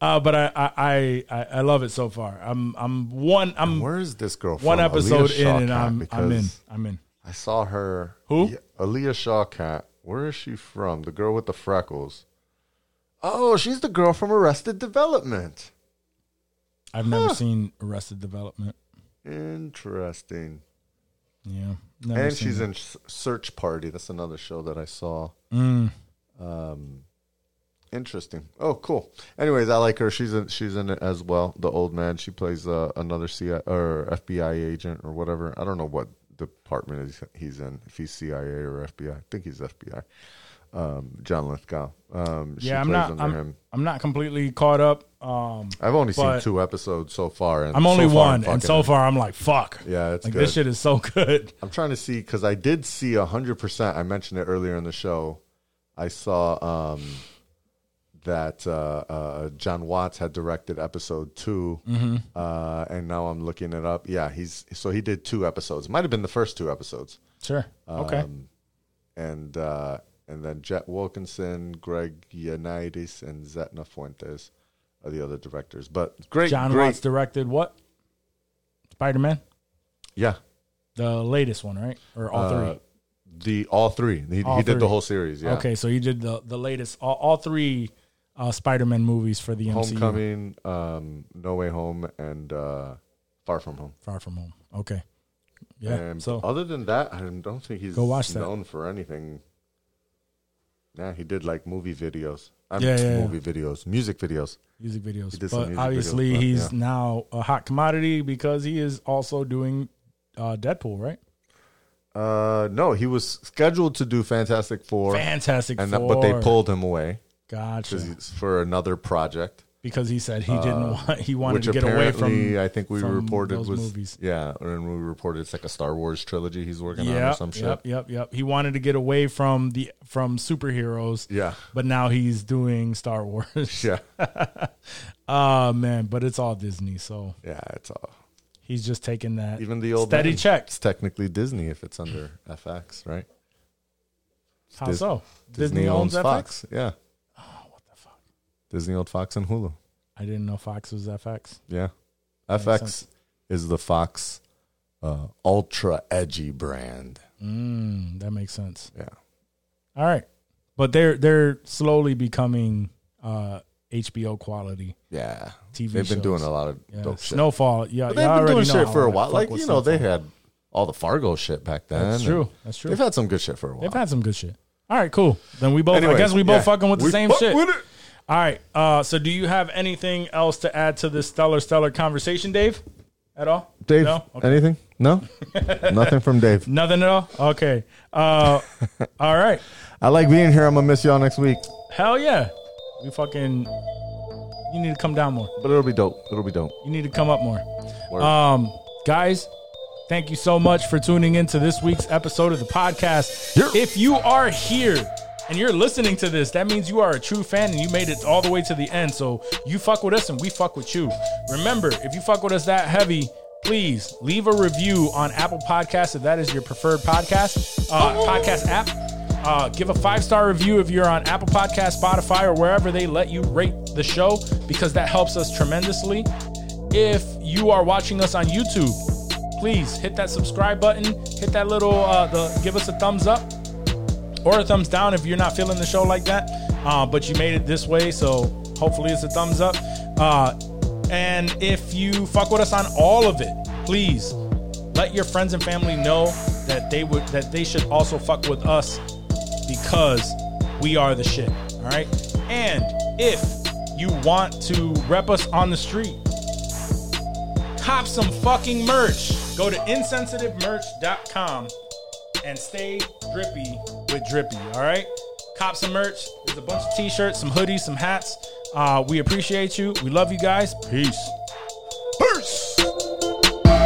Speaker 4: uh, but I, I I I love it so far. I'm I'm one I'm
Speaker 5: Where is this girl? From?
Speaker 4: one episode
Speaker 5: Aaliyah
Speaker 4: in and I'm
Speaker 5: Shawkat,
Speaker 4: I'm in
Speaker 5: because
Speaker 4: I'm in.
Speaker 5: I saw her.
Speaker 4: Who?
Speaker 5: Yeah, Aaliyah Shawkat. Where is she from? The girl with the freckles. Oh, she's the girl from Arrested Development.
Speaker 4: I've never seen Arrested Development.
Speaker 5: Interesting.
Speaker 4: Yeah, never
Speaker 5: and
Speaker 4: seen
Speaker 5: she's
Speaker 4: it.
Speaker 5: in S- Search Party. That's another show that I saw.
Speaker 4: Mm.
Speaker 5: Um, interesting. Oh, cool. Anyways, I like her. She's in, she's in it as well. The old man. She plays uh, another CIA or FBI agent or whatever. I don't know what department is he's in. If he's CIA or FBI, I think he's FBI. Um, John Lithgow. Um, she
Speaker 4: yeah, I'm
Speaker 5: plays
Speaker 4: not.
Speaker 5: under
Speaker 4: I'm,
Speaker 5: him.
Speaker 4: I'm not completely caught up. Um,
Speaker 5: I've only seen
Speaker 4: but-
Speaker 5: two episodes so far, and
Speaker 4: I'm only
Speaker 5: so far I'm
Speaker 4: one, and
Speaker 5: fucking
Speaker 4: so
Speaker 5: in.
Speaker 4: far I'm like, fuck.
Speaker 5: Yeah, it's
Speaker 4: like
Speaker 5: good.
Speaker 4: this shit is so good.
Speaker 5: I'm trying to see because I did see hundred percent. I mentioned it earlier in the show. I saw um, that uh, uh, John Watts had directed episode 2
Speaker 4: Mm-hmm.
Speaker 5: uh, and now I'm looking it up. Yeah, he's so he did two episodes. Might have been the first two episodes,
Speaker 4: Sure. Okay.
Speaker 5: Um, and uh, and then Jet Wilkinson, Greg Ioannidis, and Zetna Fuentes are the other directors. But great,
Speaker 4: John
Speaker 5: great,
Speaker 4: Watts directed what? Spider Man,
Speaker 5: yeah.
Speaker 4: the latest one, right? Or all
Speaker 5: Uh,
Speaker 4: three?
Speaker 5: the all three. He,
Speaker 4: All
Speaker 5: he did
Speaker 4: three.
Speaker 5: the whole series. Yeah.
Speaker 4: Okay, so he did the the latest all, all three uh, Spider Man movies for the MCU.
Speaker 5: Homecoming, um, No Way Home, and uh, Far From Home.
Speaker 4: Far from home. Okay. Yeah.
Speaker 5: and
Speaker 4: so
Speaker 5: other than that, I don't think he's
Speaker 4: Go watch that.
Speaker 5: known for anything. Nah, he did like movie videos. I'm
Speaker 4: Yeah, yeah, yeah.
Speaker 5: movie videos, music videos.
Speaker 4: music videos,
Speaker 5: did
Speaker 4: but
Speaker 5: some music
Speaker 4: obviously
Speaker 5: videos, but
Speaker 4: he's
Speaker 5: yeah.
Speaker 4: now a hot commodity because he is also doing uh, Deadpool, right?
Speaker 5: Uh, no, he was scheduled to do Fantastic Four,
Speaker 4: Fantastic
Speaker 5: and uh,
Speaker 4: Four.
Speaker 5: but they pulled him away
Speaker 4: Gotcha.
Speaker 5: 'cause he's for another project,
Speaker 4: because he said he didn't want he wanted
Speaker 5: which
Speaker 4: to get away
Speaker 5: apparently
Speaker 4: from
Speaker 5: I think we
Speaker 4: from
Speaker 5: reported
Speaker 4: those
Speaker 5: was
Speaker 4: movies.
Speaker 5: yeah, and we reported it's like a Star Wars trilogy he's working on or
Speaker 4: Yep,
Speaker 5: some shit.
Speaker 4: yep, yep, yep. He wanted to get away from the from superheroes.
Speaker 5: Yeah.
Speaker 4: But now he's doing Star Wars.
Speaker 5: Yeah,
Speaker 4: oh man, but it's all Disney, so
Speaker 5: yeah, it's all.
Speaker 4: he's just taking that
Speaker 5: Even the old
Speaker 4: steady
Speaker 5: man.
Speaker 4: check.
Speaker 5: It's technically Disney if it's under FX, right?
Speaker 4: How
Speaker 5: Dis-
Speaker 4: so? Disney, owns, Ah, FX?
Speaker 5: Fox. Yeah. what the fuck? Disney owns Fox and Hulu.
Speaker 4: I didn't know Fox was FX.
Speaker 5: Yeah.
Speaker 4: sense.
Speaker 5: FX is the Fox uh, ultra edgy brand.
Speaker 4: That makes sense.
Speaker 5: Yeah.
Speaker 4: All right. But they're they're slowly becoming uh HBO quality.
Speaker 5: Yeah.
Speaker 4: TV
Speaker 5: They've been doing
Speaker 4: shows.
Speaker 5: a lot of
Speaker 4: Yeah.
Speaker 5: dope shit.
Speaker 4: Snowfall. Yeah,
Speaker 5: But they've
Speaker 4: y'all
Speaker 5: been doing
Speaker 4: already know
Speaker 5: shit
Speaker 4: how
Speaker 5: for
Speaker 4: I
Speaker 5: a while.
Speaker 4: fuck
Speaker 5: Like,
Speaker 4: with
Speaker 5: you know, they
Speaker 4: Snowfall.
Speaker 5: had all the Fargo shit back then.
Speaker 4: That's
Speaker 5: and
Speaker 4: true. That's true.
Speaker 5: They've had some good shit for a while.
Speaker 4: They've had some good shit. All right, cool. Then we both. I
Speaker 5: Anyways,
Speaker 4: guess we both
Speaker 5: yeah.
Speaker 4: fucking with the
Speaker 5: We
Speaker 4: same
Speaker 5: fuck
Speaker 4: shit.
Speaker 5: with it.
Speaker 4: All right. Uh, so, do you have anything else to add to this stellar, stellar conversation, Dave? At all?
Speaker 5: Dave,
Speaker 4: No. Okay.
Speaker 5: anything? No? Nothing from Dave.
Speaker 4: Nothing at all. Okay. Uh, all right.
Speaker 5: I like being here. I'm going to miss y'all next week.
Speaker 4: Hell yeah. We fucking. You need to come down more.
Speaker 5: But it'll be dope. It'll be dope.
Speaker 4: You need to come up more.
Speaker 5: Word.
Speaker 4: Um, guys, thank you so much for tuning in to this week's episode of the podcast.
Speaker 5: Yeah.
Speaker 4: If you are here and you're listening to this, that means you are a true fan and you made it all the way to the end. So you fuck with us and we fuck with you. Remember, if you fuck with us that heavy, please leave a review on Apple Podcasts if that is your preferred podcast uh, podcast app. Uh, give a five star review if you're on Apple Podcast, Spotify, or wherever they let you rate the show because that helps us tremendously. If you are watching us on YouTube, please hit that subscribe button, hit that little uh, the give us a thumbs up or a thumbs down if you're not feeling the show like that. Uh, but you made it this way, so hopefully it's a thumbs up. Uh, and if you fuck with us on all of it, please let your friends and family know that they would that they should also fuck with us because we are the shit. All right. And if you want to rep us on the street, cop some fucking merch. Go to insensitivemerch.com and stay drippy with drippy. All right, cop some merch. There's a bunch of t-shirts, some hoodies, some hats. Uh, we appreciate you. We love you guys. Peace. Peace.